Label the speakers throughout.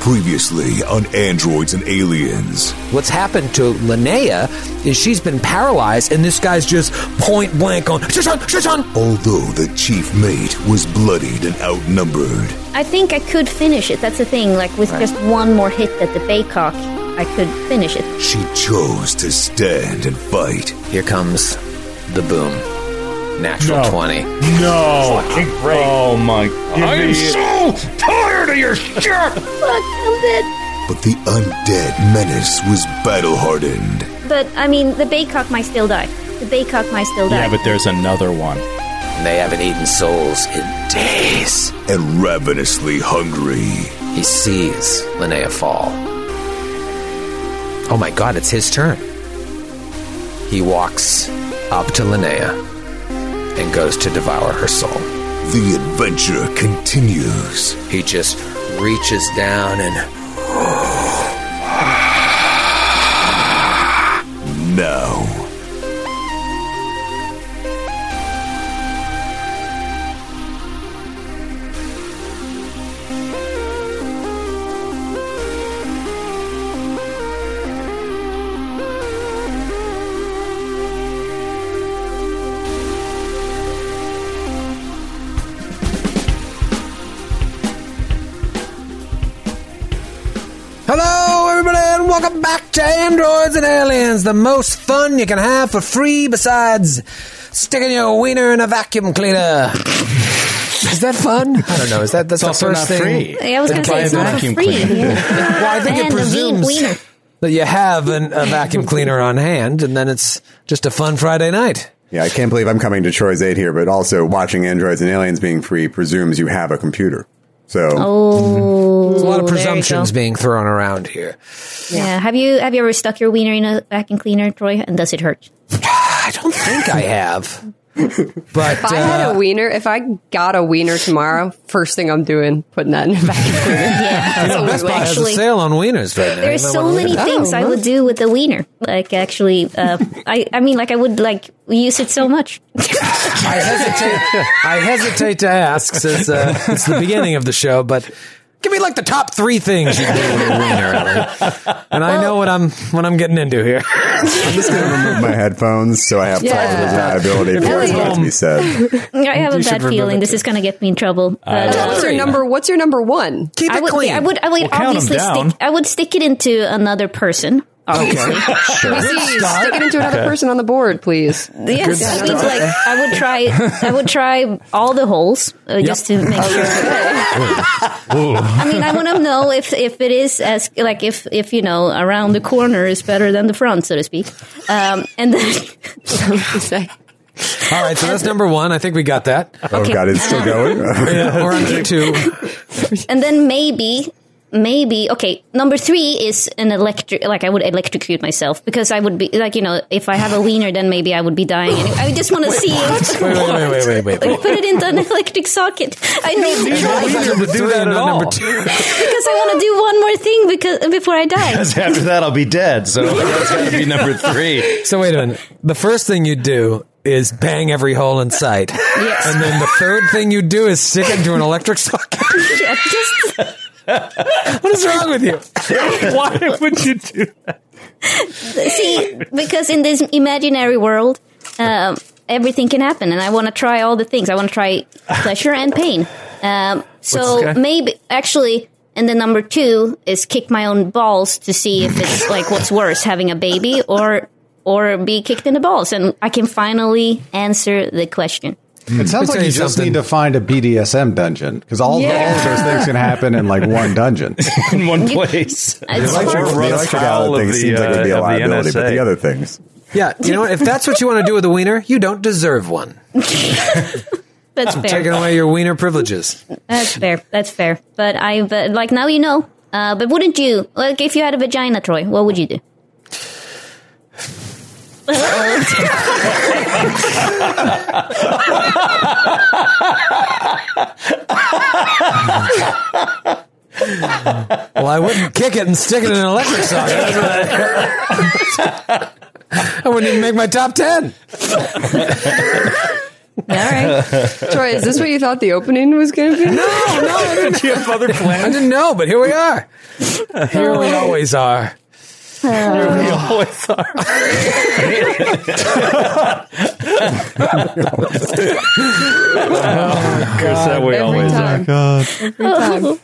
Speaker 1: Previously on Androids and Aliens.
Speaker 2: What's happened to Linnea is she's been paralyzed, and this guy's just point blank on Shishon, Shishon.
Speaker 1: Although the chief mate was bloodied and outnumbered,
Speaker 3: I think I could finish it. That's the thing. Like with just one more hit at the Baycock, I could finish it.
Speaker 1: she chose to stand and fight.
Speaker 2: Here comes the boom. Natural
Speaker 4: No.
Speaker 2: 20.
Speaker 4: No.
Speaker 5: Great.
Speaker 4: Oh my.
Speaker 5: I am
Speaker 4: Give me-
Speaker 5: so tired of your shit.
Speaker 3: Fuck, I'm dead.
Speaker 1: But the undead menace was battle hardened.
Speaker 3: But I mean, the Baycock might still die. The Baycock might still die.
Speaker 4: Yeah, but there's another one.
Speaker 2: And they haven't eaten souls in days.
Speaker 1: and ravenously hungry.
Speaker 2: He sees Linnea fall. Oh my god, it's his turn. He walks up to Linnea and goes to devour her soul.
Speaker 1: The adventure continues.
Speaker 2: He just reaches down and
Speaker 1: Now,
Speaker 2: Hello, everybody, and welcome back to Androids and Aliens, the most fun you can have for free besides sticking your wiener in a vacuum cleaner. Is that fun? I don't know. Is that that's
Speaker 4: It's also
Speaker 2: the first
Speaker 4: not
Speaker 2: thing?
Speaker 4: free.
Speaker 3: I was gonna
Speaker 4: Buy
Speaker 3: say
Speaker 4: a
Speaker 3: it's not for
Speaker 4: vacuum
Speaker 3: free.
Speaker 4: cleaner.
Speaker 2: Well, I think it
Speaker 3: And a ween-
Speaker 2: presumes
Speaker 3: wiener.
Speaker 2: that you have an, a vacuum cleaner on hand, and then it's just a fun Friday night.
Speaker 6: Yeah, I can't believe I'm coming to Troy's aid here, but also watching Androids and Aliens being free presumes you have a computer. So
Speaker 3: Oh,
Speaker 2: There's a lot of
Speaker 3: there you go.
Speaker 2: presumptions being thrown around here.
Speaker 3: Yeah. Have you have you ever stuck your wiener in a vacuum cleaner, Troy? And does it hurt?
Speaker 2: I don't think I have, but
Speaker 7: If I had
Speaker 2: uh,
Speaker 7: a wiener, if I got a wiener tomorrow, first thing I'm doing putting that in the vacuum cleaner.
Speaker 3: Yeah.
Speaker 2: Best Buy has a
Speaker 3: actually-
Speaker 2: sale on wieners right now.
Speaker 3: There are
Speaker 2: You might
Speaker 3: so
Speaker 2: wanna
Speaker 3: many
Speaker 2: look at
Speaker 3: things I would do with the wiener. Like actually, uh, I I mean, like I would like use it so much.
Speaker 2: I hesitate. I hesitate to ask since uh, it's the beginning of the show, but give me like the top three things you do with a wiener, Ellie. And I know what I'm what I'm getting into here.
Speaker 6: I'm just going to remove my headphones so I have
Speaker 7: Yeah.
Speaker 6: positive liability for what's about to be said.
Speaker 3: I have a
Speaker 2: should
Speaker 3: bad
Speaker 2: remove it
Speaker 3: feeling this is going to get me in trouble. But, uh,
Speaker 7: What's your
Speaker 2: Three.
Speaker 7: number? What's your number one?
Speaker 2: Keep
Speaker 3: I
Speaker 2: it
Speaker 3: would,
Speaker 2: clean.
Speaker 3: I would, I would
Speaker 4: We'll count 'em
Speaker 3: obviously
Speaker 4: down.
Speaker 3: stick. I would stick it into another person. Obviously,
Speaker 7: We see, stick it into another person on the board, please.
Speaker 3: yes. I mean, like I would try. I would try all the holes uh, just to make sure. I mean, I want to know if if it is as like if if you know around the corner is better than the front, so to speak. Um, and then
Speaker 2: All right, so that's number one. I think we got that.
Speaker 6: Oh,
Speaker 3: Okay.
Speaker 6: God, it's still going?
Speaker 2: We're on to two.
Speaker 3: and then maybe maybe okay number three is an electric like i would electrocute myself because i would be like you know if i have a wiener then maybe i would be dying anyway. i just want to see if
Speaker 2: Wait, wait, wait, wait, wait, wait.
Speaker 3: like, put it into an electric socket i need to try
Speaker 2: That's
Speaker 3: because
Speaker 2: number three
Speaker 4: that
Speaker 2: and
Speaker 4: at
Speaker 2: not
Speaker 4: all.
Speaker 2: number two.
Speaker 3: i want to do one more thing because before i die
Speaker 4: After that, I'll be dead. So that's got to be number three.
Speaker 2: So wait a minute. The first thing you do is bang every hole in sight. Yes. And then the third thing you do is stick it to an electric socket.
Speaker 3: Yeah, just
Speaker 2: What is wrong with you?
Speaker 4: Why would you do
Speaker 3: see because in this imaginary world um, everything can happen and i want to try all the things i want to try pleasure and pain um, so
Speaker 2: Okay.
Speaker 3: maybe actually and then number two is kick my own balls to see if it's like what's worse having a baby or or be kicked in the balls and i can finally answer the question
Speaker 8: It sounds
Speaker 2: Hmm. Let me
Speaker 8: like
Speaker 2: tell
Speaker 8: you
Speaker 2: you
Speaker 8: just
Speaker 2: something.
Speaker 8: need to find a BDSM dungeon because all, all of those things can happen in like one dungeon.
Speaker 4: in one place?
Speaker 3: It's
Speaker 6: The electric-
Speaker 3: hard.
Speaker 6: the electric outlet thing seems
Speaker 2: uh,
Speaker 6: like it'd be a liability, but the other things.
Speaker 2: Yeah, you know what? If that's what you want to do with a wiener, you don't deserve one.
Speaker 3: that's
Speaker 2: Taking
Speaker 3: fair
Speaker 2: away your wiener privileges.
Speaker 3: that's fair that's fair but i but like now you know uh, but wouldn't you like if you had a vagina troy what would you do
Speaker 2: Well, I wouldn't kick it and stick it in an electric socket. That's what I, I wouldn't even make my top ten.
Speaker 3: All right.
Speaker 7: Troy, is this what you thought the opening was going to be?
Speaker 2: No, no, I didn't,
Speaker 9: you have other
Speaker 2: I
Speaker 9: plans?
Speaker 2: didn't know, but here we are. Here we always are.
Speaker 9: we always are. Of course, that we
Speaker 7: Every
Speaker 9: always are.
Speaker 7: time.
Speaker 8: God.
Speaker 7: Every time.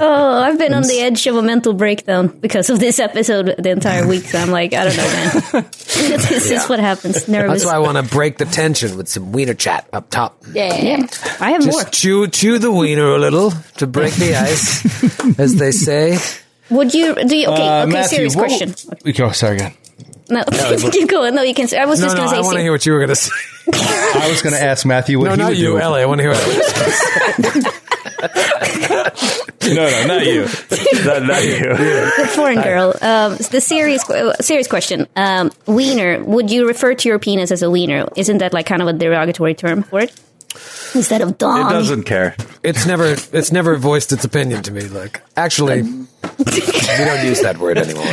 Speaker 3: Oh, I've been on the edge of a mental breakdown because of this episode the entire week. So I'm like, I don't know, man. this is what happens. Nervous.
Speaker 2: That's why I want to break the tension with some wiener chat up top.
Speaker 3: yeah. yeah. I have
Speaker 2: Just chew chew the wiener a little to break the ice, as they say.
Speaker 3: more. Would you do you okay,
Speaker 9: Uh,
Speaker 3: okay,
Speaker 9: Matthew,
Speaker 3: serious
Speaker 9: what-
Speaker 3: question.
Speaker 9: We go. Sorry, again.
Speaker 3: No, keep going. No, you can I was
Speaker 2: No,
Speaker 3: just
Speaker 2: no,
Speaker 3: gonna say
Speaker 2: I want to
Speaker 3: serious-
Speaker 2: hear what you were going to say.
Speaker 9: I was going to ask Matthew what
Speaker 2: No,
Speaker 9: he
Speaker 2: not
Speaker 9: would
Speaker 2: you,
Speaker 9: do.
Speaker 2: Ellie. I want to hear what
Speaker 9: No, no, not you. not, not you.
Speaker 3: the foreign girl. Um, the serious, uh, serious question. Um, wiener. Would you refer to your penis as a wiener? Isn't that like kind of a derogatory term for it? Instead of dong.
Speaker 10: It doesn't care.
Speaker 2: it's never it's never voiced its opinion to me. Like actually, we don't use that word anymore.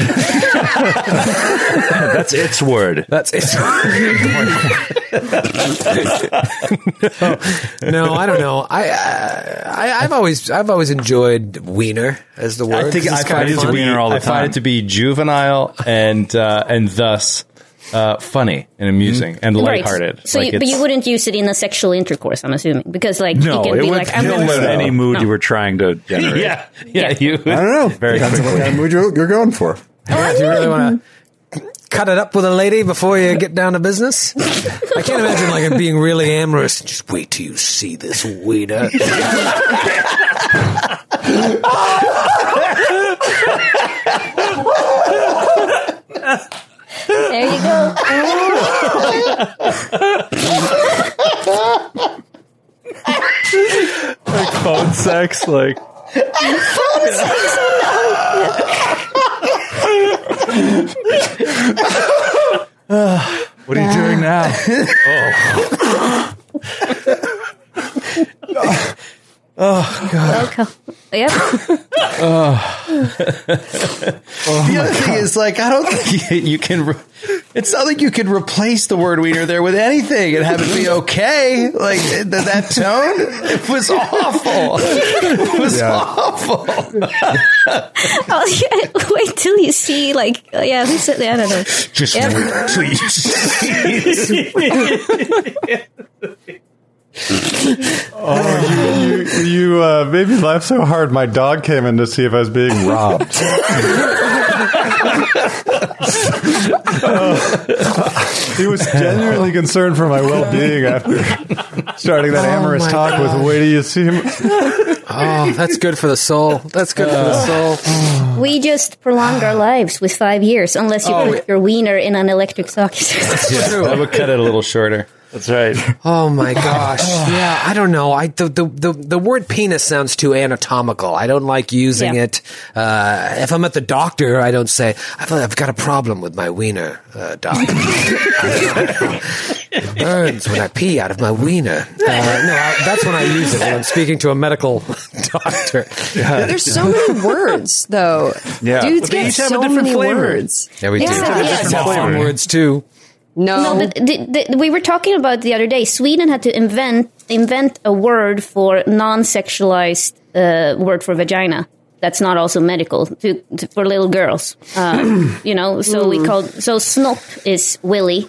Speaker 10: That's its word.
Speaker 2: That's it. no, no, I don't know. I, uh, I I've always I've always enjoyed wiener as the word.
Speaker 9: I think
Speaker 2: 'cause
Speaker 9: I
Speaker 2: it's kinda
Speaker 9: find it to
Speaker 2: fun.
Speaker 9: be,
Speaker 10: wiener all the
Speaker 9: I find
Speaker 10: time.
Speaker 9: it to be juvenile and uh, and thus uh, funny and amusing and lighthearted.
Speaker 3: So,
Speaker 9: Like,
Speaker 3: you, but
Speaker 9: it's-
Speaker 3: you wouldn't use it in a sexual intercourse, I'm assuming, because like you
Speaker 10: No,
Speaker 3: can
Speaker 10: it
Speaker 3: be
Speaker 10: would
Speaker 3: like, I'm
Speaker 10: kill
Speaker 3: gonna-
Speaker 10: it in any mood
Speaker 3: No.
Speaker 10: you were trying to generate.
Speaker 9: Yeah, yeah, you.
Speaker 6: I don't know.
Speaker 10: Very
Speaker 6: Oh, Depends on what
Speaker 10: quickly.
Speaker 6: kind of mood you're, you're going for.
Speaker 2: Yeah, if you really want to cut it up with a lady before you get down to business, I can't imagine like it being really amorous. Just wait till you see this wiener.
Speaker 3: There you go.
Speaker 10: Phone sex, like What are you doing now?
Speaker 3: Oh, Welcome. Yeah.
Speaker 9: the other thing is like I don't think you, you can. Re- it's not like you can replace the word wiener there with anything and have it be okay. Like th- that tone, it was awful. It was awful.
Speaker 3: Oh, yeah. Wait till you see, like, uh, yeah, who said that? I don't know.
Speaker 9: Just
Speaker 3: Yep.
Speaker 9: wait till you see.
Speaker 8: Oh, You, you uh, made me laugh so hard. My dog came in to see if I was being robbed. he was genuinely concerned for my well being after starting that
Speaker 2: Oh
Speaker 8: amorous
Speaker 2: my
Speaker 8: talk
Speaker 2: God.
Speaker 8: with "Wait do you see him?"
Speaker 2: Oh, that's good for the soul. That's good for
Speaker 9: Uh,
Speaker 2: the soul.
Speaker 3: We just prolonged our lives with five years, unless you
Speaker 10: Oh.
Speaker 3: put your wiener in an electric socket.
Speaker 9: That would cut it a little shorter.
Speaker 10: That's right.
Speaker 2: Oh my gosh. Yeah, I don't know. I the the, the, the word penis sounds too anatomical. I don't like using
Speaker 3: Yeah.
Speaker 2: it. Uh, if I'm at the doctor, I don't say I've, I've got a problem with my wiener, uh, doc. it burns when I pee out of my wiener. Uh, no, I, that's when I use it when I'm speaking to a medical doctor.
Speaker 7: There's so many words, though.
Speaker 10: Yeah.
Speaker 7: Dudes
Speaker 10: But they
Speaker 7: get
Speaker 10: each have a
Speaker 7: so
Speaker 10: different
Speaker 7: many
Speaker 10: flavor.
Speaker 7: words.
Speaker 2: Yeah, we
Speaker 3: Yeah,
Speaker 2: do.
Speaker 3: yeah.
Speaker 2: That's all
Speaker 10: Flavor.
Speaker 2: fun words too.
Speaker 7: No,
Speaker 3: No, but the, the, we were talking about the other day. Sweden had to invent invent a word for non-sexualized uh, word for vagina. That's not also medical to, to, for little girls. Uh, you know, so we called so snop is willy,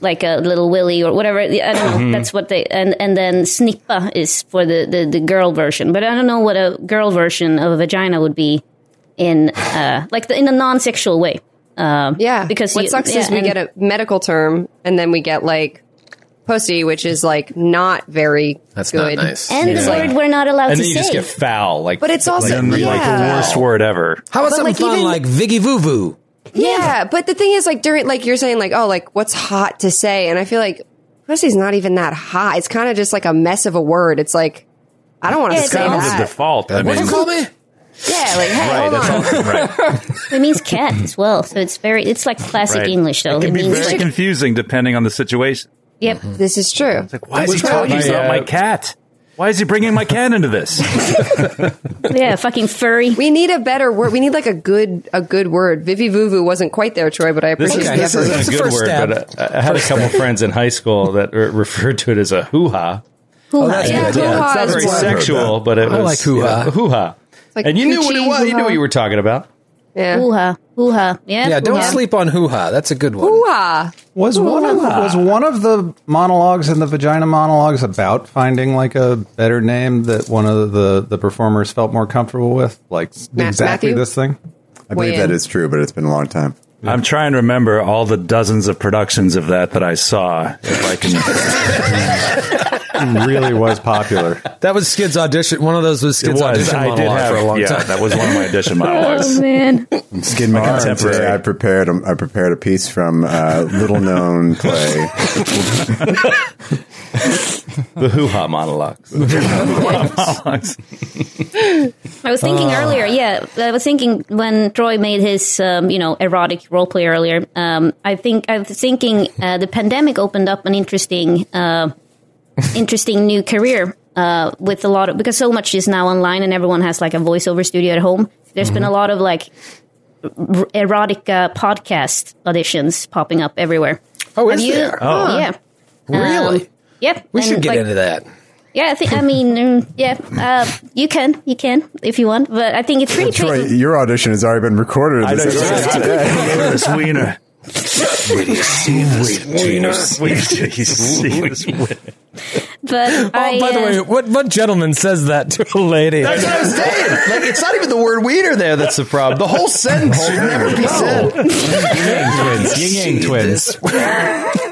Speaker 3: like a little willy or whatever. I don't know. That's what they and and then snippa is for the, the the girl version. But I don't know what a girl version of a vagina would be in uh, like the, in a non-sexual way. Um,
Speaker 7: Yeah,
Speaker 3: because
Speaker 7: what
Speaker 3: you-
Speaker 7: sucks
Speaker 3: yeah,
Speaker 7: is we
Speaker 3: and-
Speaker 7: get a medical term, and then we get like pussy, which is like not very
Speaker 2: That's not
Speaker 7: good.
Speaker 2: nice.
Speaker 3: And the word we're not allowed
Speaker 9: And
Speaker 3: to
Speaker 9: then you
Speaker 3: say.
Speaker 9: just get foul. Like,
Speaker 7: But it's also
Speaker 9: like, really
Speaker 10: Like the
Speaker 7: Yeah.
Speaker 10: worst word ever.
Speaker 2: How about
Speaker 7: But,
Speaker 2: something
Speaker 7: like,
Speaker 2: fun
Speaker 7: even-
Speaker 2: like Viggy Voo Voo?
Speaker 7: Yeah, but the thing is, like during like you're saying, like oh, like what's hot to say, and I feel like pussy's not even that hot. It's kind of just like a mess of a word. It's like I don't want to
Speaker 3: Yeah, it's
Speaker 7: say
Speaker 10: Kind of the
Speaker 7: that.
Speaker 10: default. I
Speaker 2: What do
Speaker 10: mean,
Speaker 2: you call me?
Speaker 7: yeah, like hey,
Speaker 10: right.
Speaker 7: hold on.
Speaker 10: That's all, right.
Speaker 3: It means cat as well, so it's very it's like classic
Speaker 10: Right.
Speaker 3: English though.
Speaker 10: It
Speaker 3: It,
Speaker 10: can be
Speaker 3: means
Speaker 10: very
Speaker 3: like,
Speaker 10: confusing depending on the situation.
Speaker 3: yep.
Speaker 7: This is true.
Speaker 10: Like, why is he
Speaker 9: That's
Speaker 10: talking
Speaker 9: right.
Speaker 10: about
Speaker 9: My,
Speaker 10: my
Speaker 9: uh,
Speaker 10: cat?
Speaker 11: Why is he bringing my cat into this?
Speaker 3: yeah, fucking furry.
Speaker 7: We need a better word. We need like a good a good word. Vivi Vuvu wasn't quite there, Troy, but I
Speaker 11: This
Speaker 7: appreciate
Speaker 11: is,
Speaker 2: Okay,
Speaker 11: this
Speaker 2: that's-
Speaker 11: isn't
Speaker 2: that's
Speaker 11: a
Speaker 2: the
Speaker 11: good
Speaker 2: first
Speaker 11: word,
Speaker 2: step.
Speaker 11: but uh, I had a couple friends in high school that re- referred to it as a hoo ha.
Speaker 3: Who
Speaker 7: it.
Speaker 3: Oh, yeah.
Speaker 7: Yeah, hoo-ha
Speaker 11: Not
Speaker 7: is
Speaker 11: very
Speaker 7: one.
Speaker 11: sexual, but it was
Speaker 2: like hoo-ha.
Speaker 11: hoo ha.
Speaker 7: like
Speaker 11: Ah. and you knew what it
Speaker 7: coochie,
Speaker 11: was. You knew what you were talking about.
Speaker 7: Yeah.
Speaker 3: Hoo-ha. Hoo-ha. Yeah,
Speaker 2: Yeah, don't
Speaker 3: hoo-ha.
Speaker 2: sleep on hoo ha. That's a good one.
Speaker 7: Hoo-ha.
Speaker 8: Was one of was one of the monologues in the vagina monologues about finding like a better name that one of the the performers felt more comfortable with, like
Speaker 7: Ma-
Speaker 8: exactly
Speaker 7: Matthew?
Speaker 8: this thing.
Speaker 6: I believe
Speaker 7: Way
Speaker 6: that
Speaker 7: in.
Speaker 6: is true, but it's been a long time.
Speaker 11: I'm trying to remember all the dozens of productions of that that I saw. If I can,
Speaker 8: It really was popular.
Speaker 2: That was Skid's audition. One of those was
Speaker 11: it
Speaker 2: Skid's
Speaker 11: was.
Speaker 2: audition
Speaker 11: I did
Speaker 2: monologue
Speaker 11: have.
Speaker 2: for a long
Speaker 11: yeah,
Speaker 2: time.
Speaker 11: that was one of my audition monologues.
Speaker 3: Oh, man.
Speaker 6: Skin my
Speaker 11: contemporary.
Speaker 6: I prepared. a- I prepared a piece from uh, little known play.
Speaker 11: The hoo ha monologues. monologues.
Speaker 3: I was thinking
Speaker 2: Ah.
Speaker 3: earlier, yeah. I was thinking when Troy made his, um, you know, erotic roleplay earlier. Um, I think I was thinking uh, the pandemic opened up an interesting, uh, interesting new career uh, with a lot of because so much is now online and everyone has like a voiceover studio at home. There's been
Speaker 2: Mm-hmm.
Speaker 3: a lot of like r- erotic uh, podcast auditions popping up everywhere.
Speaker 2: Oh,
Speaker 3: Have
Speaker 2: is
Speaker 3: you?
Speaker 2: there?
Speaker 3: Oh, yeah.
Speaker 2: Really?
Speaker 3: Um, yep.
Speaker 2: we
Speaker 3: And,
Speaker 2: should get
Speaker 3: like,
Speaker 2: into that.
Speaker 3: yeah, I think. I mean, um, yeah, uh, you can, you can if you want, but I think it's pretty.
Speaker 6: Troy,
Speaker 3: tricky.
Speaker 6: your audition has already been recorded.
Speaker 11: I know
Speaker 6: This
Speaker 11: you're
Speaker 6: is-
Speaker 11: right. This wiener.
Speaker 3: But I,
Speaker 2: oh, by the
Speaker 3: uh,
Speaker 2: way, what what gentleman says that to a lady?
Speaker 4: That's what I'm saying. Like, it's not even the word wiener there that's the problem. The whole sentence should never be said.
Speaker 8: twins, yin yang twins.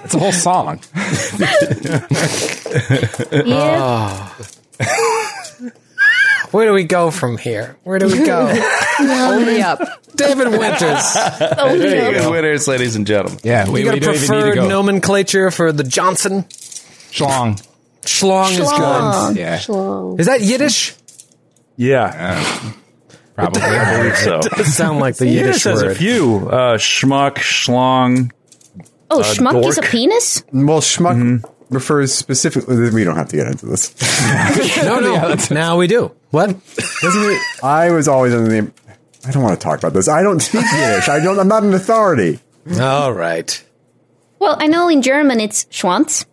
Speaker 8: it's a whole song.
Speaker 3: yeah,
Speaker 2: Ah. Where do we go from here? Where do we go?
Speaker 7: Hold me up.
Speaker 2: David Winters.
Speaker 3: oh, no.
Speaker 11: Winners, ladies and gentlemen.
Speaker 12: Yeah, we,
Speaker 2: You got
Speaker 12: we
Speaker 2: a
Speaker 12: don't even need to
Speaker 2: preferred
Speaker 12: go.
Speaker 2: nomenclature for the Johnson?
Speaker 12: Schlong.
Speaker 2: Schlong, is
Speaker 3: Schlong.
Speaker 12: Yeah,
Speaker 2: good. Is that Yiddish?
Speaker 11: Yeah,
Speaker 12: probably.
Speaker 11: I believe so.
Speaker 2: Does sound like the
Speaker 11: Yiddish
Speaker 2: Yiddish
Speaker 11: has a
Speaker 2: word.
Speaker 11: few uh, schmuck, schlong. uh,
Speaker 3: oh schmuck is a
Speaker 11: dork. Mm-hmm.
Speaker 3: penis.
Speaker 6: Well, schmuck refers specifically. We don't have to get into this.
Speaker 2: No, no. now we do. What?
Speaker 6: Doesn't it? I was always under the. I don't want to talk about this. I don't speak Yiddish. I don't. I'm not an authority.
Speaker 2: All right.
Speaker 3: Well, I know in German it's Schwanz,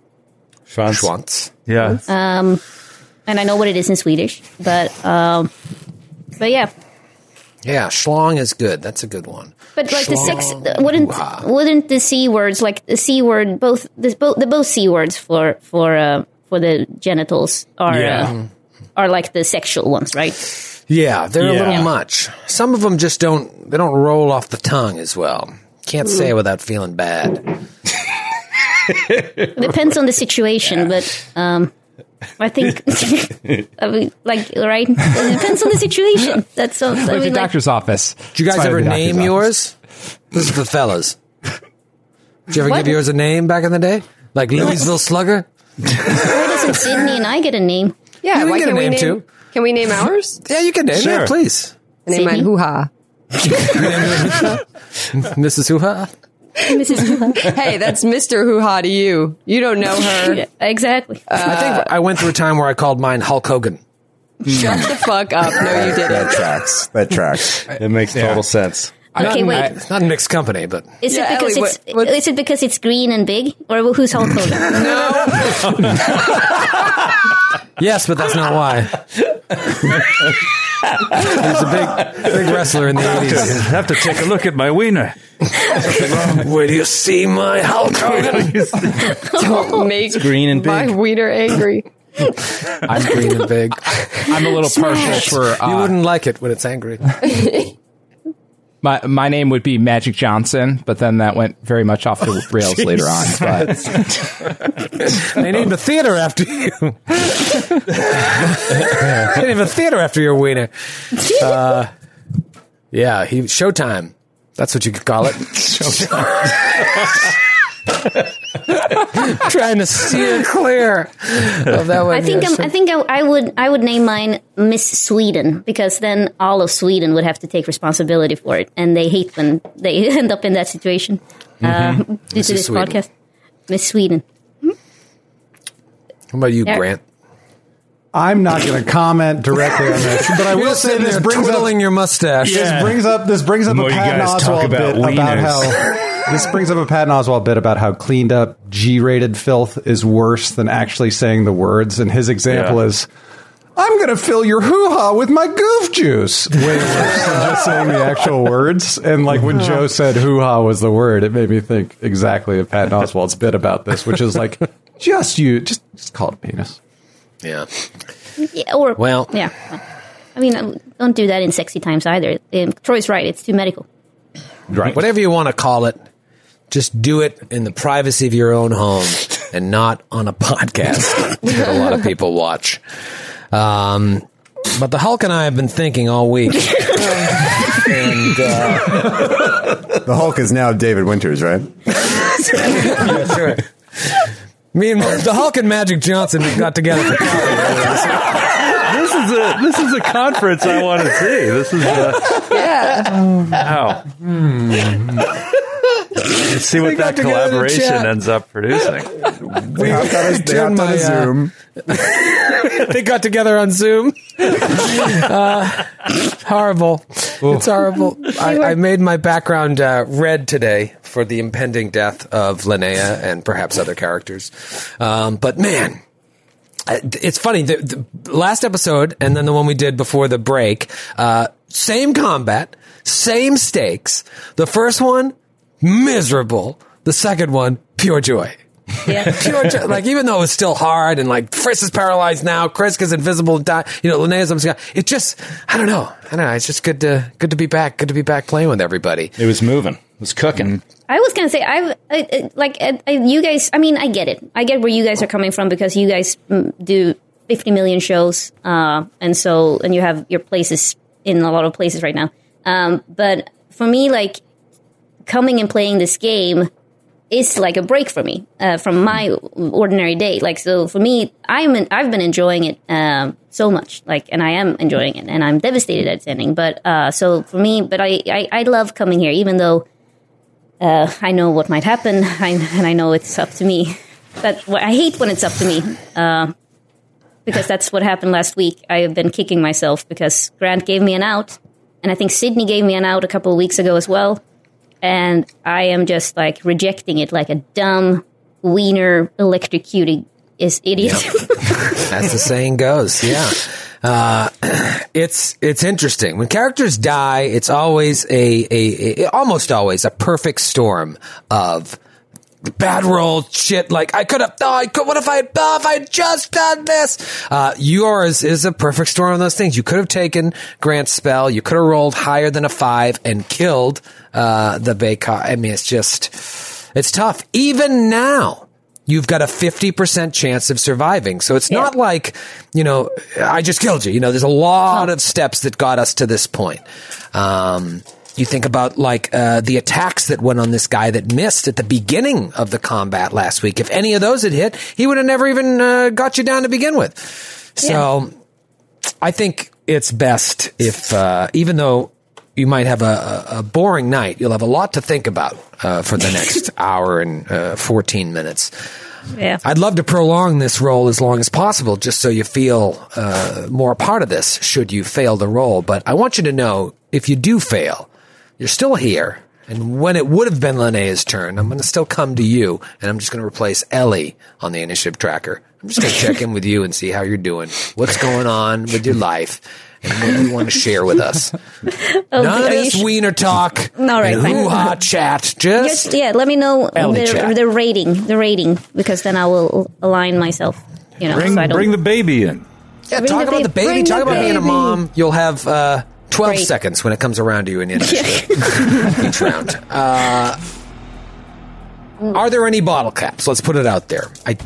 Speaker 3: um,
Speaker 2: Schwanz.
Speaker 11: Yeah,
Speaker 3: and I know what it is in Swedish, but um, but yeah,
Speaker 2: Yeah, schlong is good. That's a good one.
Speaker 3: but like the sex
Speaker 2: Schlong.
Speaker 3: wouldn't
Speaker 2: Hoo-ha.
Speaker 3: wouldn't the c words like the c word both the both the both c words for for uh, for the genitals are
Speaker 11: Yeah.
Speaker 3: uh, are like the sexual ones, right?
Speaker 2: Mm. Yeah, they're a
Speaker 11: Yeah.
Speaker 2: little much. Some of them just don't. They don't roll off the tongue as well. Can't say it
Speaker 3: Mm.
Speaker 2: without feeling bad.
Speaker 3: depends on the situation, but um, I think I mean, like right, it depends on the situation. That's Oh, so. I
Speaker 12: Like the
Speaker 3: mean, like,
Speaker 12: doctor's office.
Speaker 2: Did you guys
Speaker 12: It's
Speaker 2: ever
Speaker 12: fine at the
Speaker 2: name
Speaker 12: doctor's office.
Speaker 2: yours? This is the fellas. Did you ever
Speaker 3: What?
Speaker 2: give yours a name back in the day? Like Louisville Slugger?
Speaker 3: why doesn't Sydney and I get a name?
Speaker 7: Yeah,
Speaker 2: You can
Speaker 7: why
Speaker 2: get a
Speaker 7: can we
Speaker 2: name,
Speaker 7: name
Speaker 2: too.
Speaker 7: Can we name ours?
Speaker 2: Yeah, you can name
Speaker 11: Sure.
Speaker 2: that, please.
Speaker 7: I name mine
Speaker 3: Sydney?
Speaker 7: hoo-ha.
Speaker 2: Mrs. Hoo-Ha?
Speaker 3: Mrs.
Speaker 7: Hey, that's Mr. Hoo-ha to you. You don't know her.
Speaker 3: exactly.
Speaker 2: I think I went through a time where I called mine Hulk Hogan.
Speaker 7: Shut the fuck up. No, you
Speaker 6: That
Speaker 7: didn't.
Speaker 6: tracks. That tracks.
Speaker 11: it makes total sense.
Speaker 3: okay,
Speaker 12: I'm-
Speaker 3: wait.
Speaker 12: I-
Speaker 2: Not in mixed company, but
Speaker 3: is
Speaker 7: Yeah,
Speaker 3: it because
Speaker 7: Ellie, what-
Speaker 3: it's
Speaker 7: what-
Speaker 3: is it because it's green and big, or who's Hulk Hogan?
Speaker 7: No.
Speaker 2: yes, but that's not why. he was a big, big wrestler in the
Speaker 11: I
Speaker 2: eighties.
Speaker 11: have to take a look at my wiener.
Speaker 2: Will you see my Hulk
Speaker 9: Oh,
Speaker 2: Hogan?
Speaker 7: Don't make
Speaker 4: green and big.
Speaker 7: my wiener angry.
Speaker 2: I'm green and big.
Speaker 12: I'm a little partial for
Speaker 2: You
Speaker 12: uh,
Speaker 2: wouldn't like it when it's angry.
Speaker 12: my my name would be Magic Johnson, but then that went very much off the rails later on. But
Speaker 2: They named a theater after you. they named a theater after your wiener. Uh, yeah, he Showtime. That's what you could call it. Showtime. Trying to steer clear of that one.
Speaker 3: I think
Speaker 2: yeah,
Speaker 3: I'm,
Speaker 2: so-
Speaker 3: I think I, I would I would name mine Miss Sweden because then all of Sweden would have to take responsibility for it, and they hate when they end up in that situation uh, due to this
Speaker 2: Mm-hmm. Sweden.
Speaker 3: podcast. Miss Sweden.
Speaker 2: How about you,
Speaker 3: Yeah.
Speaker 2: Grant?
Speaker 8: I'm not going to comment directly on this, but I
Speaker 2: You're
Speaker 8: will
Speaker 2: just
Speaker 8: say
Speaker 2: sitting
Speaker 8: this
Speaker 2: there
Speaker 8: brings up
Speaker 2: twiddling your mustache.
Speaker 8: This brings up this brings up
Speaker 2: The
Speaker 8: a
Speaker 2: more you
Speaker 8: Patton
Speaker 2: guys talk
Speaker 8: Oswald
Speaker 2: about
Speaker 8: bit about
Speaker 2: wieners.
Speaker 8: how this brings up a Patton Oswald bit about how cleaned up G-rated filth is worse than actually saying the words, and his example is. I'm going to fill your hoo ha with my goof juice. Way worse than just saying the actual words. And like when Joe said hoo ha was the word, it made me think exactly of Patton Oswald's bit about this, which is like, just you, just, just call it a penis.
Speaker 2: Yeah.
Speaker 3: Yeah, or
Speaker 8: Well-
Speaker 3: yeah. I mean, um, don't do that in sexy times either. Um, Troy's right; it's too medical.
Speaker 2: Right. Whatever you want to call it, just do it in the privacy of your own home and not on a podcast that a lot of people watch. Um, but the Hulk and I have been thinking all week. and uh,
Speaker 6: The Hulk is now David Winters, right?
Speaker 2: yeah, sure. Me and the Hulk and Magic Johnson got together.
Speaker 11: this is
Speaker 2: For
Speaker 11: a this is a conference I want to see. This is uh, a wow.
Speaker 13: Hmm.
Speaker 11: Let's see what that
Speaker 2: got together to
Speaker 11: collaboration
Speaker 2: chat.
Speaker 11: ends up producing.
Speaker 6: They hopped on a, they hopped on a Zoom.
Speaker 2: uh, they got together on Zoom. Uh, horrible. It's horrible. I, I made my background uh, red today for the impending death of Linnea and perhaps other characters. Um, but man, I- it's funny. The, the last episode and then the one we did before the break, uh, same combat, same stakes. The first one, miserable. The second one, pure joy. Yeah. pure joy. Like, even though it was still hard and like Fritz is paralyzed now, Chris is invisible, di- you know, Linnea's, it just, I don't know. I don't know. It's just good to, good to be back. Good to be back playing with everybody. Mm-hmm.
Speaker 9: It was moving. It was cooking.
Speaker 3: I was gonna say I've I, I, like I, I, you guys. I mean, I get it. I get where you guys are coming from because you guys mm, do fifty million shows, uh, and so and you have your places in a lot of places right now. Um, but for me, like coming and playing this game is like a break for me uh, from my ordinary day. Like so, for me, I'm in, I've been enjoying it um, so much. Like, and I am enjoying it, and I'm devastated at its ending. But uh, so for me, but I, I I love coming here, even though uh, I know what might happen, I, and I know it's up to me. But wh- I hate when it's up to me, uh, because that's what happened last week. I have been kicking myself because Grant gave me an out, and I think Sydney gave me an out a couple of weeks ago as well. And I am just like rejecting it like a dumb wiener electrocuted is idiot.
Speaker 2: as the saying goes. Yeah. Uh, it's it's interesting when characters die. It's always a, a, a almost always a perfect storm of bad roll shit. Like I could have, oh, I could. What if I, had- oh, if I had just done this? Uh, yours is a perfect storm of those things. You could have taken Grant's spell. You could have rolled higher than a five and killed uh, the Baycott. I mean, it's just it's tough. Even now, you've got a 50% chance of surviving. So it's not like, you know, I just killed you. You know, there's a lot of steps that got us to this point. Um, you think about like uh, the attacks that went on this guy that missed at the beginning of the combat last week. If any of those had hit, he would have never even uh, got you down to begin with. So I think it's best if, uh, even though you might have a, a boring night, you'll have a lot to think about uh, for the next hour and uh, 14 minutes.
Speaker 3: yeah.
Speaker 2: I'd love to prolong this role as long as possible, just so you feel uh, more a part of this. Should you fail the role, but I want you to know if you do fail, you're still here. And when it would have been Linnea's turn, I'm going to still come to you, and I'm just going to replace Ellie on the initiative tracker. I'm just going to check in with you and see how you're doing, what's going on with your life, and what you want to share with us.
Speaker 3: Oh,
Speaker 2: None of
Speaker 3: are you
Speaker 2: this
Speaker 3: sh-
Speaker 2: wiener talk,
Speaker 3: All right, fine.
Speaker 2: hoo ha chat. Just
Speaker 3: yeah, let me know
Speaker 2: Ellie
Speaker 3: the,
Speaker 2: ah, chat.
Speaker 3: the rating, the rating, because then I will align myself. You know,
Speaker 11: Bring
Speaker 3: so I don't
Speaker 11: bring the baby in.
Speaker 2: Yeah,
Speaker 3: Bring
Speaker 2: talk
Speaker 3: the
Speaker 2: about the
Speaker 3: babe-
Speaker 2: baby.
Speaker 3: bring
Speaker 2: Talk
Speaker 3: the
Speaker 2: about being a
Speaker 3: baby.
Speaker 2: mom. You'll have uh, 12
Speaker 3: Great.
Speaker 2: seconds when it comes around to you in the each round. Uh, are there any bottle caps? Let's put it out there. I,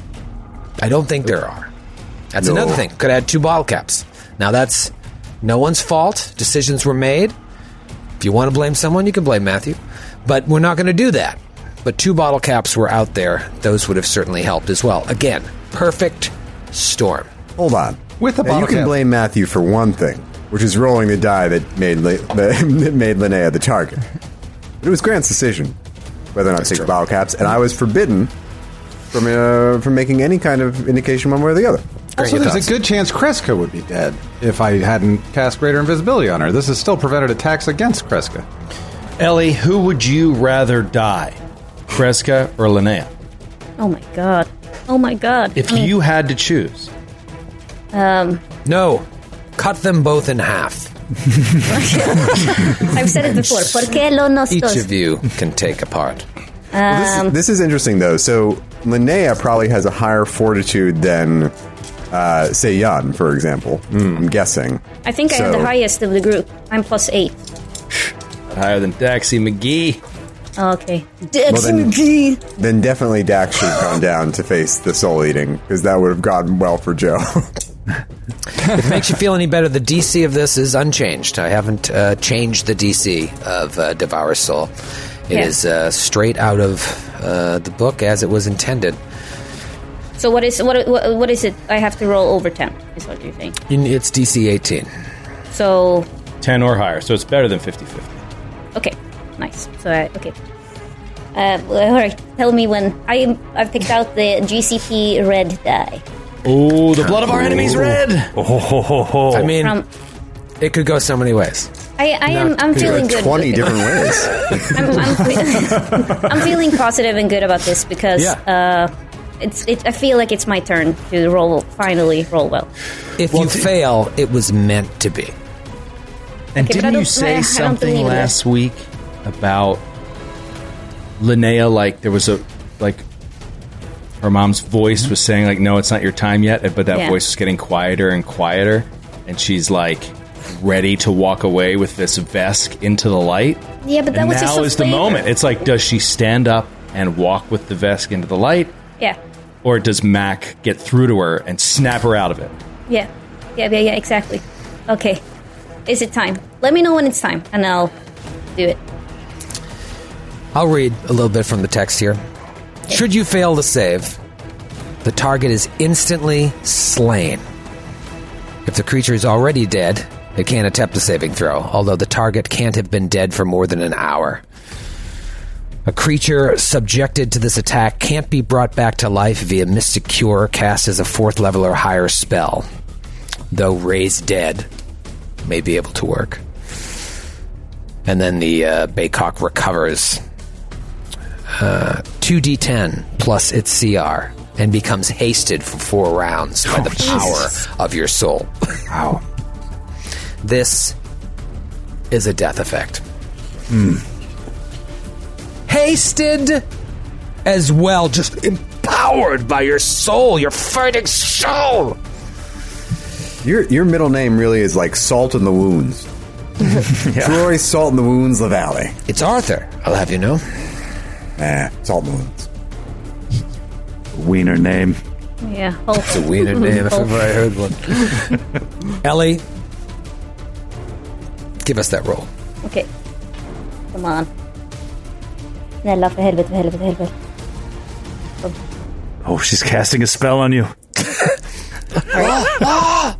Speaker 2: I don't think there are. That's
Speaker 6: No.
Speaker 2: another thing. Could add two bottle caps. Now that's no one's fault. Decisions were made. If you want to blame someone, you can blame Matthew. But we're not going to do that. But two bottle caps were out there. Those would have certainly helped as well. Again, perfect storm.
Speaker 6: Hold on.
Speaker 8: With
Speaker 2: a
Speaker 6: you
Speaker 2: bottle
Speaker 6: can
Speaker 2: cap.
Speaker 6: blame Matthew for one thing, which is rolling the die that made Li- that made Linnea the target. But it was Grant's decision whether or not to take the bottle caps, and I was forbidden from uh, from making any kind of indication one way or the other.
Speaker 8: Also, there's a good chance Kreska would be dead if I hadn't cast Greater Invisibility on her. This has still prevented attacks against Kreska.
Speaker 4: Ellie, who would you rather die, Kreska or Linnea?
Speaker 3: Oh my god. Oh my god.
Speaker 4: If
Speaker 3: I mean,
Speaker 4: you had to choose,
Speaker 3: um,
Speaker 2: No, cut them both in half.
Speaker 3: I've said it before. ¿Por qué lo nos
Speaker 2: Each
Speaker 3: dos?
Speaker 2: of you can take a part.
Speaker 3: Um,
Speaker 6: This is interesting though. So Linnea probably has a higher fortitude than, uh, say, Jan, for example.
Speaker 8: Hmm.
Speaker 6: I'm guessing.
Speaker 3: I think I am
Speaker 6: So-
Speaker 3: the highest of the group. I'm plus eight.
Speaker 4: higher than Daxie McGee.
Speaker 3: Oh, Okay.
Speaker 6: Well, then- Then definitely Dax should have gone down to face the soul eating because that would have gone well for Joe.
Speaker 2: if it makes you feel any better, the DC of this is unchanged. I haven't uh, changed the DC of uh, Devour Soul. It is
Speaker 3: Yeah.
Speaker 2: uh, straight out of uh, the book as it was intended.
Speaker 3: So what is what, what what is it? I have to roll over ten. Is what you're saying.
Speaker 2: You- It's DC 18.
Speaker 3: So
Speaker 4: 10 or higher, so it's better than 50 50.
Speaker 3: okay, nice. So I, okay. Uh, well, all right. Tell me when I am- I've picked out the GCP red die.
Speaker 4: Oh, the blood of our enemies red.
Speaker 2: Oh, ho, ho, ho. I mean,
Speaker 3: From-
Speaker 2: it could go so many ways.
Speaker 3: I, I am I'm feeling good. with it. I'm, I'm, fe- I'm feeling positive and good about this because uh, it's it, I feel like it's my turn to roll finally roll well.
Speaker 2: If you fail, it was meant to be.
Speaker 4: And
Speaker 3: Okay, but I
Speaker 4: didn't
Speaker 3: don't-
Speaker 4: you
Speaker 3: I- I
Speaker 4: say
Speaker 3: don't
Speaker 4: something
Speaker 3: believe it.
Speaker 4: last week about Linnea? Like there was a like her mom's voice was saying like, "No, it's not your time yet," but that
Speaker 13: Yeah.
Speaker 4: voice was getting quieter and quieter, and she's like ready to walk away with this Vesk into the light.
Speaker 3: Yeah, but that
Speaker 4: And
Speaker 3: was just
Speaker 4: now
Speaker 3: a
Speaker 4: is the
Speaker 3: flavor.
Speaker 4: moment. It's like, does she stand up and walk with the Vesk into the light,
Speaker 3: Yeah,
Speaker 4: or does Mac get through to her and snap her out of it?
Speaker 3: yeah, yeah, yeah, yeah. Exactly. Okay, is it time? Let me know when it's time, and I'll do it.
Speaker 2: I'll read a little bit from the text here. Should you fail to save, the target is instantly slain. If the creature is already dead, it can't attempt a saving throw, although the target can't have been dead for more than an hour. A creature subjected to this attack can't be brought back to life via Mystic Cure cast as a fourth level or higher spell, though raised dead may be able to work. And then the uh, Baycock recovers uh, 2d10 plus its CR and becomes hasted for four rounds by the
Speaker 10: Jesus.
Speaker 2: power of your soul. Wow. this is a death effect. Hasted as well, just empowered by your soul, your fighting soul.
Speaker 6: your your middle name really is like salt in the wounds. Troy Salt in the Wounds LaValle.
Speaker 2: It's Arthur. I'll have you know.
Speaker 6: Eh, Salt in the Wounds.
Speaker 13: Wiener name.
Speaker 3: Yeah, Hulk.
Speaker 2: It's a weird name if ever I heard one. Ellie, give us that roll.
Speaker 3: Okay, come on. Snälla, för helvete, för helvete, för helvete.
Speaker 13: Oh, she's casting a spell on you.
Speaker 2: Ah.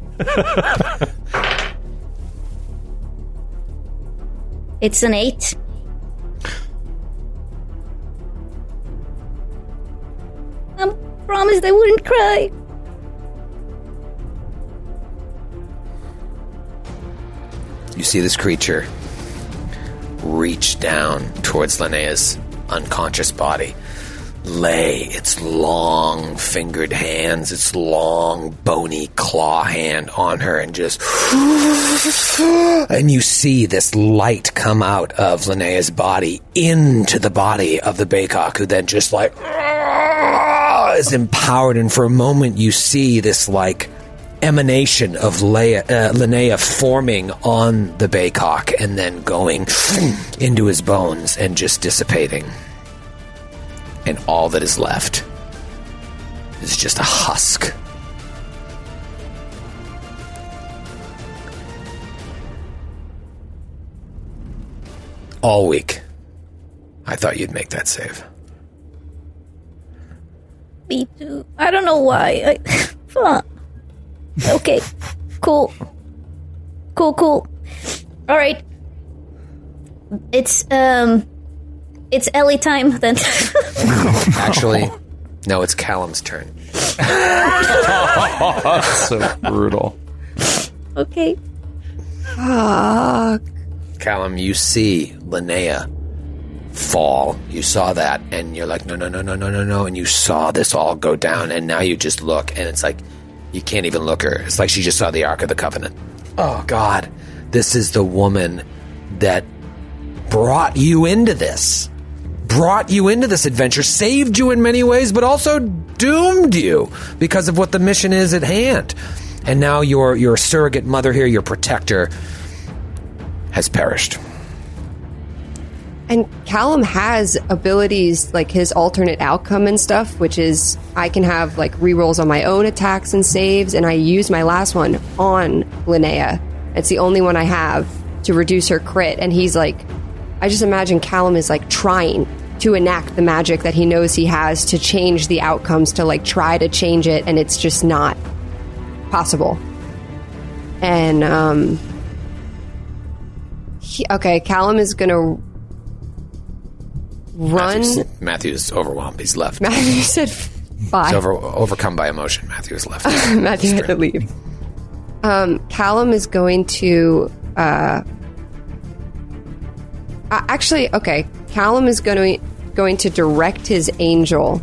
Speaker 3: It's an eight. I promised I wouldn't cry.
Speaker 2: You see this creature reach down towards Linnea's unconscious body, lay its long fingered hands, its long bony claw hand on her, and just. And you see this light come out of Linnea's body into the body of the Baycock, who then just like Ah, is empowered. And for a moment, you see this like emanation of Leia, uh, Linnea forming on the Baycock and then going into his bones and just dissipating. And all that is left is just a husk. All week, I thought you'd make that save.
Speaker 3: Me too. I don't know why. I, fuck. Okay. Cool. Cool, cool. All right. It's, um, it's Ellie time then.
Speaker 2: Actually, no, it's Callum's turn.
Speaker 12: that's so brutal.
Speaker 3: Okay.
Speaker 7: Fuck.
Speaker 2: Callum, you see Linnea fall. You saw that, and you're like, no, no, no, no, no, no, no. And you saw this all go down, and now you just look, and it's like, you can't even look her. It's like she just saw the Ark of the Covenant. Oh, God. This is the woman that brought you into this, brought you into this adventure, saved you in many ways, but also doomed you because of what the mission is at hand. And now your, your surrogate mother here, your protector, has perished.
Speaker 7: And Callum has abilities like his alternate outcome and stuff, which is I can have like rerolls on my own attacks and saves, and I use my last one on Linnea. It's the only one I have to reduce her crit. And he's like, I just imagine Callum is like trying to enact the magic that he knows he has to change the outcomes, to like try to change it, and it's just not possible. And, um, he, okay, Callum is gonna run.
Speaker 2: Matthew's, Matthew's overwhelmed. He's left.
Speaker 7: Matthew said
Speaker 2: He's
Speaker 7: bye.
Speaker 2: over, overcome by emotion. Matthew's left.
Speaker 7: Matthew had to leave. Um, Callum is going to. Uh, uh, actually, okay. Callum is going to going to direct his angel,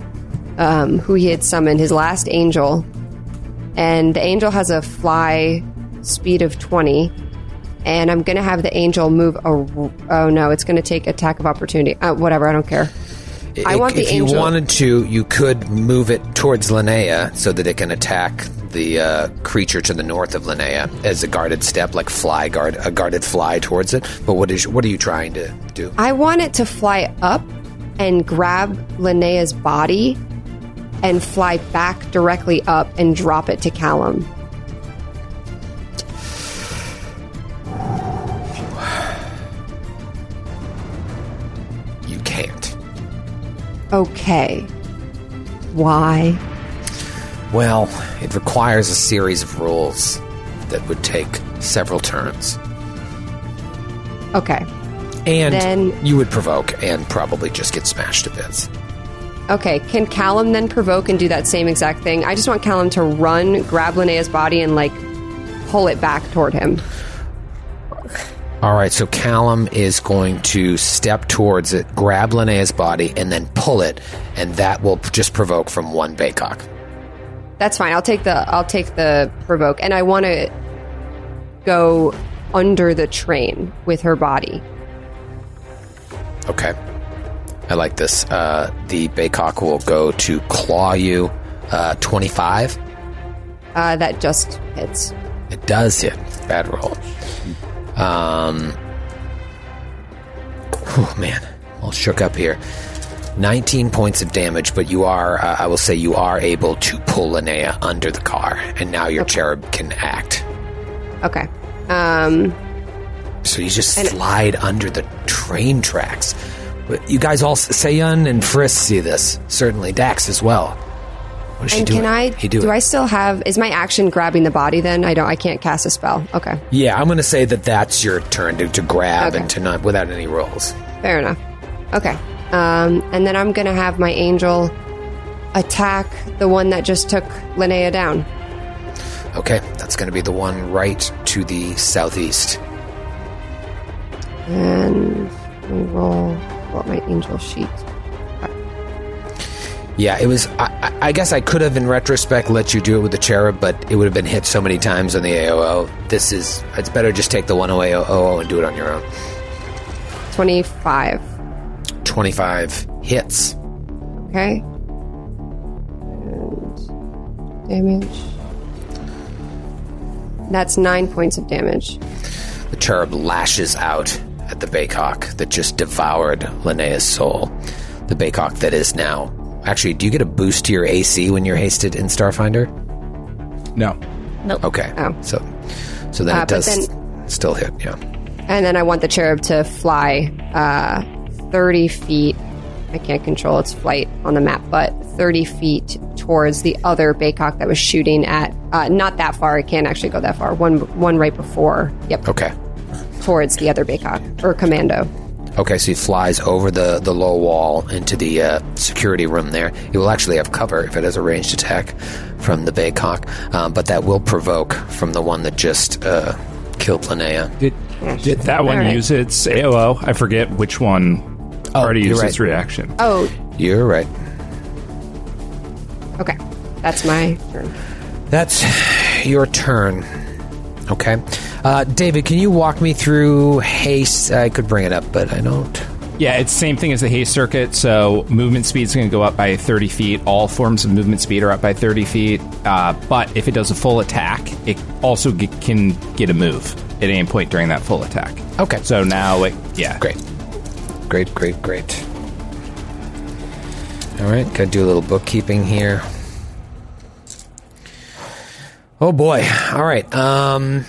Speaker 7: um, who he had summoned, his last angel, and the angel has a fly speed of twenty. And I'm going to have the angel move. A, oh no, it's going to take attack of opportunity. Uh, whatever, I don't care. I
Speaker 2: If-
Speaker 7: want the
Speaker 2: if
Speaker 7: angel.
Speaker 2: you wanted to, you could move it towards Linnea so that it can attack the uh, creature to the north of Linnea as a guarded step, like fly guard, a guarded fly towards it. But what is what are you trying to do?
Speaker 7: I want it to fly up and grab Linnea's body and fly back directly up and drop it to Callum.
Speaker 2: You can't.
Speaker 7: Okay. Why?
Speaker 2: Well, it requires a series of rules that would take several turns,
Speaker 7: Okay.
Speaker 2: and
Speaker 7: Then-
Speaker 2: you would provoke and probably just get smashed to bits.
Speaker 7: Okay. Can Callum then provoke and do that same exact thing? I just want Callum to run, grab Linnea's body, and like pull it back toward him.
Speaker 2: All right, so Callum is going to step towards it, grab Linnea's body, and then pull it, and that will just provoke from one Baycock.
Speaker 7: That's fine. I'll take the I'll take the provoke, and I want to go under the train with her body.
Speaker 2: Okay. I like this. Uh, the Baycock will go to claw you uh, 25.
Speaker 7: Uh, that just hits.
Speaker 2: It does hit. Bad roll. Um, whew, man, all shook up here. 19 points of damage, but you are, uh, I will say, you are able to pull Linnea under the car, and now your cherub can act.
Speaker 7: Okay. Um,
Speaker 2: So you just slide under the train tracks. But You guys all, Sayun and Frisk see this. Certainly Dax as well. What is she
Speaker 7: and
Speaker 2: doing?
Speaker 7: can I?
Speaker 2: He doing?
Speaker 7: do I still have? Is my action grabbing the body? Then I don't. I can't cast a spell. Okay,
Speaker 2: Yeah, I'm going to say that that's your turn to, to grab and to not without any rolls.
Speaker 7: fair enough. Okay, um, and then I'm gonna have my angel attack the one that just took Linnea down.
Speaker 2: Okay, that's going to be the one right to the southeast.
Speaker 7: And we roll what my angel sheet.
Speaker 2: Yeah, it was. I, I- I guess I could have, in retrospect, let you do it with the cherub, but it would have been hit so many times on the AOO. This is. It's better just take the 10800 and do it on your own.
Speaker 7: Twenty-five.
Speaker 2: 25 hits.
Speaker 7: Okay. And damage. That's nine points of damage.
Speaker 2: The cherub lashes out at the baycock that just devoured Linnea's soul. The baycock that is now. Actually, do you get a boost to your AC when you're hasted in Starfinder?
Speaker 12: No.
Speaker 3: Nope.
Speaker 2: Okay. So, so then
Speaker 7: Oh. Uh,
Speaker 2: it
Speaker 7: but
Speaker 2: does
Speaker 7: then-
Speaker 2: still hit. Yeah.
Speaker 7: And then I want the cherub to fly uh, 30 feet. I can't control its flight on the map, but 30 feet towards the other Baycock that was shooting at. Uh, not that far. It can't actually go that far. One one right before. Yep.
Speaker 2: Okay.
Speaker 7: Towards the other Baycock or commando.
Speaker 2: Okay, so he flies over the, the low wall into the uh, security room there. It will actually have cover if it has a ranged attack from the Baycock, um, but that will provoke from the one that just uh, killed Linnea.
Speaker 12: Did, did that one
Speaker 2: Alright.
Speaker 12: use its AOO? I forget which one
Speaker 2: Oh,
Speaker 12: already
Speaker 2: you're
Speaker 12: used
Speaker 2: right.
Speaker 12: its reaction.
Speaker 7: Oh,
Speaker 2: You're right.
Speaker 7: okay. That's my turn.
Speaker 2: That's your turn. Okay. Uh, David, can you walk me through haste? I could bring it up, but I don't.
Speaker 12: Yeah, it's the same thing as the haste circuit. So movement speed's going to go up by 30 feet. All forms of movement speed are up by 30 feet. Uh, but if it does a full attack, it also g- can get a move at any point during that full attack.
Speaker 2: Okay.
Speaker 12: So now, it, yeah.
Speaker 2: Great. Great, great, great. All right, gotta do a little bookkeeping here. Oh boy. All right. Um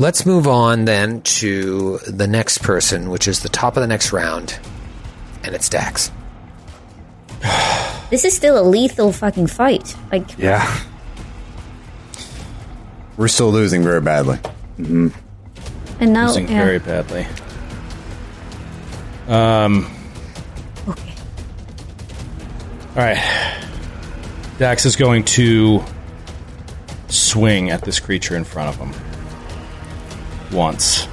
Speaker 2: Let's move on then to the next person, which is the top of the next round, and it's Dax.
Speaker 3: This is still a lethal fucking fight. Like,
Speaker 6: Yeah. We're still losing very badly. Mm-hmm.
Speaker 3: and now,
Speaker 9: Losing
Speaker 3: yeah.
Speaker 9: very badly. Um. All right. Dax is going to swing at this creature in front of him. Once.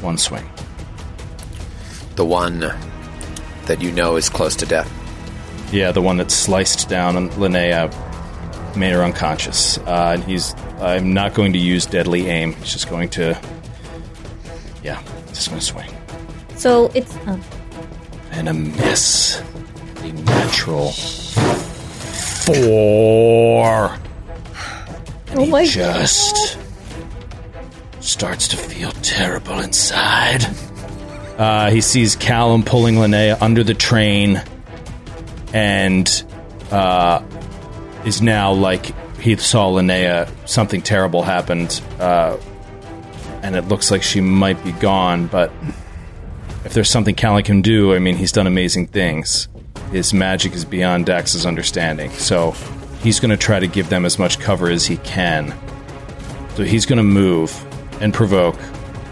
Speaker 9: One swing.
Speaker 2: The one that you know is close to death.
Speaker 9: Yeah, the one that sliced down on Linnea, made her unconscious. Uh, and he's. I'm not going to use deadly aim. He's just going to. Yeah, he's just going to swing.
Speaker 3: so it's oh,
Speaker 9: And a miss. A natural four.
Speaker 3: oh my
Speaker 9: Just starts to feel terrible inside. Uh, he sees Callum pulling Linnea under the train and uh, is now like he saw Linnea, something terrible happened, uh, and it looks like she might be gone, but if there's something Callum can do, I mean, he's done amazing things. His magic is beyond Dax's understanding, so he's going to try to give them as much cover as he can. So he's going to move and provoke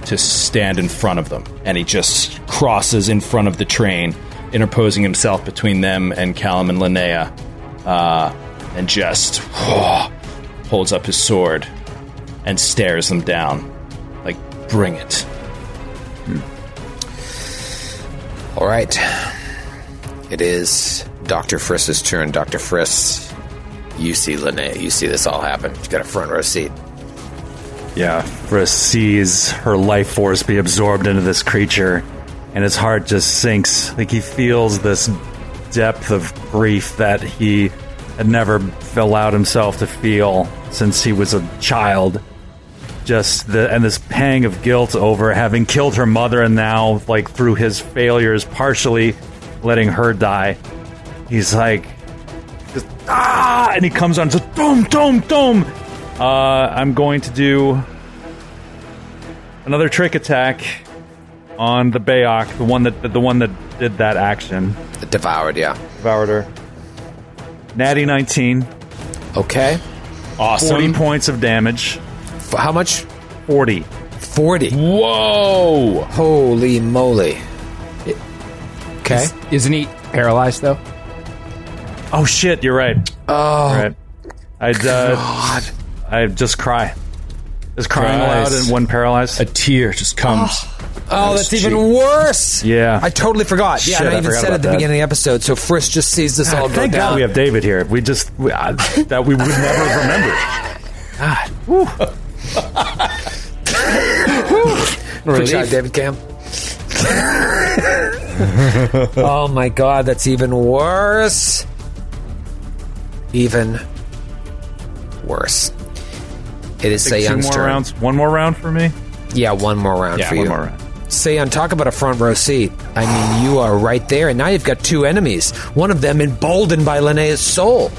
Speaker 9: to stand in front of them, and he just crosses in front of the train, interposing himself between them and Callum and Linnea, uh, and just holds up his sword and stares them down, like bring it.
Speaker 2: All right. It is Dr. Friss's turn. Dr. Friss, you see Linnea. You see this all happen. You've got a front row seat.
Speaker 13: Yeah, Friss sees her life force be absorbed into this creature, and his heart just sinks. Like he feels this depth of grief that he had never allowed himself to feel since he was a child. Just the and this pang of guilt over having killed her mother, and now like through his failures, partially letting her die. He's like, just, ah, and he comes on, just boom, boom, boom. Uh, I'm going to do another trick attack on the Bayok, the one that the one that did that action.
Speaker 2: devoured, yeah,
Speaker 13: devoured her. Natty 19.
Speaker 2: Okay,
Speaker 9: awesome.
Speaker 13: 40 points of damage.
Speaker 2: For how much?
Speaker 13: 40.
Speaker 2: 40.
Speaker 9: Whoa!
Speaker 2: Holy moly. Okay.
Speaker 12: Isn't he paralyzed, though?
Speaker 13: Oh shit! You're right.
Speaker 2: Oh,
Speaker 13: I'd uh, I just cry, just crying
Speaker 9: Cries.
Speaker 13: aloud and when paralyzed, Ah. a
Speaker 9: tear just comes.
Speaker 2: Oh, that's even worse.
Speaker 13: Yeah,
Speaker 2: I totally forgot. Yeah,
Speaker 13: Shit,
Speaker 2: and I,
Speaker 13: I
Speaker 2: even
Speaker 13: forgot
Speaker 2: said
Speaker 13: about
Speaker 2: at the
Speaker 13: that. Ah,
Speaker 2: beginning of the episode. So Friss just sees this all go
Speaker 13: Thank
Speaker 2: down.
Speaker 13: God we have David here. We just we, I, that we would never have remembered.
Speaker 2: God. Good
Speaker 13: Relief.
Speaker 2: job, David Cam. oh my god, that's even worse. Even worse. It is
Speaker 13: Take two
Speaker 2: Seon's
Speaker 13: more
Speaker 2: turn.
Speaker 13: rounds. One more round for me.
Speaker 2: Yeah, one more round
Speaker 13: Yeah,
Speaker 2: for
Speaker 13: one
Speaker 2: you.
Speaker 13: more round.
Speaker 2: Seon, talk about a front row seat. I mean, you are right there, and now you've got two enemies. One of them emboldened by Linnea's soul.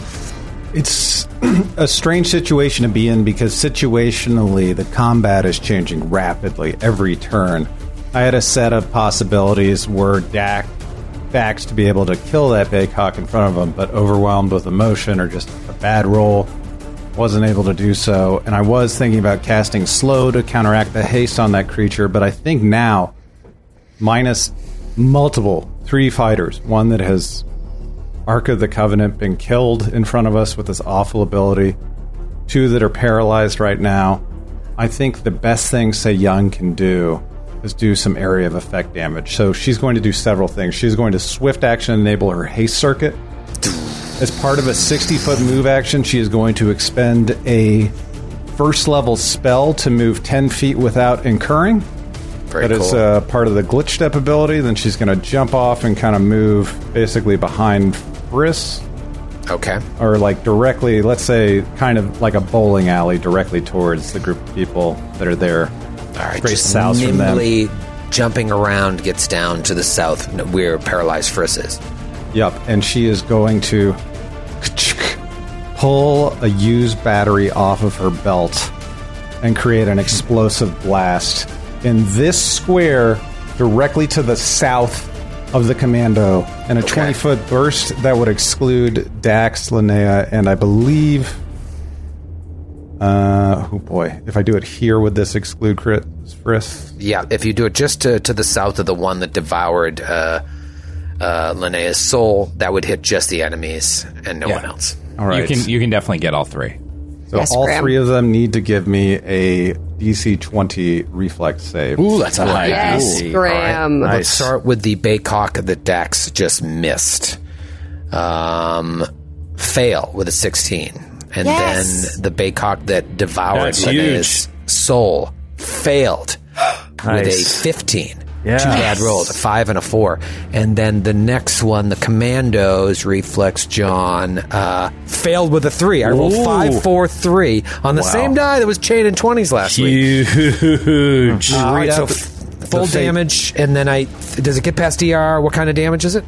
Speaker 8: It's a strange situation to be in because situationally the combat is changing rapidly every turn. I had a set of possibilities where Dak Dax to be able to kill that big hawk in front of him, but overwhelmed with emotion or just a bad roll, wasn't able to do so, and I was thinking about casting slow to counteract the haste on that creature, but I think now, minus multiple three fighters, one that has Ark of the Covenant been killed in front of us with this awful ability, two that are paralyzed right now. I think the best thing Say Young can do is do some area of effect damage. So she's going to do several things. She's going to swift action enable her haste circuit. As part of a 60 foot move action, she is going to expend a first level spell to move 10 feet without incurring. That is
Speaker 2: cool.
Speaker 8: uh, part of the glitch step ability. Then she's going to jump off and kind of move basically behind Briss.
Speaker 2: Okay.
Speaker 8: Or like directly, let's say, kind of like a bowling alley directly towards the group of people that are there.
Speaker 2: All right,
Speaker 8: Grace
Speaker 2: just
Speaker 8: south from them.
Speaker 2: nimbly jumping around gets down to the south n- where paralyzed Friss is.
Speaker 8: Yep, and she is going to pull a used battery off of her belt and create an explosive blast in this square directly to the south of the commando and a 20 foot burst that would exclude Dax, Linnea, and I believe. Uh, oh boy, if I do it here, would this exclude Chris? Friss?
Speaker 2: Yeah, if you do it just to, to the south of the one that devoured uh, uh, Linnea's soul, that would hit just the enemies and no one else.
Speaker 8: All right.
Speaker 12: You can you can definitely get all three.
Speaker 8: So all three of them need to give me a DC 20 reflex save.
Speaker 2: Ooh, that's a high
Speaker 10: Yes,
Speaker 2: DC.
Speaker 10: Graham.
Speaker 2: All right.
Speaker 10: Nice.
Speaker 2: Let's start with the Baycock that Dax just missed. Um, fail with a 16. And
Speaker 10: Yes.
Speaker 2: then the Baycock that devoured
Speaker 9: That's
Speaker 2: Linnea's soul failed with a
Speaker 9: Nice.
Speaker 2: 15.
Speaker 9: Yeah.
Speaker 2: Two bad
Speaker 9: Yes.
Speaker 2: rolls, a five and a four. And then the next one, the Commandos, Reflex John, uh, failed with a three. I rolled
Speaker 14: Ooh.
Speaker 2: five, four, three on the
Speaker 14: Wow.
Speaker 2: same die that was chained in 20s last week.
Speaker 9: Huge.
Speaker 2: All right,
Speaker 14: Read
Speaker 2: so
Speaker 14: out the-
Speaker 2: f- full
Speaker 14: the fate.
Speaker 2: damage, and then I does it get past ER? What kind of damage is it?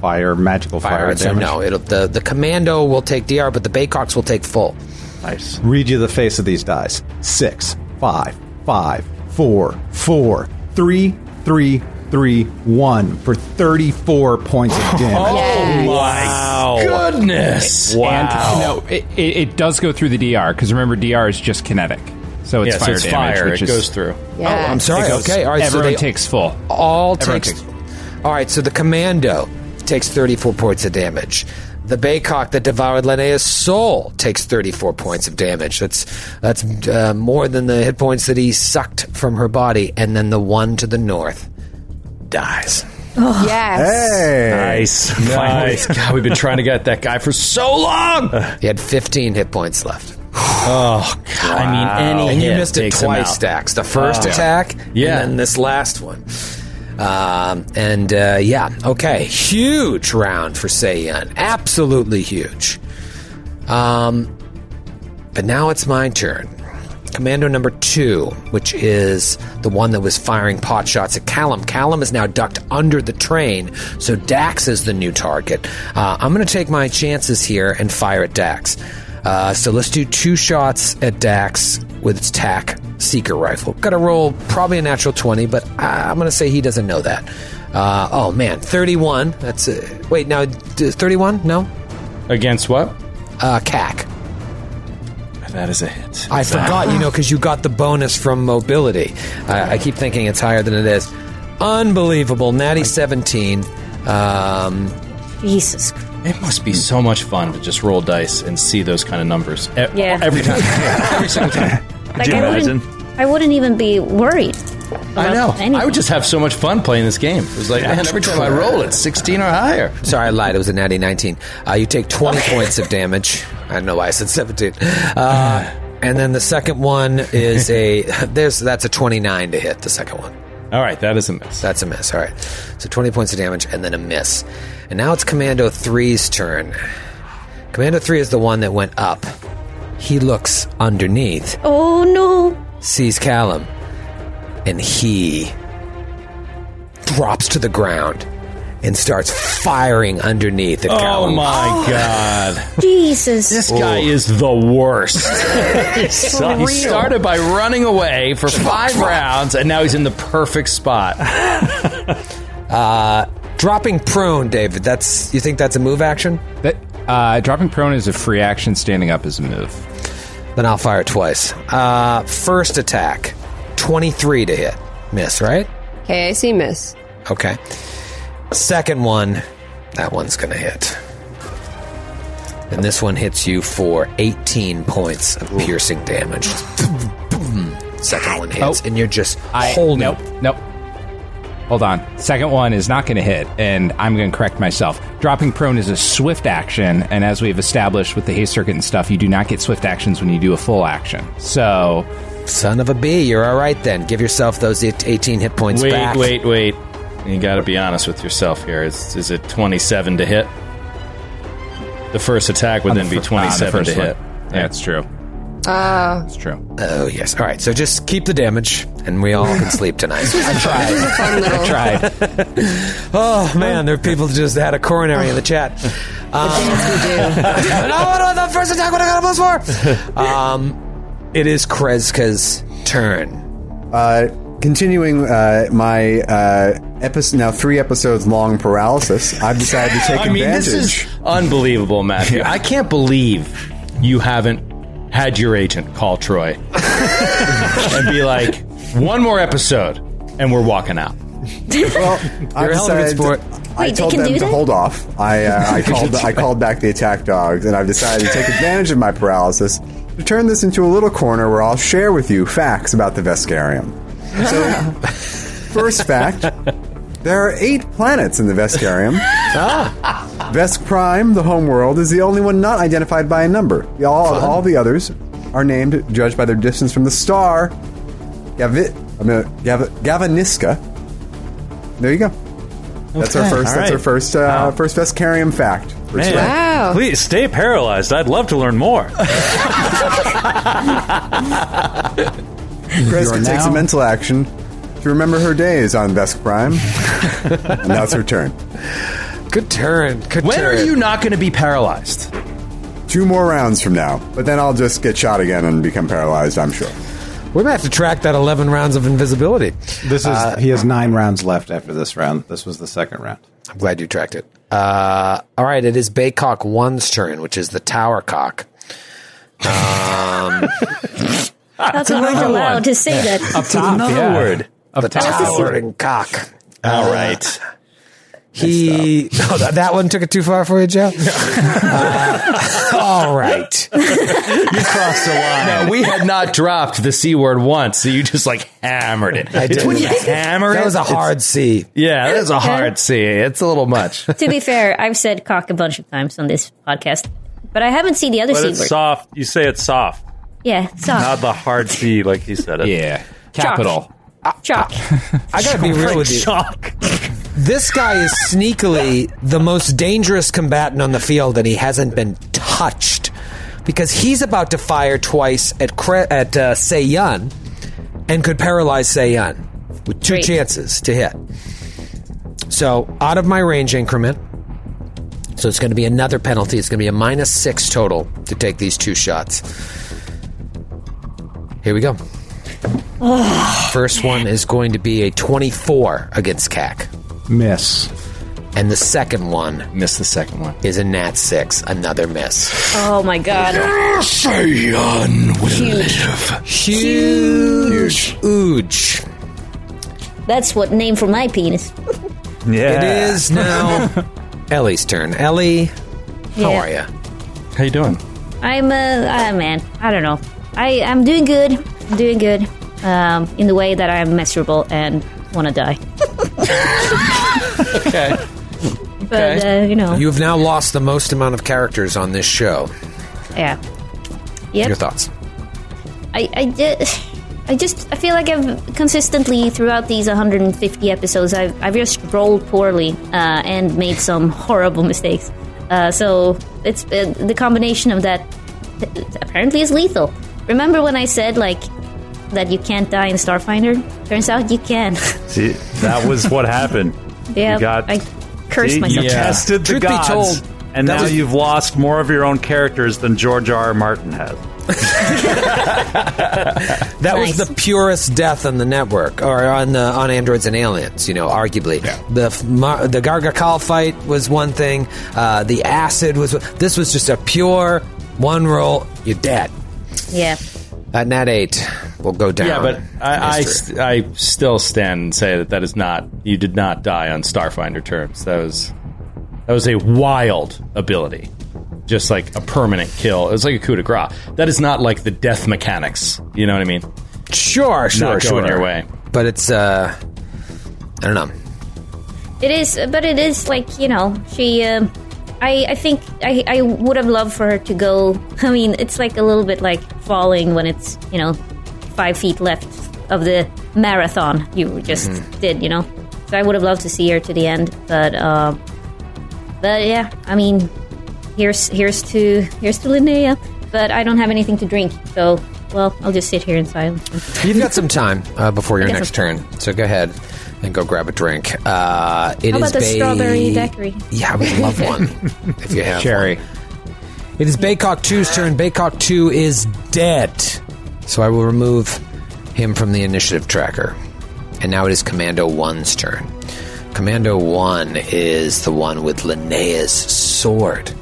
Speaker 8: Fire, magical fire,
Speaker 2: so
Speaker 8: damage.
Speaker 2: no, it'll the the commando will take DR, but the Baycocks will take full.
Speaker 8: Nice. Read you the face of these dice. Six, five, five, four, four, three, three, three, one for 34 points of
Speaker 2: Oh,
Speaker 12: Oh,
Speaker 8: damage.
Speaker 9: my goodness.
Speaker 12: And, no, it, it, it does go through the DR because remember DR is just kinetic, so it's
Speaker 9: Yeah, so
Speaker 12: fire
Speaker 9: it's
Speaker 12: damage,
Speaker 9: fire.
Speaker 12: which
Speaker 9: It
Speaker 12: is-
Speaker 9: goes through.
Speaker 2: Yeah. Oh, I'm sorry.
Speaker 12: It goes-
Speaker 2: Okay, all right, so
Speaker 12: Everyone
Speaker 2: they-
Speaker 12: takes full.
Speaker 2: All
Speaker 12: Everyone
Speaker 2: takes. All right, so the commando takes thirty four points of damage. The Baycock that devoured Linnea's soul takes thirty four points of damage. That's that's uh, more than the hit points that he sucked from her body, and then the one to the north dies.
Speaker 10: Yes.
Speaker 9: Nice. Nice. God, we've been trying to get that guy for so long.
Speaker 2: He had 15 hit points left.
Speaker 9: Oh, God. I mean, any
Speaker 2: and you
Speaker 9: hit
Speaker 2: missed it
Speaker 9: takes him
Speaker 2: twice,
Speaker 9: out.
Speaker 2: Dax. The first
Speaker 9: Oh.
Speaker 2: attack,
Speaker 9: Yeah.
Speaker 2: and then this last one. Um, and uh, yeah, okay, huge round for Seiyan, absolutely huge. Um, but now it's my turn. Commando number two, which is the one that was firing pot shots at Callum. Callum is now ducked under the train, so Dax is the new target. Uh, I'm going to take my chances here and fire at Dax. Uh, so let's do two shots at Dax with its TAC Seeker rifle. Got to roll probably a natural 20, but I- I'm going to say he doesn't know that. Uh, oh man, 31. That's uh, wait now, d- 31? No.
Speaker 9: Against what?
Speaker 2: Uh, CAC.
Speaker 9: That is a hit.
Speaker 2: I forgot, you know, because you got the bonus from mobility. I I keep thinking it's higher than it is. Unbelievable. Natty 17. Um,
Speaker 3: Jesus.
Speaker 9: It must be so much fun to just roll dice and see those kind of numbers. E-
Speaker 3: Yeah.
Speaker 9: Every time. Every single time.
Speaker 3: Like, I wouldn't- I wouldn't even be worried.
Speaker 9: I know. I would just have so much fun playing this game. It was like, man, every time I roll, it's 16 or higher.
Speaker 2: Sorry, I lied. It was a natty 19. Uh, you take 20 points of damage. I don't know why I said 17. Uh, and then the second one is a there's that's a 29 to hit the second one.
Speaker 9: All right, that is a miss.
Speaker 2: That's a miss. All right. So 20 points of damage and then a miss. And now it's Commando 3's turn. Commando 3 is the one that went up. He looks underneath.
Speaker 3: Oh no!
Speaker 2: sees Callum, and he drops to the ground and starts firing underneath at
Speaker 9: Oh
Speaker 2: Callum.
Speaker 9: my god.
Speaker 3: Jesus.
Speaker 9: This guy is the worst.
Speaker 3: For
Speaker 9: he
Speaker 3: real.
Speaker 9: started by running away for five rounds, and now he's in the perfect spot.
Speaker 2: Uh, dropping prone, David. That's you think that's a move action?
Speaker 12: That Uh, dropping prone is a free action. Standing up is a move.
Speaker 10: Then I'll fire twice. Uh, first attack, 23 to hit. Miss, right?
Speaker 7: Okay, I see miss.
Speaker 10: Okay. Second one, that one's going to hit. And this one hits you for 18 points of piercing damage. Second one hits, and you're just
Speaker 12: I,
Speaker 10: holding.
Speaker 12: Nope. Nope. Hold on. Second one is not going to hit, and I'm going to correct myself. Dropping prone is a swift action, and as we've established with the haste circuit and stuff, you do not get swift actions when you do a full action. So,
Speaker 10: son of a b, you're all right then. Give yourself those 18 hit points
Speaker 9: wait,
Speaker 10: Oh, back.
Speaker 9: wait, wait. You gotta be honest with yourself here. Is, is it 27 to hit? The first attack would
Speaker 10: On
Speaker 9: then
Speaker 10: the
Speaker 9: be
Speaker 10: fir- ah, on the
Speaker 9: 27 to
Speaker 10: first one.
Speaker 9: hit.
Speaker 12: Yeah, it's true.
Speaker 7: Uh,
Speaker 12: It's true.
Speaker 10: Oh yes. All right. So just keep the damage, and we all can sleep tonight. I tried. I tried.
Speaker 2: Oh man, there are people who just had a coronary in the chat. Um,
Speaker 10: no, no, the first attack would have got a plus four. Um, it is Kreska's turn.
Speaker 6: Uh, continuing uh, my uh, episode now three episodes long paralysis, I've decided to take
Speaker 9: I mean,
Speaker 6: advantage.
Speaker 9: this is unbelievable, Matthew. I can't believe you haven't had your agent call Troy and be like, one more episode, and we're walking out.
Speaker 6: well, I
Speaker 9: You're a hell of a
Speaker 6: decided-
Speaker 9: sport.
Speaker 6: I
Speaker 9: Wait, they
Speaker 6: told
Speaker 9: can
Speaker 6: them
Speaker 9: do
Speaker 6: to
Speaker 9: that?
Speaker 6: hold off. I, uh, I called I called back the attack dogs, and I've decided to take advantage of my paralysis to turn this into a little corner where I'll share with you facts about the Vescarium. So, first fact: there are eight planets in the Vescarium. ah. Vesk Prime, the homeworld, is the only one not identified by a number. All, all the others are named judged by their distance from the star. Gavit, I mean, Gav- Gavaniska. There you go. That's our
Speaker 13: Okay.
Speaker 6: first.
Speaker 13: All
Speaker 6: That's
Speaker 13: right.
Speaker 6: our first. Uh, First Vescarium fact. for
Speaker 13: Man,
Speaker 6: today.
Speaker 13: Please stay paralyzed. I'd love to learn more.
Speaker 6: Kreska
Speaker 13: You're
Speaker 6: takes
Speaker 13: now-
Speaker 6: a mental action to remember her days on Vesk Prime, and that's her turn.
Speaker 2: Good turn. Good
Speaker 9: when are
Speaker 6: turn.
Speaker 9: you not going to be paralyzed?
Speaker 6: Two more rounds from now, but then I'll just get shot again and become paralyzed. I'm sure.
Speaker 2: We might have to track that 11 rounds of invisibility. Uh,
Speaker 8: This is he has nine rounds left after this round. This was the second round.
Speaker 10: I'm glad you tracked it. Uh, all right, it is Baycock One's turn, which is the Tower Cock. Um,
Speaker 3: That's what we're allowed to say that.
Speaker 10: Up top,
Speaker 3: another
Speaker 10: yeah.
Speaker 3: word.
Speaker 10: The
Speaker 3: top.
Speaker 10: Tower and Cock. Uh, All right.
Speaker 2: He Oh, that- that one took it too far for you, Joe. Uh, all right,
Speaker 9: you crossed the line. No, we had not dropped the c word once, so you just like hammered it.
Speaker 2: I
Speaker 9: It's
Speaker 2: did.
Speaker 9: when you hammer
Speaker 2: That
Speaker 9: it,
Speaker 2: was a hard
Speaker 9: it's-
Speaker 2: C.
Speaker 9: Yeah, that was a hard C. It's a little much.
Speaker 3: To be fair, I've said cock a bunch of times on this podcast, but I haven't seen the other
Speaker 13: but
Speaker 3: C
Speaker 13: it's
Speaker 3: word.
Speaker 13: soft. You say it's soft,
Speaker 3: Yeah,
Speaker 13: not
Speaker 3: soft.
Speaker 13: the hard C like he said it.
Speaker 12: Yeah.
Speaker 13: Capital.
Speaker 3: Chalk.
Speaker 2: I gotta be real with you. This guy is sneakily the most dangerous combatant on the field, and he hasn't been touched because he's about to fire twice at Cre- at uh, Seiyun and could paralyze Seiyun with two
Speaker 10: Great.
Speaker 2: chances to hit. So out of my range increment. So it's going to be another penalty. It's going to be a minus six total to take these two shots. Here we go.
Speaker 10: First one is going to be a 24 against CAC.
Speaker 8: Miss.
Speaker 10: And the second one.
Speaker 9: Miss the second one.
Speaker 10: Is a nat 6. Another miss.
Speaker 3: Oh my god. Huge.
Speaker 10: Huge. Huge.
Speaker 3: That's what name for my penis.
Speaker 10: It is now Ellie's turn. Ellie,
Speaker 3: Yeah.
Speaker 10: how are you?
Speaker 9: How you doing?
Speaker 3: I'm uh, uh man. I don't know. I I'm doing good. I'm doing good. Um, in the way that I'm miserable and want to die.
Speaker 10: Okay.
Speaker 3: But uh, you know,
Speaker 10: You've now lost the most amount of characters on this show.
Speaker 3: yeah. Yep.
Speaker 10: Your thoughts?
Speaker 3: I, I just, I just, I feel like I've consistently throughout these 150 episodes, I've, I've just rolled poorly uh, and made some horrible mistakes. Uh, so it's uh, the combination of that th- apparently is lethal. Remember when I said like that you can't die in Starfinder? Turns out you can.
Speaker 13: See, that was what happened.
Speaker 3: yeah,
Speaker 13: you got
Speaker 3: I cursed
Speaker 13: See,
Speaker 3: myself.
Speaker 13: You tested the
Speaker 3: Truth be
Speaker 13: gods,
Speaker 3: told,
Speaker 13: and
Speaker 3: that
Speaker 13: now
Speaker 3: was-
Speaker 13: you've lost more of your own characters than George R. R. Martin has.
Speaker 2: That was the purest death on the network or on the on androids and aliens. You know, arguably the f- mar- the Gargakal fight was one thing. Uh, the acid was. This was just a pure one roll. You're dead.
Speaker 3: Yeah.
Speaker 2: At nat eight, will go down.
Speaker 9: Yeah, but I, I,
Speaker 2: History.
Speaker 9: st- I still stand and say that that is not. You did not die on Starfinder terms. That was that was a wild ability, just like a permanent kill. It was like a coup de grace. That is not like the death mechanics. You know what I mean?
Speaker 2: Sure, sure,
Speaker 9: not
Speaker 2: sure.
Speaker 9: going your way.
Speaker 2: But it's uh, I don't know.
Speaker 3: It is, but it is like you know, she. um I I think I I would have loved for her to go. I mean, it's like a little bit like falling when it's you know five feet left of the marathon you just
Speaker 15: Mhm.
Speaker 3: did. You know, so I would have loved to see her to the end, but uh, but yeah, I mean, here's here's to here's to Linnea, but I don't have anything to drink, so well, I'll just sit here in silence.
Speaker 10: You've got some time
Speaker 2: uh, before
Speaker 10: your
Speaker 3: I guess
Speaker 10: next
Speaker 3: I'll-
Speaker 10: turn, so go ahead and go grab a drink. Uh, it is
Speaker 3: How about the
Speaker 10: ba-
Speaker 3: strawberry daiquiri?
Speaker 10: Yeah, I would love one if you have
Speaker 2: Cherry.
Speaker 10: One.
Speaker 2: It is Baycock 2's turn. Baycock 2 is dead.
Speaker 10: So I will remove him from the initiative tracker, and now it is Commando One's turn. Commando One is the one with Linnea's sword.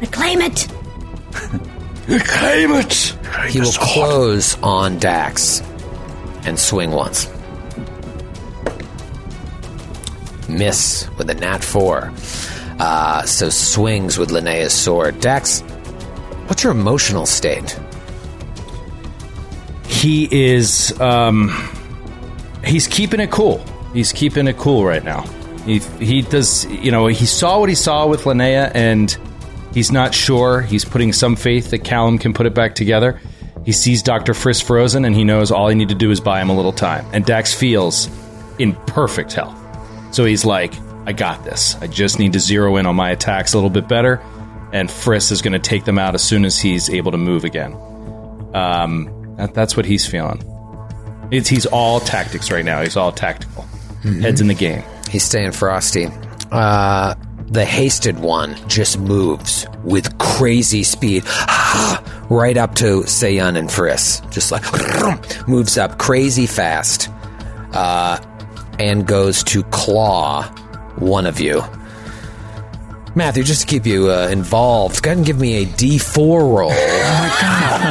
Speaker 3: Reclaim it.
Speaker 10: Claim it. He will close on Dax and swing once. Miss with a nat four. Uh, so swings with Linnea's sword. Dax, what's your emotional state?
Speaker 9: He is um he's keeping it cool. He's keeping it cool right now. He he does you know, he saw what he saw with Linnea and he's not sure. He's putting some faith that Callum can put it back together. He sees Dr. Frisk frozen and he knows all he need to do is buy him a little time. And Dax feels in perfect health. So he's like, I got this. I just need to zero in on my attacks a little bit better. And Frisk is going to take them out as soon as he's able to move again. Um, that, that's what he's feeling. It's, he's all tactics right now. He's all tactical. Heads in the game.
Speaker 10: Mm-hmm. He's staying frosty. Uh, the hasted one just moves with crazy speed right up to Seiyun and Friss. Just like moves up crazy fast uh, and goes to claw one of you. Matthew, just to keep you uh, involved, go ahead and give me a D4 roll. Oh my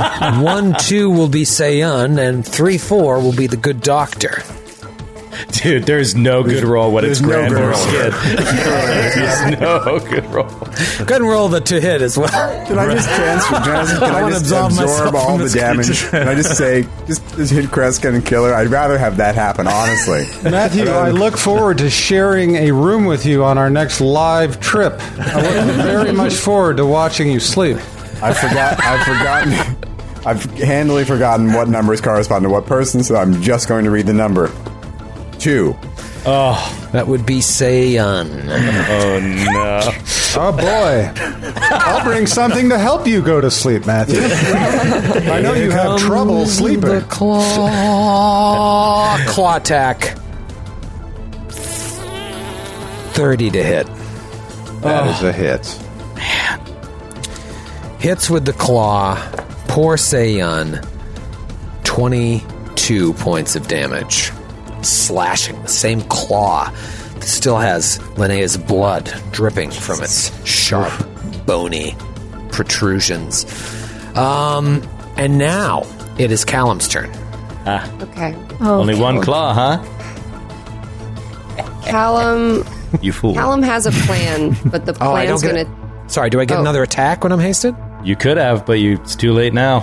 Speaker 10: god.
Speaker 2: One, two will be Sayun, and three, four will be the good doctor.
Speaker 9: Dude, there's no good roll when
Speaker 2: it's
Speaker 9: Grand
Speaker 2: good
Speaker 9: or
Speaker 2: roll.
Speaker 9: Skid. There's no Oh, good roll.
Speaker 2: Go ahead and roll the to hit as well.
Speaker 6: Can I just transfer? Can I just, can I
Speaker 2: wanna
Speaker 6: just
Speaker 2: absolve
Speaker 6: absorb,
Speaker 2: myself
Speaker 6: all
Speaker 2: from
Speaker 6: the
Speaker 2: this
Speaker 6: damage?
Speaker 2: creature.
Speaker 6: Can I just say, just, just hit Kreska and kill her? I'd rather have that happen, honestly.
Speaker 8: Matthew, I look forward to sharing a room with you on our next live trip. I look very much forward to watching you sleep.
Speaker 6: I forgot. I've forgotten. I've handily forgotten what numbers correspond to what person, so I'm just going to read the number. Two.
Speaker 10: Oh, that would be Seiyun.
Speaker 9: Oh no!
Speaker 8: Oh boy! I'll bring something to help you go to sleep, Matthew. I know you have trouble sleeping.
Speaker 2: Claw, claw attack. 30 to hit.
Speaker 8: That is a hit.
Speaker 2: Hits with the claw.
Speaker 10: Poor Seiyun, 22 points of damage. Slashing, the same claw. Still has Linnea's blood dripping from its sharp, bony protrusions. Um, and now it is Callum's turn.
Speaker 9: Ah.
Speaker 7: Okay.
Speaker 2: Oh.
Speaker 9: Only one claw, huh?
Speaker 7: Callum.
Speaker 9: You fool.
Speaker 7: Callum has a plan, but the
Speaker 2: Oh, I
Speaker 7: plan's
Speaker 2: don't
Speaker 7: gonna.
Speaker 2: get- Sorry, do I get
Speaker 7: Oh.
Speaker 2: another attack when I'm hasted?
Speaker 9: You could have, but you, it's too late now.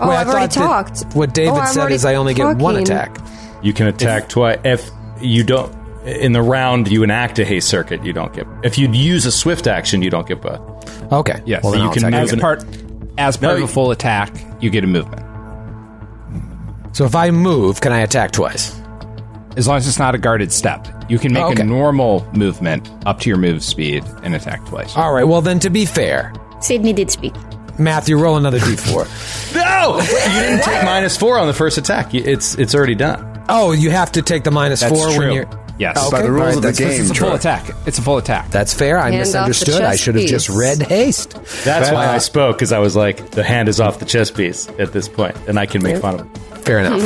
Speaker 7: Oh,
Speaker 2: Wait, I
Speaker 7: I've already
Speaker 2: thought
Speaker 7: talked.
Speaker 2: that What David
Speaker 7: Oh, I'm
Speaker 2: said
Speaker 7: already
Speaker 2: is I only get one
Speaker 7: talking.
Speaker 2: attack.
Speaker 9: You can attack twice. If you don't, in the round you enact a haste circuit, you don't get. If you use a swift action, you don't get both.
Speaker 2: Okay.
Speaker 9: Yes,
Speaker 12: Well, then
Speaker 9: you
Speaker 12: I'll
Speaker 9: can
Speaker 12: attack
Speaker 9: move
Speaker 12: as
Speaker 9: an-
Speaker 12: part as part of a full attack. You get a movement.
Speaker 2: So if I move, can I attack twice?
Speaker 12: As long as it's not a guarded step, you can make
Speaker 2: Oh, okay.
Speaker 12: a normal movement up to your move speed and attack twice.
Speaker 2: All right, well, then to be fair,
Speaker 3: Sydney did speak.
Speaker 2: Matthew, roll another d4.
Speaker 9: No, you didn't take minus four on the first attack. You- It's it's already done.
Speaker 2: Oh, you have to take the minus
Speaker 9: That's
Speaker 2: four
Speaker 9: true.
Speaker 2: when you're. Oh,
Speaker 12: Yes.
Speaker 2: By the rules of the game,
Speaker 12: It's a full
Speaker 2: Troy.
Speaker 12: attack. It's a full attack.
Speaker 2: That's fair. I
Speaker 12: Hand off the
Speaker 2: misunderstood.
Speaker 12: chess
Speaker 2: I should have just
Speaker 12: piece.
Speaker 2: read haste.
Speaker 9: That's why I spoke, because I was like, the hand is off the chess piece at this point, and I can make fun of it.
Speaker 2: Fair enough.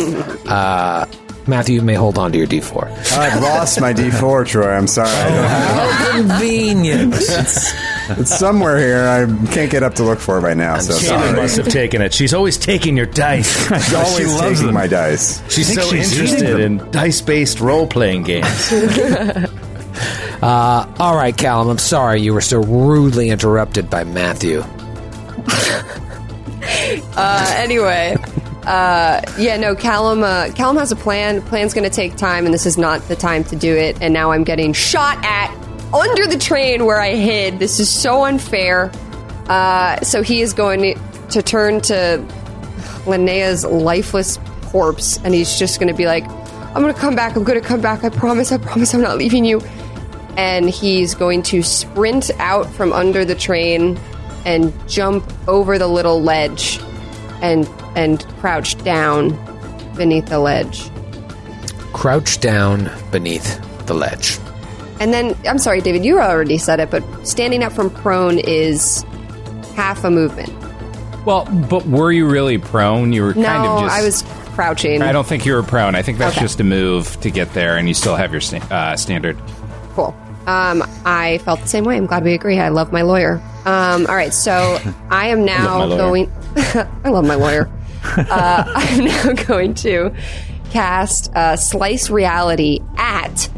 Speaker 2: uh, Matthew, you may hold on to your D4.
Speaker 6: I've lost my D4, Troy. I'm sorry. I don't have
Speaker 16: Oh, How convenient.
Speaker 6: It's, it's somewhere here. I can't get up to look for it right now. so
Speaker 9: Shannon
Speaker 6: sorry.
Speaker 9: must have taken it. She's always taking your dice.
Speaker 6: She's always taking my dice.
Speaker 9: She's
Speaker 6: I
Speaker 9: so
Speaker 6: think she's
Speaker 9: interested
Speaker 6: eating
Speaker 9: in dice-based role-playing games.
Speaker 2: Uh, all right, Callum, I'm sorry you were so rudely interrupted by Matthew.
Speaker 7: Uh, anyway, uh, yeah, no, Callum. Uh, Callum has a plan. Plan's going to take time, and this is not the time to do it. And now I'm getting shot at under the train where I hid. This is so unfair. Uh, so he is going to turn to Linnea's lifeless corpse, and he's just going to be like, "I'm going to come back. I'm going to come back. I promise. I promise. I'm not leaving you." And he's going to sprint out from under the train and jump over the little ledge and and crouch down beneath the ledge.
Speaker 2: Crouch down beneath the ledge.
Speaker 7: And then I'm sorry, David, you already said it, but standing up from prone is half a movement.
Speaker 12: Well, but were you really prone? You were
Speaker 7: no,
Speaker 12: kind of just.
Speaker 7: I was crouching.
Speaker 12: I don't think you were prone. I think that's
Speaker 7: Okay.
Speaker 12: just a move to get there, and you still have your sta- uh, standard.
Speaker 7: Cool. Um, I felt the same way. I'm glad we agree. I love my lawyer. Um, all right, so I am now
Speaker 17: I love my lawyer.
Speaker 7: going. I love my lawyer. Uh, I'm now going to cast uh, Slice Reality at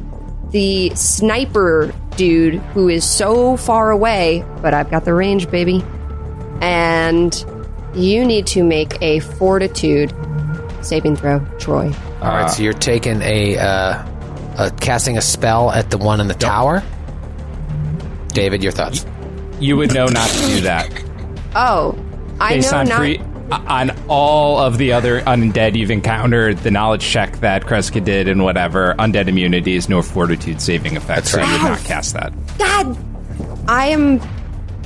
Speaker 7: the sniper dude who is so far away, but I've got the range, baby. And you need to make a Fortitude saving throw, Troy.
Speaker 2: All right, so you're taking a, uh, uh casting a spell at the one in the tower. David, your thoughts?
Speaker 12: You would know not to do that.
Speaker 7: Oh, I
Speaker 12: Based
Speaker 7: know
Speaker 12: on
Speaker 7: not.
Speaker 12: pre- uh, on all of the other undead you've encountered, the knowledge check that Kreska did and whatever, undead immunity is no fortitude saving effect, so you would not cast that.
Speaker 7: God, I am.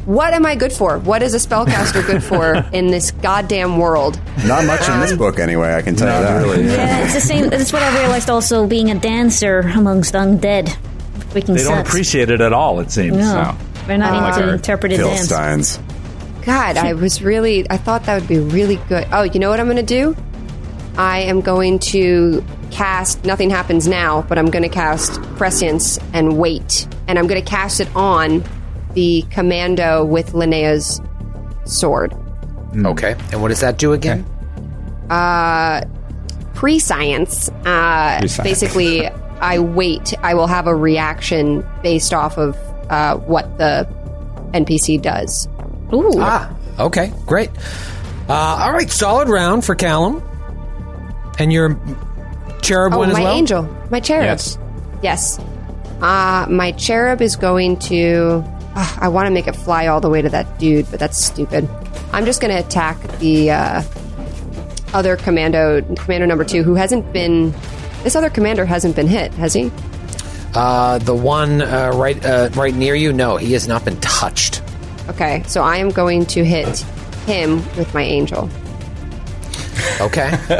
Speaker 7: What am I good for? What is a spellcaster good for in this goddamn world?
Speaker 6: Not much in this book, anyway. I can tell you that. Really.
Speaker 3: Yeah, it's the same. That's what I realized also being a dancer amongst undead. Freaking
Speaker 13: They don't
Speaker 3: sucks.
Speaker 13: appreciate it at all. It seems. Oh
Speaker 3: No. They're not
Speaker 13: Unlike
Speaker 3: into
Speaker 13: our
Speaker 3: interpretive dance.
Speaker 6: Philistines.
Speaker 7: God, I was really. I thought that would be really good. Oh, you know what I'm going to do? I am going to cast. Nothing happens now, but I'm going to cast Prescience and Wait. And I'm going to cast it on the commando with Linnea's sword.
Speaker 2: Okay, and what does that do again?
Speaker 7: uh, pre science. Uh,
Speaker 2: Pre-science.
Speaker 7: basically, I wait. I will have a reaction based off of uh, what the NPC does.
Speaker 3: Ooh.
Speaker 2: Ah, okay, great. Uh, all right, solid round for Callum. And your cherub
Speaker 7: Oh,
Speaker 2: went
Speaker 7: my
Speaker 2: as well?
Speaker 7: angel, my cherub.
Speaker 2: Yes.
Speaker 7: Yes. Uh, my cherub is going to. Ugh, I want to make it fly all the way to that dude, but that's stupid. I'm just going to attack the uh, other commando, commando number two, who hasn't been. This other commander hasn't been hit, has he?
Speaker 2: Uh, the one uh, right uh, right near you? No, he has not been touched.
Speaker 7: Okay, so I am going to hit him with my angel.
Speaker 2: Okay.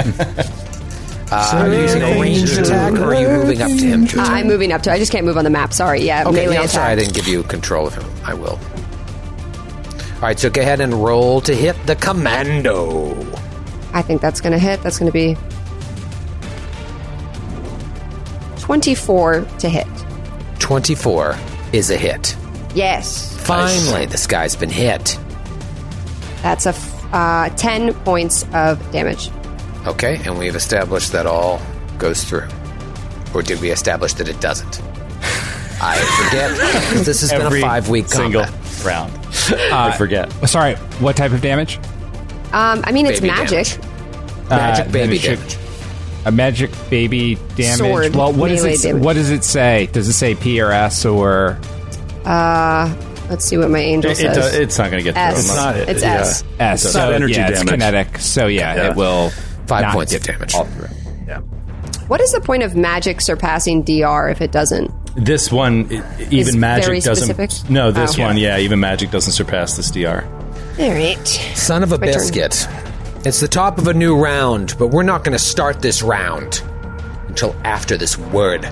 Speaker 2: uh, are you using a ranged attack or are you moving up to him?
Speaker 7: Uh, I'm moving up to. I just can't move on the map. Sorry. Yeah,
Speaker 2: Okay,
Speaker 7: melee
Speaker 2: yeah, I'm sorry I
Speaker 7: attack.
Speaker 2: didn't give you control of him. I will. All right, so go ahead and roll to hit the commando.
Speaker 7: I think that's going to hit. That's going to be 24 to hit.
Speaker 2: 24 is a hit.
Speaker 7: Yes.
Speaker 2: Finally, this guy's been hit.
Speaker 7: That's a f- uh, 10 points of damage.
Speaker 2: Okay, and we've established that all goes through. Or did we establish that it doesn't? I forget. 'cause This has been a
Speaker 12: Every
Speaker 2: five week
Speaker 12: single
Speaker 9: round.
Speaker 12: I forget. Uh, Sorry, what type of damage?
Speaker 7: Um, I mean, it's
Speaker 12: Baby
Speaker 7: magic.
Speaker 2: Magic
Speaker 12: then
Speaker 2: baby
Speaker 12: it should- A magic baby damage.
Speaker 7: Sword,
Speaker 12: well, what does
Speaker 7: melee
Speaker 12: it? s-
Speaker 7: damage.
Speaker 12: What does it say? Does it say P or S or?
Speaker 7: Uh, let's see what my angel
Speaker 12: It- it
Speaker 7: says.
Speaker 12: do- it's not gonna get through
Speaker 7: S.
Speaker 12: unless- It's not-
Speaker 7: It's
Speaker 12: yeah.
Speaker 7: S.
Speaker 12: S.
Speaker 2: It's
Speaker 12: so
Speaker 2: not energy
Speaker 12: yeah, it's
Speaker 2: damage.
Speaker 12: kinetic. So yeah,
Speaker 2: Yeah.
Speaker 12: it will
Speaker 2: Five
Speaker 12: not
Speaker 2: points
Speaker 12: get
Speaker 2: of damage.
Speaker 12: all through.
Speaker 7: What is the point of magic surpassing DR if it doesn't?
Speaker 9: This one, i- even
Speaker 7: Is
Speaker 9: magic
Speaker 7: very
Speaker 9: doesn't.
Speaker 7: specific?
Speaker 9: No, this
Speaker 7: Oh.
Speaker 9: one, yeah, even magic doesn't surpass this DR.
Speaker 7: All right.
Speaker 2: Son of a
Speaker 7: My turn.
Speaker 2: biscuit. It's the top of a new round, but we're not going to start this round until after this word.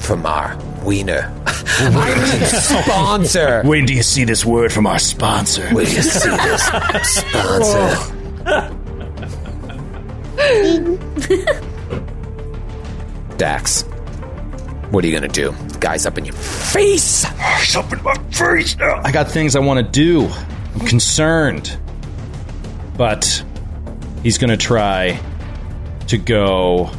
Speaker 2: from our wiener.
Speaker 10: sponsor.
Speaker 9: When do you see this word from our sponsor?
Speaker 2: When do you see this sponsor? Dax, what are you going to do? Guy's up in your face.
Speaker 9: Something in my face now. I got things I want to do. I'm concerned. But he's going to try to go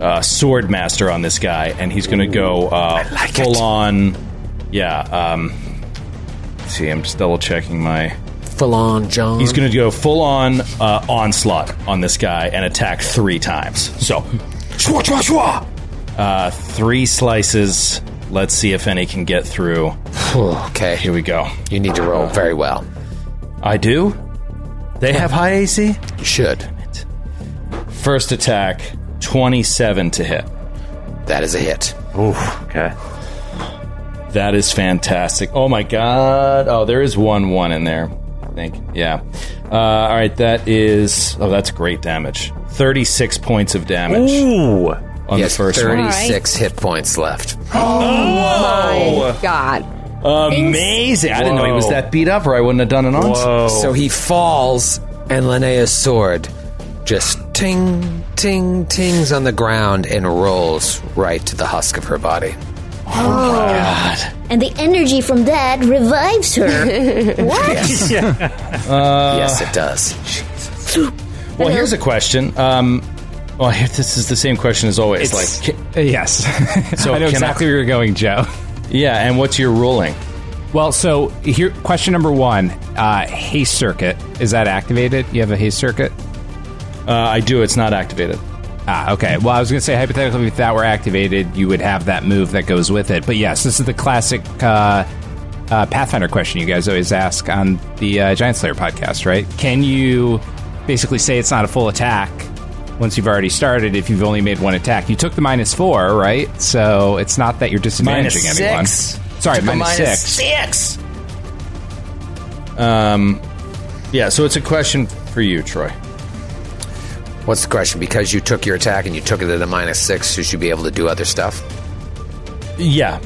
Speaker 9: uh, sword master on this guy, and he's going to go uh, full on. Yeah. Um, let's see, I'm just double checking my.
Speaker 10: Full on, John.
Speaker 9: He's going to go full on uh, onslaught on this guy and attack three times. So, shwa, shwa, shwa! Uh, three slices. Let's see if any can get through. Uh,
Speaker 2: okay.
Speaker 9: Here we go.
Speaker 2: You need to roll very well.
Speaker 9: I do? They have high AC?
Speaker 2: You should.
Speaker 9: First attack, 27 to hit.
Speaker 2: That is a hit.
Speaker 9: Ooh, okay. That is fantastic. Oh my god. Oh, there is one one in there, I think. Yeah. Uh, all right, that is. Oh, that's great damage. 36 points of damage.
Speaker 2: Ooh.
Speaker 9: On
Speaker 2: Yes,
Speaker 9: the first one.
Speaker 2: 36 hit points left.
Speaker 7: Oh
Speaker 9: my
Speaker 7: god.
Speaker 9: Amazing. I didn't know he was that beat up, or I wouldn't have done an onslaught.
Speaker 2: So
Speaker 10: he falls,
Speaker 2: and Linnea's sword just ting, ting, tings on the ground and rolls right to the husk of her body.
Speaker 8: Oh
Speaker 3: Oh. And the energy from that revives her. what?
Speaker 2: yes, it does.
Speaker 9: Uh, Well, here's a question. Um, well, here- this is the same question as always.
Speaker 12: It's-
Speaker 9: like,
Speaker 12: yes.
Speaker 9: So
Speaker 12: I know
Speaker 9: can
Speaker 12: exactly where you're going, Joe.
Speaker 9: Yeah, and what's your ruling?
Speaker 12: Well, so here, question number one: uh, haste circuit is that activated? You have a haste circuit?
Speaker 9: Uh, I do. It's not activated.
Speaker 12: Ah, okay. Well, I was going to say hypothetically, if that were activated, you would have that move that goes with it. But yes, this is the classic uh, uh, Pathfinder question you guys always ask on the uh, Giant Slayer podcast, right? Can you basically say it's not a full attack once you've already started? If you've only made one attack, you took the minus four, right? So it's not that you're disadvantaging
Speaker 9: Minus
Speaker 12: anyone.
Speaker 9: six.
Speaker 12: Sorry,
Speaker 9: Took a
Speaker 12: minus
Speaker 9: minus
Speaker 12: six.
Speaker 9: Six. Um, yeah. So it's a question for you, Troy.
Speaker 2: What's the question? Because you took your attack and you took it at a minus six, you should be able to do other stuff.
Speaker 9: Yeah.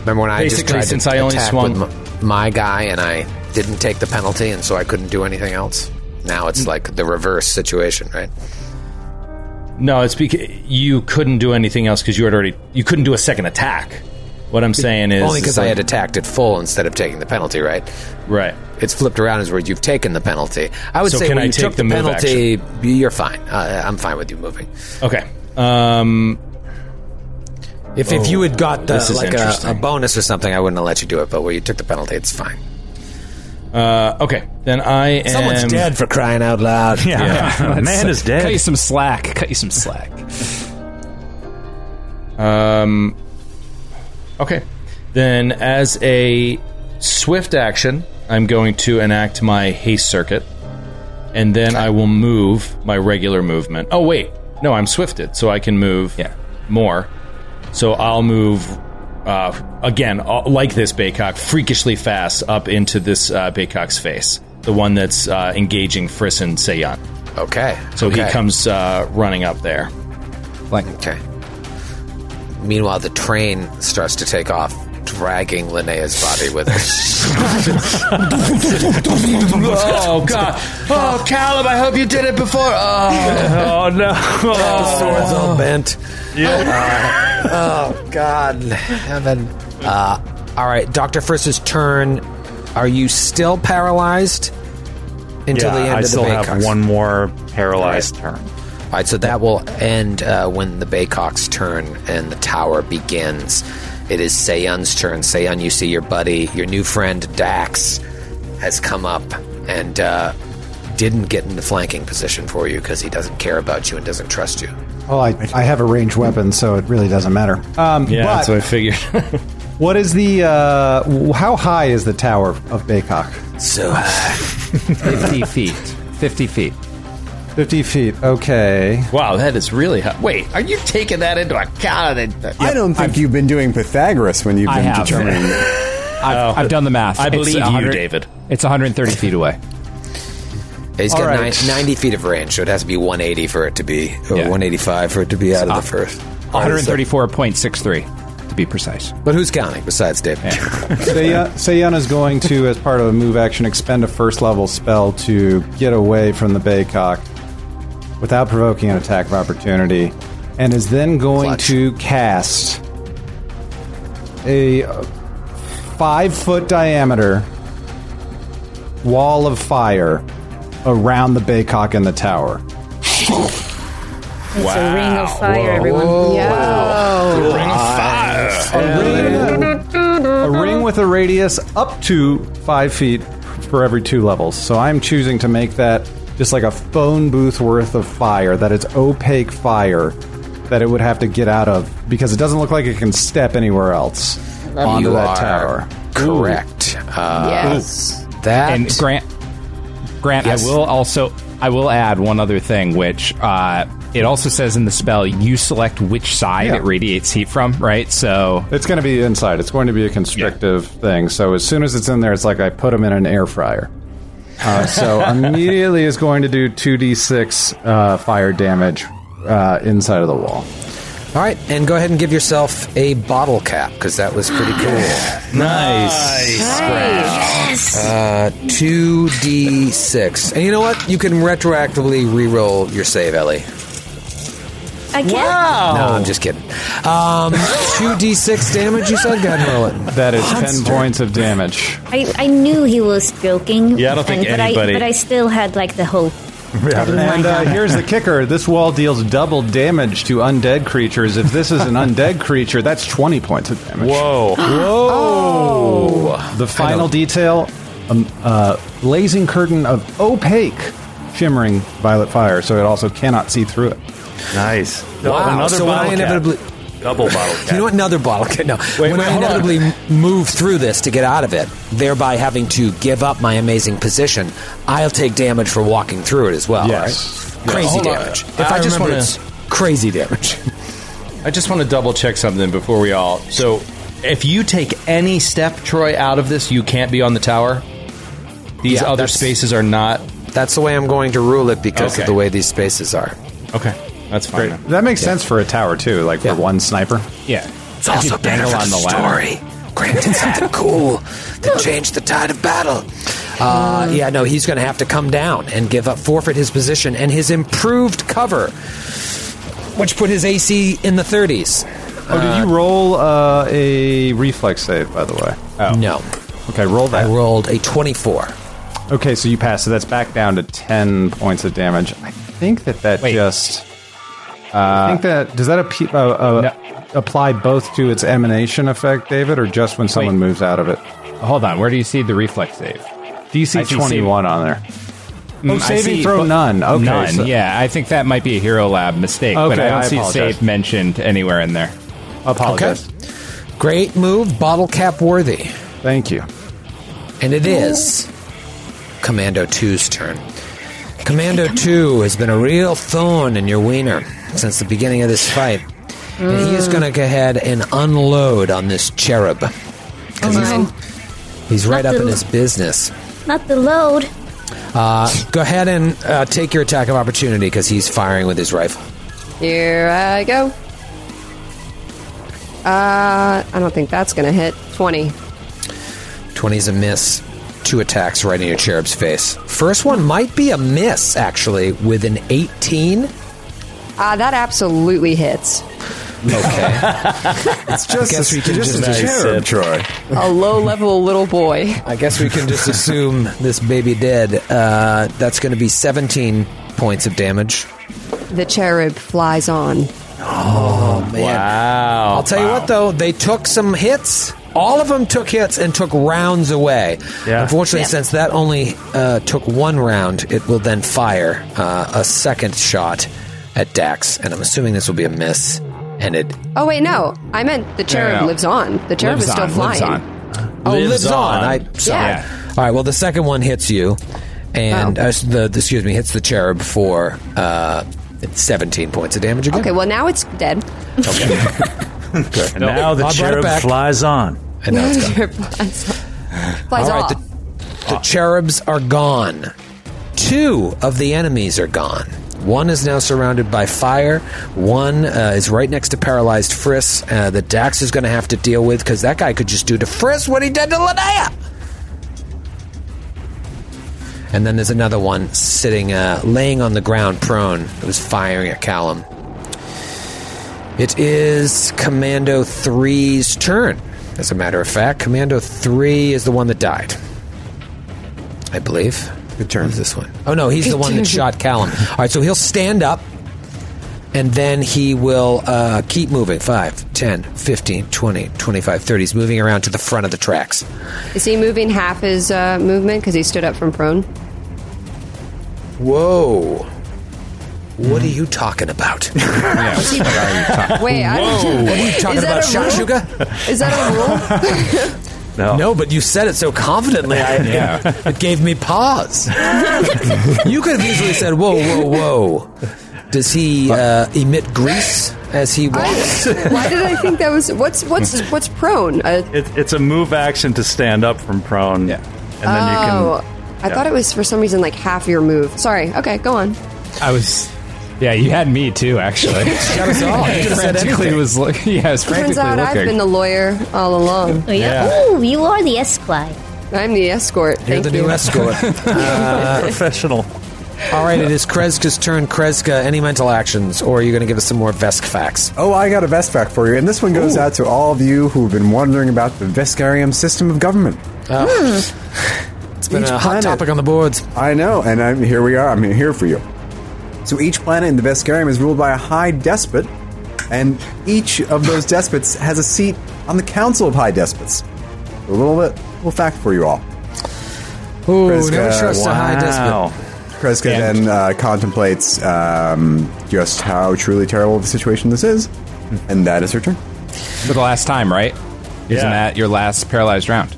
Speaker 2: Remember when I just
Speaker 9: Basically,
Speaker 2: tried
Speaker 9: since
Speaker 2: to
Speaker 9: I only
Speaker 2: attack
Speaker 9: swung-
Speaker 2: with my, my guy and I didn't take the penalty, and so I couldn't do anything else. Now
Speaker 9: Mm.
Speaker 2: it's like the reverse situation, right?
Speaker 9: No, it's because you couldn't do anything else because you had already you couldn't do a second attack. What I'm saying is
Speaker 2: only because I had
Speaker 9: attacked.
Speaker 2: attacked at full instead of taking the penalty, right?
Speaker 9: Right.
Speaker 2: It's flipped around as where you've taken the penalty. I would
Speaker 9: So
Speaker 2: say
Speaker 9: can
Speaker 2: when
Speaker 9: I
Speaker 2: you
Speaker 9: take
Speaker 2: took
Speaker 9: the
Speaker 2: the,
Speaker 9: move
Speaker 2: penalty, you're fine. Uh, I'm fine with you moving.
Speaker 9: Okay. Um, oh,
Speaker 2: If,
Speaker 10: if you had got the- like a-
Speaker 2: a, bonus or something, I wouldn't have let you do it. But where you took the penalty, it's fine.
Speaker 9: Uh, okay, then I am.
Speaker 2: Someone's dead
Speaker 10: for crying out loud.
Speaker 9: Yeah,
Speaker 12: Let's Cut you some slack. Cut you some slack.
Speaker 9: Um, okay, then as a swift action, I'm going to enact my haste circuit, and then I will move my regular movement. Oh wait, no, I'm swifted, so I can move more. So I'll move uh, again, uh, like this Baycock, freakishly fast up into this uh, Baycock's face, the one that's uh, engaging Friss and Sayan.
Speaker 2: Okay,
Speaker 9: so
Speaker 2: okay.
Speaker 9: he comes uh, running up there.
Speaker 12: Like
Speaker 2: okay. Meanwhile, the train starts to take off, dragging Linnea's body with it.
Speaker 9: Oh god! Oh Caleb, I hope you did it before. Oh,
Speaker 13: oh no!
Speaker 10: The sword's all bent.
Speaker 2: Uh,
Speaker 10: oh God, heaven! Uh, all right, Doctor Friss's turn. Are you still paralyzed until
Speaker 13: Yeah,
Speaker 10: the end
Speaker 13: I
Speaker 10: of
Speaker 13: still
Speaker 10: the
Speaker 13: have
Speaker 10: Baycox?
Speaker 13: one more paralyzed turn.
Speaker 2: All right, so that will end uh, when the Baycock's turn and the tower begins. It is Seyun's turn. Seyun, you see your buddy, your new friend Dax, has come up and uh, didn't get in the flanking position for you because he doesn't care about you and doesn't trust you.
Speaker 8: Well, I, I have a ranged weapon, so it really doesn't matter. Um,
Speaker 9: yeah,
Speaker 8: but
Speaker 9: that's what I figured.
Speaker 8: what is the uh, w- how high is the tower of Baycock?
Speaker 2: So high.
Speaker 12: 50 feet. 50 feet.
Speaker 8: 50 feet. Okay.
Speaker 9: Wow, that is really hot. Wait, are you taking that into account?
Speaker 6: I don't think you've been doing Pythagoras when you've
Speaker 12: I
Speaker 6: been
Speaker 12: have.
Speaker 6: determining.
Speaker 13: Oh.
Speaker 12: I've, I've done the math.
Speaker 9: I
Speaker 12: It's
Speaker 9: believe you,
Speaker 12: 100
Speaker 9: David.
Speaker 12: It's 130 feet away.
Speaker 2: He's
Speaker 12: All
Speaker 2: got
Speaker 12: right.
Speaker 2: nine- 90 feet of range, so it has to be 180 for it to be, or 185 for it to be out of the first.
Speaker 12: 134.63 to be precise.
Speaker 10: But who's counting besides David?
Speaker 8: Sayana Sayana's going to, as part of a move action, expend a first level spell to get away from the Baycock without provoking an attack of opportunity, and is then going to cast a uh, five foot diameter wall of fire around the Baycock and the tower.
Speaker 3: It's a ring of fire, everyone.
Speaker 8: Wow. A ring with a radius up to five feet for every two levels. So I'm choosing to make that just like a phone booth worth of fire, that it's opaque fire that it would have to get out of because it doesn't look like it can step anywhere else onto
Speaker 10: you
Speaker 8: that
Speaker 10: are
Speaker 8: tower.
Speaker 10: Correct. Uh,
Speaker 12: Yes.
Speaker 10: That
Speaker 12: And Grant, Grant,
Speaker 10: Yes.
Speaker 12: I will also I will add one other thing, which uh, it also says in the spell you select which side
Speaker 8: Yeah.
Speaker 12: it radiates heat from, right? So
Speaker 8: It's going to be inside. It's going to be a constrictive thing. So as soon as it's in there, it's like I put them in an air fryer. Uh, so immediately is going to do 2d6 uh, fire damage uh, inside of the wall.
Speaker 2: All right, and go ahead and give yourself a bottle cap because that was pretty cool.
Speaker 9: nice.
Speaker 2: Yes. Uh, 2d6. And you know what? You can retroactively re-roll your save, Ellie.
Speaker 3: I can't.
Speaker 12: Oh.
Speaker 2: No, I'm just kidding. Um, 2d6 damage, you said? Go ahead and roll it.
Speaker 8: That is
Speaker 2: Monster.
Speaker 8: 10 points of damage.
Speaker 3: I, I knew he was joking.
Speaker 8: Yeah, I don't think
Speaker 3: and- but
Speaker 8: anybody-
Speaker 3: I, but I still had like the hope.
Speaker 2: Oh
Speaker 8: And uh, here's the kicker this wall deals double damage to undead creatures. If this is an undead creature, that's 20 points of damage.
Speaker 13: Whoa.
Speaker 8: Whoa.
Speaker 2: Oh.
Speaker 8: The final detail um, uh, blazing curtain of opaque, shimmering violet fire, so it also cannot see through it.
Speaker 13: Nice.
Speaker 2: Wow.
Speaker 13: Another
Speaker 2: so when I
Speaker 13: bottle cap.
Speaker 2: inevitably.
Speaker 13: Double bottle cap.
Speaker 2: You know what? Another bottle cap. No. when
Speaker 13: wait,
Speaker 2: I
Speaker 13: hold on.
Speaker 2: inevitably move through this to get out of it, thereby having to give up my amazing position, I'll take damage for walking through it as well.
Speaker 9: Yes.
Speaker 2: Right?
Speaker 9: Yes.
Speaker 2: Crazy
Speaker 9: Hold on.
Speaker 2: damage. If
Speaker 9: I
Speaker 2: I, just
Speaker 9: remember
Speaker 2: wanted
Speaker 9: to-
Speaker 2: crazy damage.
Speaker 9: I just want to double check something before we all. So, if you take any step, Troy, out of this, you can't be on the tower. These
Speaker 2: Yeah,
Speaker 9: other
Speaker 2: that's-
Speaker 9: spaces are not.
Speaker 2: That's the way I'm going to rule it because of the way these spaces are.
Speaker 9: Okay, that's fine. then.
Speaker 8: That makes sense for a tower, too, like for one sniper.
Speaker 12: Yeah.
Speaker 10: It's also better for the story. Grant did something cool that changed the tide of battle.
Speaker 2: Uh, yeah, no, he's going to have to come down and give up, forfeit his position and his improved cover, which put his AC in the 30s.
Speaker 8: Oh, did you roll uh, a reflex save, by the way? Oh.
Speaker 2: No.
Speaker 8: Okay, roll that. I
Speaker 2: rolled a 24.
Speaker 8: Okay, so you pass. So that's back down to 10 points of damage. I think that that just. uh, I think that. Does that appe- uh, uh, apply both to its emanation effect, David, or just when someone moves out of it?
Speaker 12: Hold on. Where do you see the reflex save? I
Speaker 8: DC
Speaker 12: see
Speaker 8: 21 on there.
Speaker 12: Mm,
Speaker 8: oh,
Speaker 12: I
Speaker 8: saving
Speaker 12: see,
Speaker 8: throw
Speaker 12: but-
Speaker 8: none. Okay.
Speaker 12: none.
Speaker 8: so-
Speaker 12: yeah, I think that might be a Hero Lab mistake, but
Speaker 8: Okay,
Speaker 12: I don't
Speaker 8: I
Speaker 12: see
Speaker 8: apologize.
Speaker 12: save mentioned anywhere in there.
Speaker 8: Apologize.
Speaker 2: Great move, bottle cap worthy.
Speaker 8: Thank you.
Speaker 2: And it is Commando 2's turn. Commando 2 has been a real thorn in your wiener since the beginning of this fight. And he is going to go ahead and unload on this cherub. 'Cause he's, he's right up in his business.
Speaker 3: Not the load.
Speaker 2: Uh, go ahead and uh, take your attack of opportunity because he's firing with his rifle.
Speaker 7: Here I go. Uh, I don't think that's gonna hit. Twenty.
Speaker 2: 20 is a miss. Two attacks right in your cherub's face. First one might be a miss, actually, with an 18.
Speaker 7: Uh, that absolutely hits.
Speaker 2: Okay. it's
Speaker 6: just a- just a cherub, Troy.
Speaker 7: A low level little boy.
Speaker 2: I guess we can just assume this baby dead. Uh, that's going to be 17 points of damage.
Speaker 7: The cherub flies on.
Speaker 2: Oh, man. Wow. I'll tell you what, though, they took some hits. All of them took hits and took rounds away. Unfortunately, since that only uh, took one round, it will then fire uh, a second shot at Dax. And I'm assuming this will be a miss. And it
Speaker 7: Oh wait, no. I meant the cherub
Speaker 2: no.
Speaker 7: lives on. The cherub
Speaker 2: Lives
Speaker 7: is still
Speaker 2: on,
Speaker 7: flying.
Speaker 2: lives Oh, lives, on. I sorry.
Speaker 7: Yeah.
Speaker 2: All right. Well, the second one hits you, and
Speaker 7: Oh.
Speaker 2: uh, s- the, the excuse me hits the cherub for uh, seventeen points of damage again.
Speaker 7: Okay, well now it's dead.
Speaker 2: Good.
Speaker 13: And now
Speaker 2: I
Speaker 13: the
Speaker 2: brought it
Speaker 13: cherub
Speaker 2: back.
Speaker 13: flies on.
Speaker 2: And now it's
Speaker 7: Cherub
Speaker 2: gone.
Speaker 7: flies on. Flies
Speaker 2: All right,
Speaker 7: off.
Speaker 2: the, the cherubs are gone. Two of the enemies are gone. One is now surrounded by fire. One uh, is right next to paralyzed Friss uh, that Dax is going to have to deal with because that guy could just do to Friss what he did to Linnea. And then there's another one sitting, uh, laying on the ground, prone. It was firing at Callum. It is Commando 3's turn. As a matter of fact, Commando 3 is the one that died. I believe. Good turn. This one. Oh, no, he's the one that shot Callum. All right, so he'll stand up, and then he will uh, keep moving 5, 10, 15, 20, 25, 30. He's moving around to the front of the tracks.
Speaker 7: Is he moving half his uh, movement because he stood up from prone?
Speaker 2: Whoa. What are you talking about?
Speaker 7: Wait, I
Speaker 2: Whoa.
Speaker 7: don't.
Speaker 2: What are you talking
Speaker 7: is that a
Speaker 2: about,
Speaker 7: rule? Is that a rule?
Speaker 2: No. but you said it so confidently. I, It gave me pause. you could have easily said, whoa, whoa, whoa. Does he uh, emit grease as he walks?
Speaker 7: Why did I think that was what's what's what's prone? Uh,
Speaker 13: It, it's a move action to stand up from prone. Yeah. And then
Speaker 7: oh,
Speaker 13: you can.
Speaker 7: I thought it was for some reason like half your move. Sorry. Okay, go on.
Speaker 12: I was. Yeah, you had me too, actually.
Speaker 7: Got us all. You
Speaker 12: I
Speaker 7: could've said
Speaker 12: frantically
Speaker 7: anything.
Speaker 12: was look- yeah, I was frantically
Speaker 7: Turns out
Speaker 12: looking.
Speaker 7: I've been the lawyer all along.
Speaker 12: Oh, yeah? Yeah.
Speaker 3: Ooh, you are the esclave.
Speaker 7: I'm the escort.
Speaker 2: You're
Speaker 7: Thank
Speaker 2: the
Speaker 7: you.
Speaker 2: new escort. Uh,
Speaker 13: Professional.
Speaker 2: All right, it is Kreska's turn. Kreska, any mental actions, or are you going to give us some more Vesk facts?
Speaker 6: Oh, I got a Vest fact for you, and this one goes out to all of you who've been wondering about the Vescarium system of government.
Speaker 2: Ah. It's been a hot topic on the boards.
Speaker 6: I know, and I'm, here we are. I'm here for you. So each planet in the Vescarium is ruled by a high despot, and each of those despots has a seat on the Council of High Despots. A little bit, little fact for you all.
Speaker 2: Ooh, never trust a high despot.
Speaker 6: Kreska then uh, contemplates um, just how truly terrible of a situation this is,
Speaker 12: Hmm.
Speaker 6: and that is her turn.
Speaker 12: For the last time, right? Isn't that your last paralyzed round?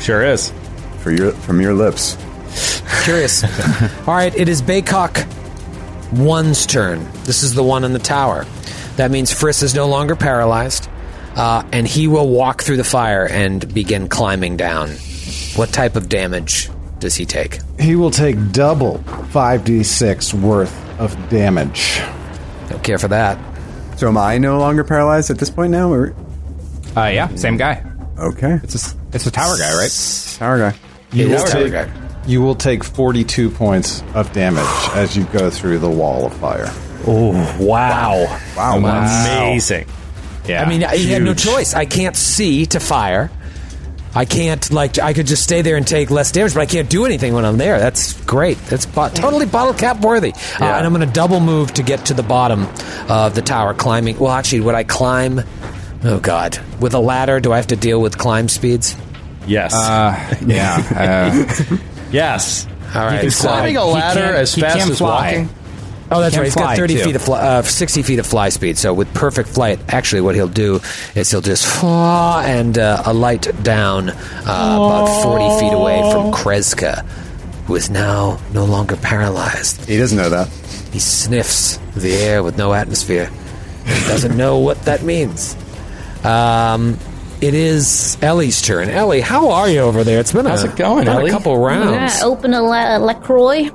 Speaker 13: Sure is.
Speaker 6: For your from your lips.
Speaker 2: Curious. All right, it is Baycock one's turn. This is the one in the tower. That means Friss is no longer paralyzed, uh, and he will walk through the fire and begin climbing down. What type of damage does he take?
Speaker 8: He will take double 5d6 worth of damage.
Speaker 2: Don't care for that.
Speaker 6: So am I no longer paralyzed at this point now? Or?
Speaker 12: Uh, yeah, same guy.
Speaker 6: Okay.
Speaker 12: It's a, it's a tower guy, right?
Speaker 6: Tower guy.
Speaker 8: You
Speaker 12: It
Speaker 8: will,
Speaker 12: is tower
Speaker 8: take,
Speaker 12: guy.
Speaker 8: you will take 42 points of damage as you go through the wall of fire.
Speaker 13: Oh, wow.
Speaker 6: Wow.
Speaker 13: Amazing.
Speaker 12: Yeah.
Speaker 2: I mean, I- he had no
Speaker 8: Huge.
Speaker 2: choice. I can't see to fire. I can't like I could just stay there and take less damage, but I can't do anything when I'm there. That's great. That's bo- totally bottle cap worthy. Uh, and I'm going to double move to get to the bottom of the tower, climbing. Well, actually, would I climb? Oh God, with a ladder, do I have to deal with climb speeds?
Speaker 13: Yes.
Speaker 12: Uh, yeah. Uh,
Speaker 13: yes.
Speaker 2: All right.
Speaker 13: Is
Speaker 2: so-
Speaker 13: climbing a ladder as fast as walking?
Speaker 2: Oh, that's
Speaker 13: He
Speaker 2: right.
Speaker 13: can
Speaker 2: He's got
Speaker 13: fly,
Speaker 2: thirty
Speaker 13: too.
Speaker 2: feet of fly, uh, sixty feet of fly speed. So with perfect flight, actually, what he'll do is he'll just fly and uh, alight down uh, about forty feet away from Kreska, who is now no longer paralyzed.
Speaker 6: He doesn't know that.
Speaker 2: He sniffs the air with no atmosphere. He doesn't know what that means. Um, it is Ellie's turn. Ellie, how are you over there? It's been
Speaker 3: How's
Speaker 2: a,
Speaker 3: it going,
Speaker 2: been a
Speaker 3: Ellie?
Speaker 2: couple
Speaker 8: Oh.
Speaker 2: rounds.
Speaker 3: Yeah, open a La- LaCroix.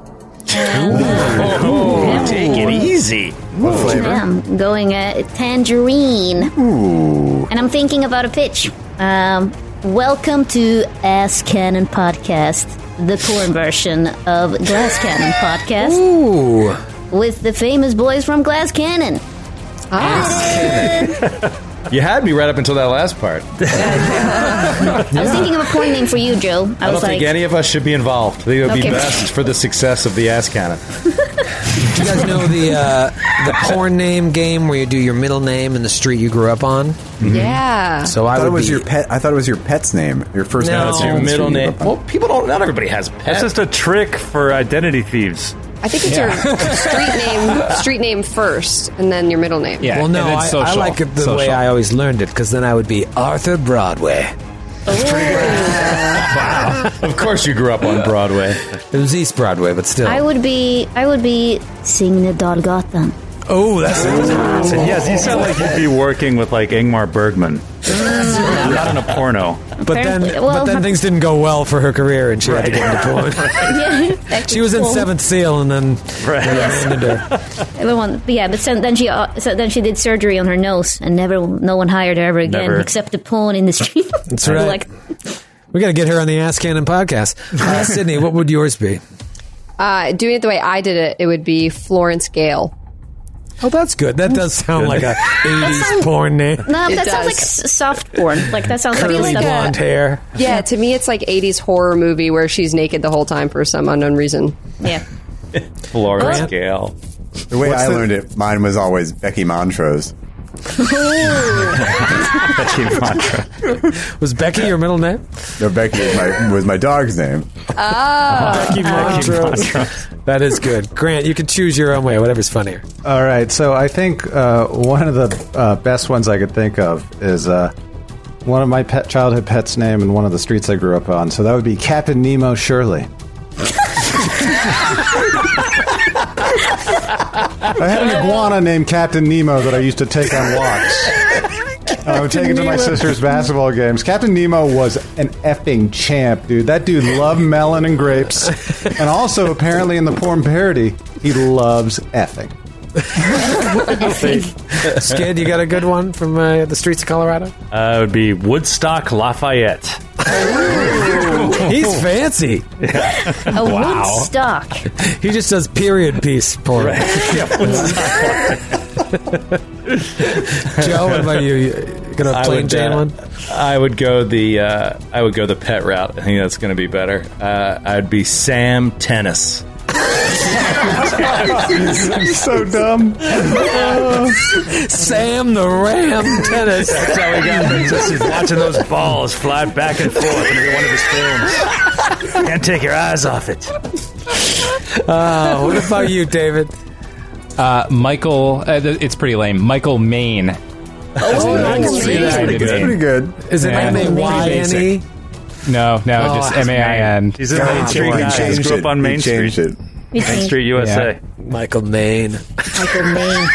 Speaker 13: Take it easy.
Speaker 6: What
Speaker 3: Yeah, I'm going uh, tangerine. And I'm thinking about a pitch. Um, welcome to Ass Cannon Podcast, the porn version of Glass Cannon Podcast.
Speaker 2: Ooh.
Speaker 3: With the famous boys from Glass Cannon.
Speaker 9: You had me right up until that last part.
Speaker 3: I was thinking of a porn name for you, Joe. I,
Speaker 9: I don't
Speaker 3: was like,
Speaker 9: think any of us should be involved. I think it would
Speaker 3: Okay.
Speaker 9: be best for the success of the ass cannon.
Speaker 2: Do you guys know the uh, the porn name game where you do your middle name and the street you grew up on?
Speaker 10: Mm-hmm.
Speaker 7: Yeah.
Speaker 2: So
Speaker 6: I
Speaker 2: I
Speaker 6: thought
Speaker 2: would
Speaker 6: it was
Speaker 2: be-
Speaker 6: your pet. I thought it was your pet's name. Your first
Speaker 2: No.
Speaker 6: name.
Speaker 2: That's your
Speaker 6: and
Speaker 9: middle
Speaker 6: street you
Speaker 9: name.
Speaker 6: grew up on.
Speaker 9: Well, people don't. Not everybody has
Speaker 13: It's
Speaker 9: pets.
Speaker 13: just a trick for identity thieves.
Speaker 7: I think it's your street name street name first and then your middle name.
Speaker 2: well, no, I, I like it the way I always learned it because then I would be Arthur Broadway.
Speaker 9: Of course, you grew up on Broadway.
Speaker 2: It was East Broadway, but still.
Speaker 3: I would be, I would be Signe Dalgatan.
Speaker 2: oh, that's
Speaker 13: yes, you sound like you'd be working with like Ingmar Bergman. I'm not in a porno.
Speaker 2: But then, but then things didn't go well for her career, and she had to get into porn. she was in
Speaker 3: Well,
Speaker 2: Seventh Seal, and then they
Speaker 3: Yes.
Speaker 2: abandoned her.
Speaker 3: Everyone, but yeah, but so, then she uh, so then she did surgery on her nose, and never no one hired her ever again,
Speaker 2: Never.
Speaker 3: except the porn industry.
Speaker 2: That's right.
Speaker 3: like
Speaker 2: we got to get her on the Ass Cannon podcast. Uh, Sydney, what would yours be?
Speaker 7: Uh, doing it the way I did it, it would be Florence Gale.
Speaker 2: Oh, that's good. That does sound like a '80s porn name.
Speaker 3: no,
Speaker 7: It
Speaker 3: that
Speaker 7: does.
Speaker 3: sounds like s- soft porn. Like that sounds
Speaker 2: Curly
Speaker 3: like stuff.
Speaker 2: blonde hair.
Speaker 7: Yeah, to me, it's like 80s horror movie where she's naked the whole time for some unknown reason.
Speaker 3: Yeah.
Speaker 13: Florence Gale.
Speaker 6: The way
Speaker 13: What's
Speaker 6: I
Speaker 13: the-
Speaker 6: learned it, mine was always Becky Montrose.
Speaker 13: Becky Montrose.
Speaker 2: Was Becky your middle name?
Speaker 6: No, Becky was my, was my dog's name.
Speaker 2: Becky
Speaker 10: Uh,
Speaker 2: Montrose. That is good. Grant, you can choose your own way, whatever's funnier.
Speaker 8: All right, so I think uh, one of the uh, best ones I could think of is uh, one of my pet childhood pet's name and one of the streets I grew up on. So that would be Captain Nemo Shirley. I had an iguana named Captain Nemo that I used to take on walks. I would take it to my
Speaker 15: Nemo.
Speaker 8: sister's basketball games. Captain Nemo was an effing champ, dude. That dude loved melon and grapes. And also, apparently, in the porn parody, he loves effing.
Speaker 2: Skid, you got a good one from uh, the streets of Colorado?
Speaker 13: Uh, it would be Woodstock Lafayette.
Speaker 2: He's fancy.
Speaker 3: A Woodstock.
Speaker 2: He just does period piece porn. Joe, what about you? You gonna
Speaker 13: I
Speaker 2: plain
Speaker 13: would,
Speaker 2: Jane
Speaker 13: uh,
Speaker 2: one?
Speaker 13: I would go the uh, I would go the pet route. I think that's going to be better. Uh, I'd be Sam Tennis.
Speaker 8: so dumb.
Speaker 2: Sam the Ram Tennis.
Speaker 13: That's how we got him. Just he's watching those balls fly back and forth in every one of his films. Can't take your eyes off it.
Speaker 2: Uh, what about you, David?
Speaker 12: Uh, Michael, uh, th- it's pretty lame. Michael Maine.
Speaker 10: Oh,
Speaker 2: Michael Maine. That's pretty good. That's pretty
Speaker 6: good.
Speaker 2: Is it M-A-Y-N-E?
Speaker 12: No,
Speaker 2: E?
Speaker 12: no,
Speaker 2: Oh,
Speaker 12: just
Speaker 2: that's
Speaker 12: M A I N.
Speaker 13: He's in Main Street.
Speaker 6: he
Speaker 13: guys.
Speaker 6: changed
Speaker 13: Grew
Speaker 6: it.
Speaker 13: up on
Speaker 6: He
Speaker 13: Main
Speaker 6: changed
Speaker 13: Street.
Speaker 6: it.
Speaker 13: Main Street, USA.
Speaker 2: Michael Maine.
Speaker 3: Michael Maine.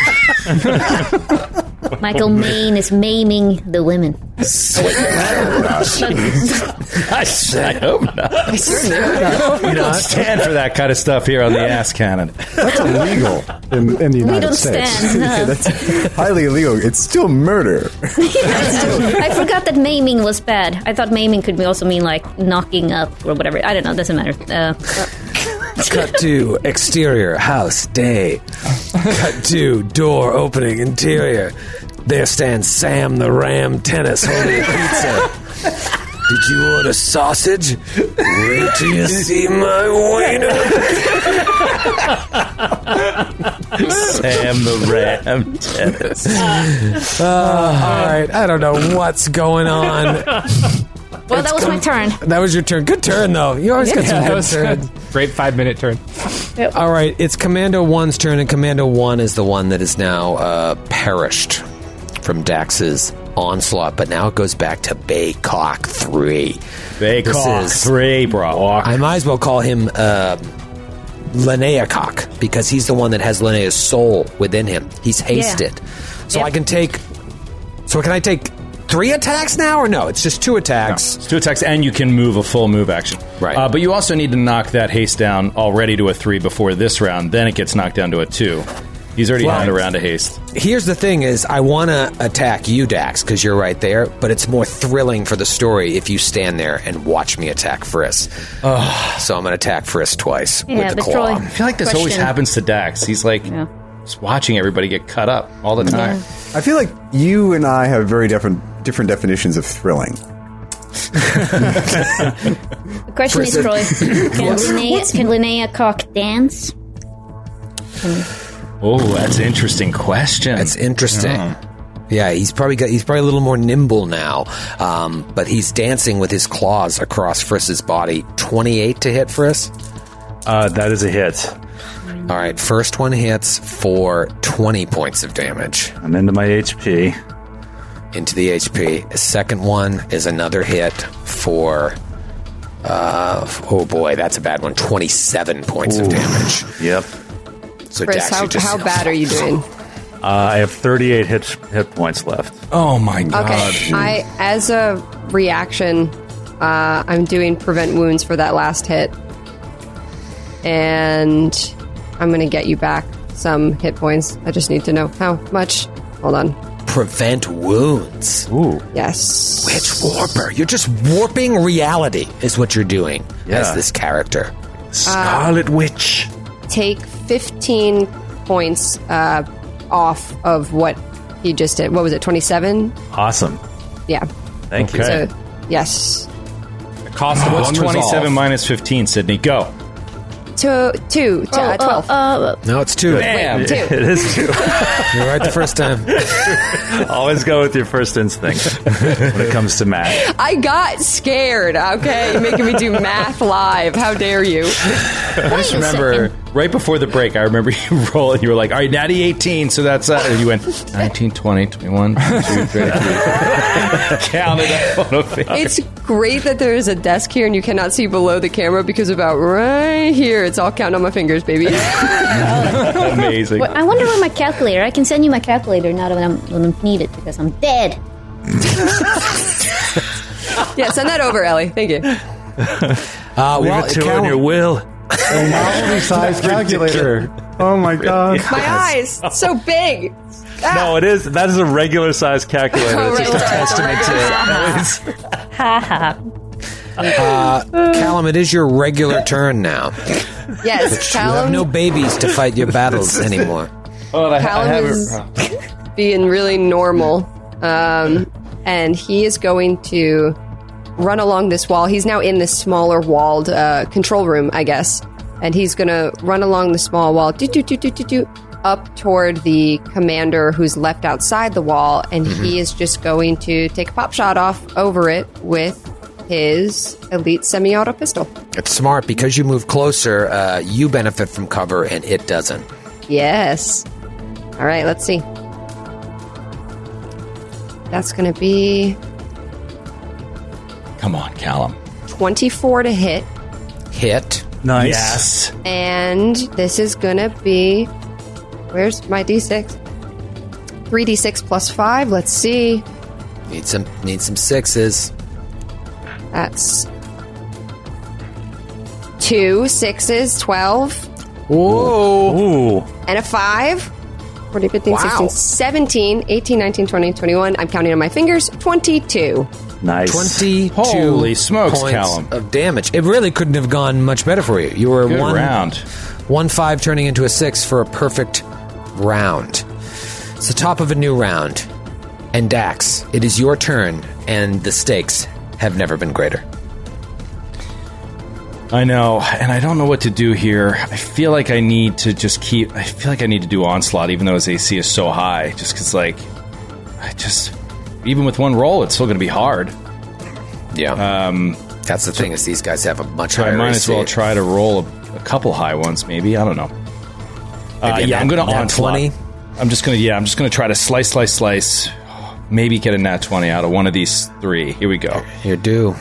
Speaker 3: Michael Maine is maiming the women. Oh, wait,
Speaker 13: I, I hope not. I
Speaker 2: certainly
Speaker 13: We don't stand for that kind of stuff here on the ass cannon.
Speaker 8: That's illegal in, in the United
Speaker 3: don't
Speaker 8: States.
Speaker 3: stand, no.
Speaker 6: Yeah, that's highly illegal. It's still murder.
Speaker 3: I forgot that maiming was bad. I thought maiming could be- also mean like knocking up or whatever. I don't know. Doesn't matter. Uh,
Speaker 2: Cut to exterior, house, day. Cut to door opening, interior. There stands Sam the Ram Tennis holding a pizza. Did you order sausage? Wait till you see my wiener.
Speaker 13: Sam the Ram Tennis.
Speaker 2: Uh, all right, I don't know what's going on.
Speaker 3: well, that was my turn.
Speaker 2: That was your turn. Good turn, though. You always get
Speaker 12: Yeah,
Speaker 2: some
Speaker 12: that
Speaker 2: good
Speaker 12: was-
Speaker 2: turns.
Speaker 12: Great five minute turn.
Speaker 2: All right, it's Commando One's turn, and Commando One is the one that is now uh,
Speaker 10: perished from Dax's onslaught, but now it goes back to Baycock 3.
Speaker 13: Baycock 3, bro. I
Speaker 10: might as well call him uh, Linneacock because he's the one that has Linnea's soul within him. He's hasted.
Speaker 2: So I can take. So can I take three attacks now, or no? It's just two attacks.
Speaker 13: It's two attacks, and you can move a full move action. Right. Uh, but you also need to knock that haste down already to a three before this round. Then it gets knocked down to a two. He's already
Speaker 2: Right.
Speaker 13: had a round of haste.
Speaker 10: Here's the thing is I want to attack you Dax because you're right there, but it's more thrilling for the story if you stand there and watch me attack Friss. so I'm going to attack Friss twice
Speaker 3: Yeah,
Speaker 10: with the
Speaker 3: but
Speaker 10: claw.
Speaker 3: Troy-
Speaker 13: I feel like this always
Speaker 3: Question.
Speaker 13: happens to Dax. He's like just watching everybody get cut up all the time.
Speaker 6: I feel like you and I have very different different definitions of thrilling.
Speaker 3: The question is,
Speaker 6: Prison.
Speaker 3: Troy, can Linnea, can Linnea cock dance?
Speaker 13: Oh, that's an interesting question.
Speaker 10: That's interesting. Yeah, he's probably got he's probably a little more nimble now. Um, but he's dancing with his claws across Friss's body. Twenty eight to hit Friss?
Speaker 13: Uh, that is a hit.
Speaker 10: All right, first one hits for twenty points of damage.
Speaker 13: I'm into my HP.
Speaker 10: Into the HP. Second one is another hit for uh, oh boy, that's a bad one. Twenty seven points of damage.
Speaker 13: Yep.
Speaker 10: So
Speaker 7: Chris,
Speaker 10: Dax, you
Speaker 7: how,
Speaker 10: just
Speaker 7: how bad are you doing?
Speaker 13: Uh, I have 38 hit, hit points left.
Speaker 9: Oh my god.
Speaker 7: Okay. I as a reaction, uh, I'm doing prevent wounds for that last hit, and I'm gonna get you back some hit points. I just need to know how much. Hold on.
Speaker 10: Prevent wounds.
Speaker 13: Ooh.
Speaker 7: Yes.
Speaker 10: Witch Warper. You're just warping reality, is what you're doing as
Speaker 7: Yeah.
Speaker 10: this character.
Speaker 7: Scarlet
Speaker 13: Witch.
Speaker 7: Uh, Take 15 points uh, off of what he just did. What was it? 27.
Speaker 13: Awesome.
Speaker 7: Yeah.
Speaker 13: Thank you.
Speaker 7: So yes.
Speaker 12: Cost
Speaker 9: What's
Speaker 13: one
Speaker 9: 27 minus 15, Sydney? Go.
Speaker 7: Two, two, to, uh, 12.
Speaker 2: No, it's two.
Speaker 13: Bam.
Speaker 7: Two.
Speaker 13: It is two.
Speaker 2: You're right the first time.
Speaker 13: Always go with your first instinct when it comes to math.
Speaker 7: I got scared. Okay, You're making me do math live. How dare you?
Speaker 9: I just remember right before the break, I remember you roll and you were like, all right, natty 18. So that's, uh, and you went 19, 20, 21, 22, 23. Counted up on a finger.
Speaker 7: It's great that there is a desk here and you cannot see below the camera because about right here, it's all counting on my fingers, baby.
Speaker 9: amazing.
Speaker 3: Well, I wonder where my calculator. I can send you my calculator now that I'm when I'm needed because I'm dead.
Speaker 7: yeah, send that over, Ellie. Thank you.
Speaker 2: Uh,
Speaker 13: Leave
Speaker 7: well,
Speaker 13: it to
Speaker 7: it
Speaker 13: her in
Speaker 7: count-
Speaker 13: your will.
Speaker 8: A novelty size calculator. Oh my god.
Speaker 7: My eyes, so big.
Speaker 13: No, it is. That is a regular size calculator.
Speaker 7: Oh,
Speaker 13: It's just a
Speaker 7: regular size,
Speaker 13: testament to
Speaker 7: regular Ha ha.
Speaker 2: Uh, Callum, it is your regular turn now.
Speaker 7: Yes,
Speaker 2: You have
Speaker 7: Callum.
Speaker 2: no babies to fight your battles anymore.
Speaker 9: Oh, I,
Speaker 7: Callum is being really normal, um, and he is going to run along this wall. He's now in this smaller walled uh, control room, I guess, and he's going to run along the small wall, do do do do do do, up toward the commander who's left outside the wall, and he is just going to take a pop shot off over it with his elite semi-auto pistol.
Speaker 10: It's smart because you move closer, uh, you benefit from cover and it doesn't.
Speaker 7: Yes. All right, let's see. That's going to be
Speaker 9: Come on, Callum.
Speaker 7: 24 to hit,
Speaker 10: Hit.
Speaker 13: Nice.
Speaker 9: Yes.
Speaker 7: and this is going to be. Where's my d6? 3d6 plus 5. Let's see.
Speaker 10: Need some need some sixes.
Speaker 7: That's. Two sixes, 12,
Speaker 13: Whoa. Ooh.
Speaker 7: and a 5. 40, 15,
Speaker 13: Wow.
Speaker 7: 16, 17, 18, 19, 20, 21. I'm counting on my fingers. 22.
Speaker 13: Nice.
Speaker 2: 22
Speaker 9: Holy smokes,
Speaker 2: points
Speaker 9: Callum.
Speaker 2: of damage. It really couldn't have gone much better for you. You were
Speaker 9: Good
Speaker 2: one
Speaker 9: round.
Speaker 2: One five turning into a six for a perfect round. It's the top of a new round. And Dax, it is your turn, and the stakes have never been greater.
Speaker 9: I know, and I don't know what to do here. I feel like I need to just keep. I feel like I need to do onslaught, even though his AC is so high. Just because, like, I just even with one roll, it's still going to be hard.
Speaker 10: Yeah.
Speaker 9: Um,
Speaker 10: That's the thing is these guys have a much
Speaker 9: I
Speaker 10: higher
Speaker 9: might as well
Speaker 10: AC.
Speaker 9: try to roll a, a couple high ones, maybe. I don't know. Uh,
Speaker 10: Maybe a
Speaker 9: yeah, I'm
Speaker 10: nat-
Speaker 9: going to
Speaker 10: nat
Speaker 9: onslaught.
Speaker 10: 20?
Speaker 9: I'm just going to yeah, I'm just going to try to slice, slice, slice. Maybe get a nat twenty out of one of these three. Here we go.
Speaker 10: You're due.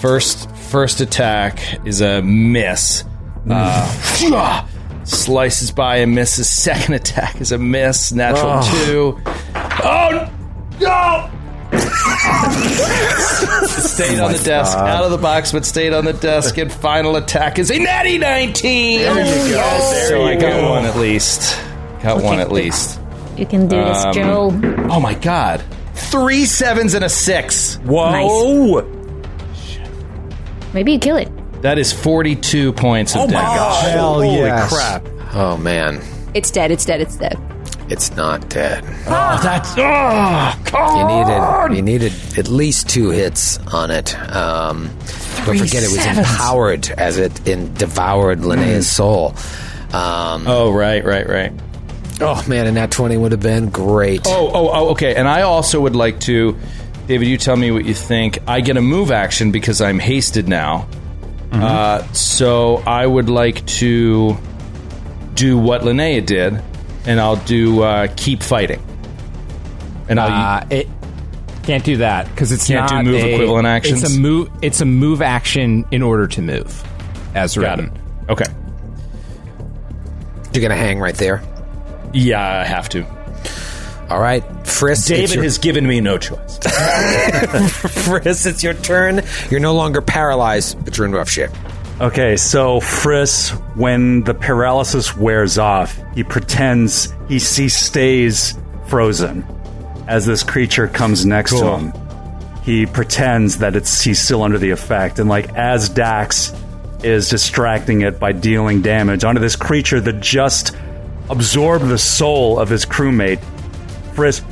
Speaker 9: First, first attack is a miss. Uh, slices by and misses. Second attack is a miss. Natural
Speaker 5: Oh.
Speaker 9: two. Oh no! stayed on the desk,
Speaker 5: God.
Speaker 9: out of the box, but stayed on the desk. And final attack is a natty nineteen.
Speaker 5: There you go. There
Speaker 9: so I
Speaker 5: you
Speaker 9: got
Speaker 5: go.
Speaker 9: one at least. Got one at least.
Speaker 3: You can do this,
Speaker 9: Um,
Speaker 3: Joe.
Speaker 9: Oh my god! Three sevens and a six.
Speaker 3: Whoa. Maybe you kill it.
Speaker 9: That is forty-two points of
Speaker 10: Oh my
Speaker 9: damage.
Speaker 10: gosh. Hell
Speaker 9: Holy
Speaker 10: yes.
Speaker 9: crap!
Speaker 10: Oh man.
Speaker 7: It's dead, it's dead, it's dead.
Speaker 10: It's not dead.
Speaker 9: Oh, that's.
Speaker 2: ah.
Speaker 9: Oh,
Speaker 10: You needed you needed at least two hits on it. Um, don't
Speaker 9: Three
Speaker 10: forget, it was
Speaker 9: sevens.
Speaker 10: empowered as it in devoured Linnea's soul. Um,
Speaker 9: oh right, right, right.
Speaker 10: Oh man, and that twenty would have been great.
Speaker 9: Oh, oh, oh, okay. And I also would like to, David, you tell me what you think. I get a move action because I'm hasted now. Uh, so I would like to do what Linnea did, and I'll do uh, keep fighting. And I'll.
Speaker 12: Uh, it can't do that because it's
Speaker 9: Can't do
Speaker 12: not
Speaker 9: move
Speaker 12: a-
Speaker 9: equivalent actions?
Speaker 12: It's a move. It's a move action in order to move, as written.
Speaker 9: Okay.
Speaker 10: You're gonna hang right there.
Speaker 9: Yeah, I have to.
Speaker 2: All right, Frisk.
Speaker 9: David has given me no choice.
Speaker 2: Frisk, it's your turn. You're no longer paralyzed, but you're in rough shape.
Speaker 13: Okay, so Friss, when the paralysis wears off, he pretends he, he stays frozen as this creature comes next to
Speaker 15: Cool.
Speaker 13: him. He pretends that it's he's still under the effect, and like as Dax is distracting it by dealing damage onto this creature that just absorbed the soul of his crewmate, Frisk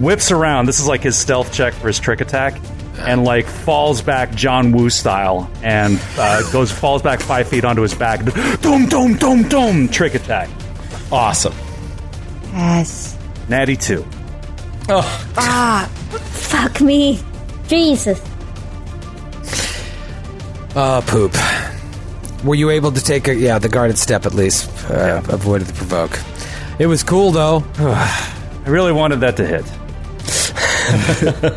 Speaker 13: whips around. This is like his stealth check for his trick attack, and like falls back John Woo style, and uh, goes falls back five feet onto his back. Dum dum dum dum. Trick attack. Awesome.
Speaker 7: Yes.
Speaker 13: Natty two.
Speaker 8: Oh.
Speaker 3: Ah, fuck me, Jesus.
Speaker 2: Uh, poop. Were you able to take a yeah the guarded step at least? Uh, Avoided the provoke. It was cool though. I
Speaker 13: really wanted that to
Speaker 2: hit.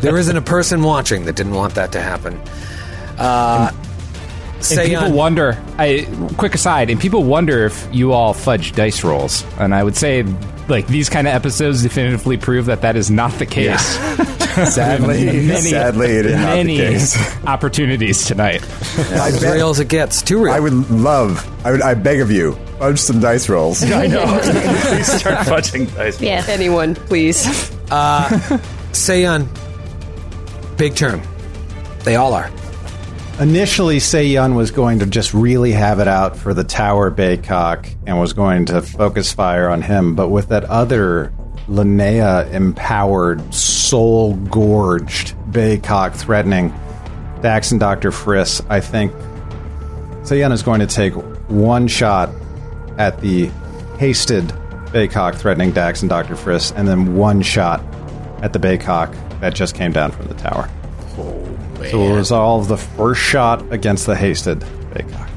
Speaker 2: there isn't a person watching that didn't want that to happen. Uh,
Speaker 12: And
Speaker 2: say
Speaker 12: people wonder. I quick aside, and people wonder if you all fudge dice rolls. And I would say, like these kind of episodes, definitively prove that that is not the case.
Speaker 6: Sadly- sadly, it is not the
Speaker 12: many
Speaker 6: case.
Speaker 12: opportunities tonight.
Speaker 6: As
Speaker 2: real as it gets. Too real.
Speaker 6: I would love. I would. I beg of you, fudge some dice rolls.
Speaker 13: I know. Please start fudging dice.
Speaker 7: Yeah. Anyone, please.
Speaker 2: Uh, Sayon, big turn. They all are.
Speaker 8: Initially, Seiyun was going to just really have it out for the Tower Baycock and was going to focus fire on him, but with that other Linnea empowered, soul gorged Baycock threatening Dax and Dr. Friss, I think Seiyun is going to take one shot at the hasted Baycock threatening Dax and Dr. Friss, and then one shot at the Baycock that just came down from the tower. So we'll resolve the first shot against the hasted Baycock.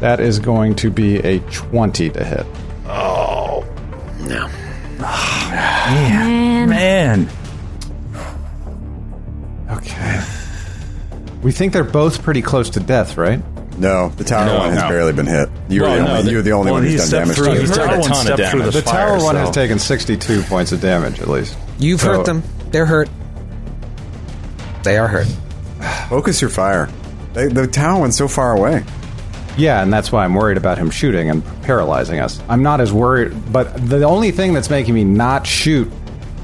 Speaker 8: That is going to be a 20 to hit.
Speaker 10: Oh. No.
Speaker 13: Man. Man.
Speaker 8: Okay. We think they're both pretty close to death, right?
Speaker 6: No, the tower one has barely been hit. You were
Speaker 8: Well,
Speaker 6: the
Speaker 8: no,
Speaker 6: only.
Speaker 8: the-
Speaker 6: you were the only
Speaker 8: well,
Speaker 6: one
Speaker 8: he
Speaker 6: who's
Speaker 8: stepped
Speaker 6: done damage.
Speaker 8: through-
Speaker 6: to
Speaker 8: he
Speaker 6: it.
Speaker 8: took a ton of damage. The tower one has taken 62 points of damage, at least.
Speaker 2: You've
Speaker 8: So-
Speaker 2: hurt them. They're hurt. They are hurt.
Speaker 6: Focus your fire. They, the tower one's so far away.
Speaker 8: Yeah, and that's why I'm worried about him shooting and paralyzing us. I'm not as worried, but the only thing that's making me not shoot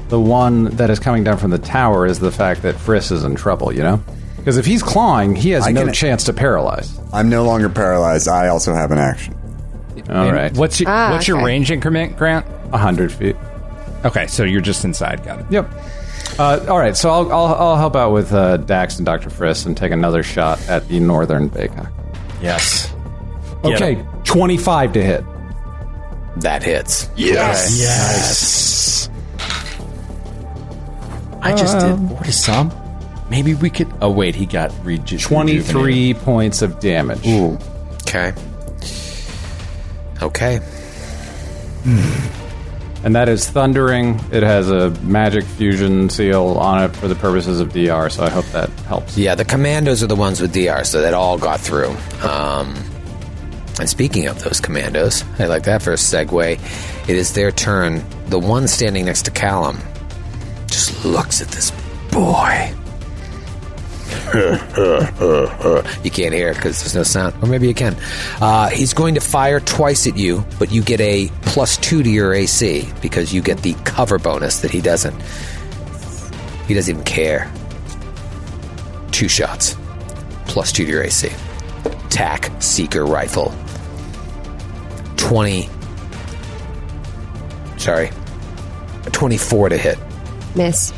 Speaker 8: the one that is coming down from the tower is the fact that Friss is in trouble, you know? Because if he's clawing, he has
Speaker 6: I
Speaker 8: no
Speaker 6: can-
Speaker 8: chance to paralyze.
Speaker 6: I'm no longer paralyzed. I also have an action.
Speaker 8: All right.
Speaker 12: What's your
Speaker 8: Ah,
Speaker 12: what's
Speaker 8: okay.
Speaker 12: your range increment, Grant?
Speaker 8: 100 feet.
Speaker 12: Okay, so you're just inside. Got it.
Speaker 8: Yep. Uh, all right, so I'll, I'll, I'll help out with uh, Dax and Dr. Friss and take another shot at the northern Baycock.
Speaker 9: Yes. Get
Speaker 8: Okay, 25 to hit.
Speaker 10: That hits.
Speaker 9: Yes. Yes. I just did Mortisum. Maybe we could. Oh wait, he got reju-
Speaker 8: 23 points of damage. Ooh.
Speaker 2: Okay. Okay.
Speaker 8: And that is Thundering. It has a magic fusion seal on it for the purposes of DR, so I hope that helps.
Speaker 10: Yeah, the commandos are the ones with DR, so that all got through. Um, and speaking of those commandos, I like that for a segue. It is their turn. The one standing next to Callum just looks at this boy. you can't hear it because there's no sound, or maybe you can. Uh, he's going to fire twice at you, but you get a plus two to your AC because you get the cover bonus that he doesn't. He doesn't even care two shots, plus two to your AC. TAC Seeker Rifle. 20. Sorry. 24 to hit.
Speaker 7: Miss.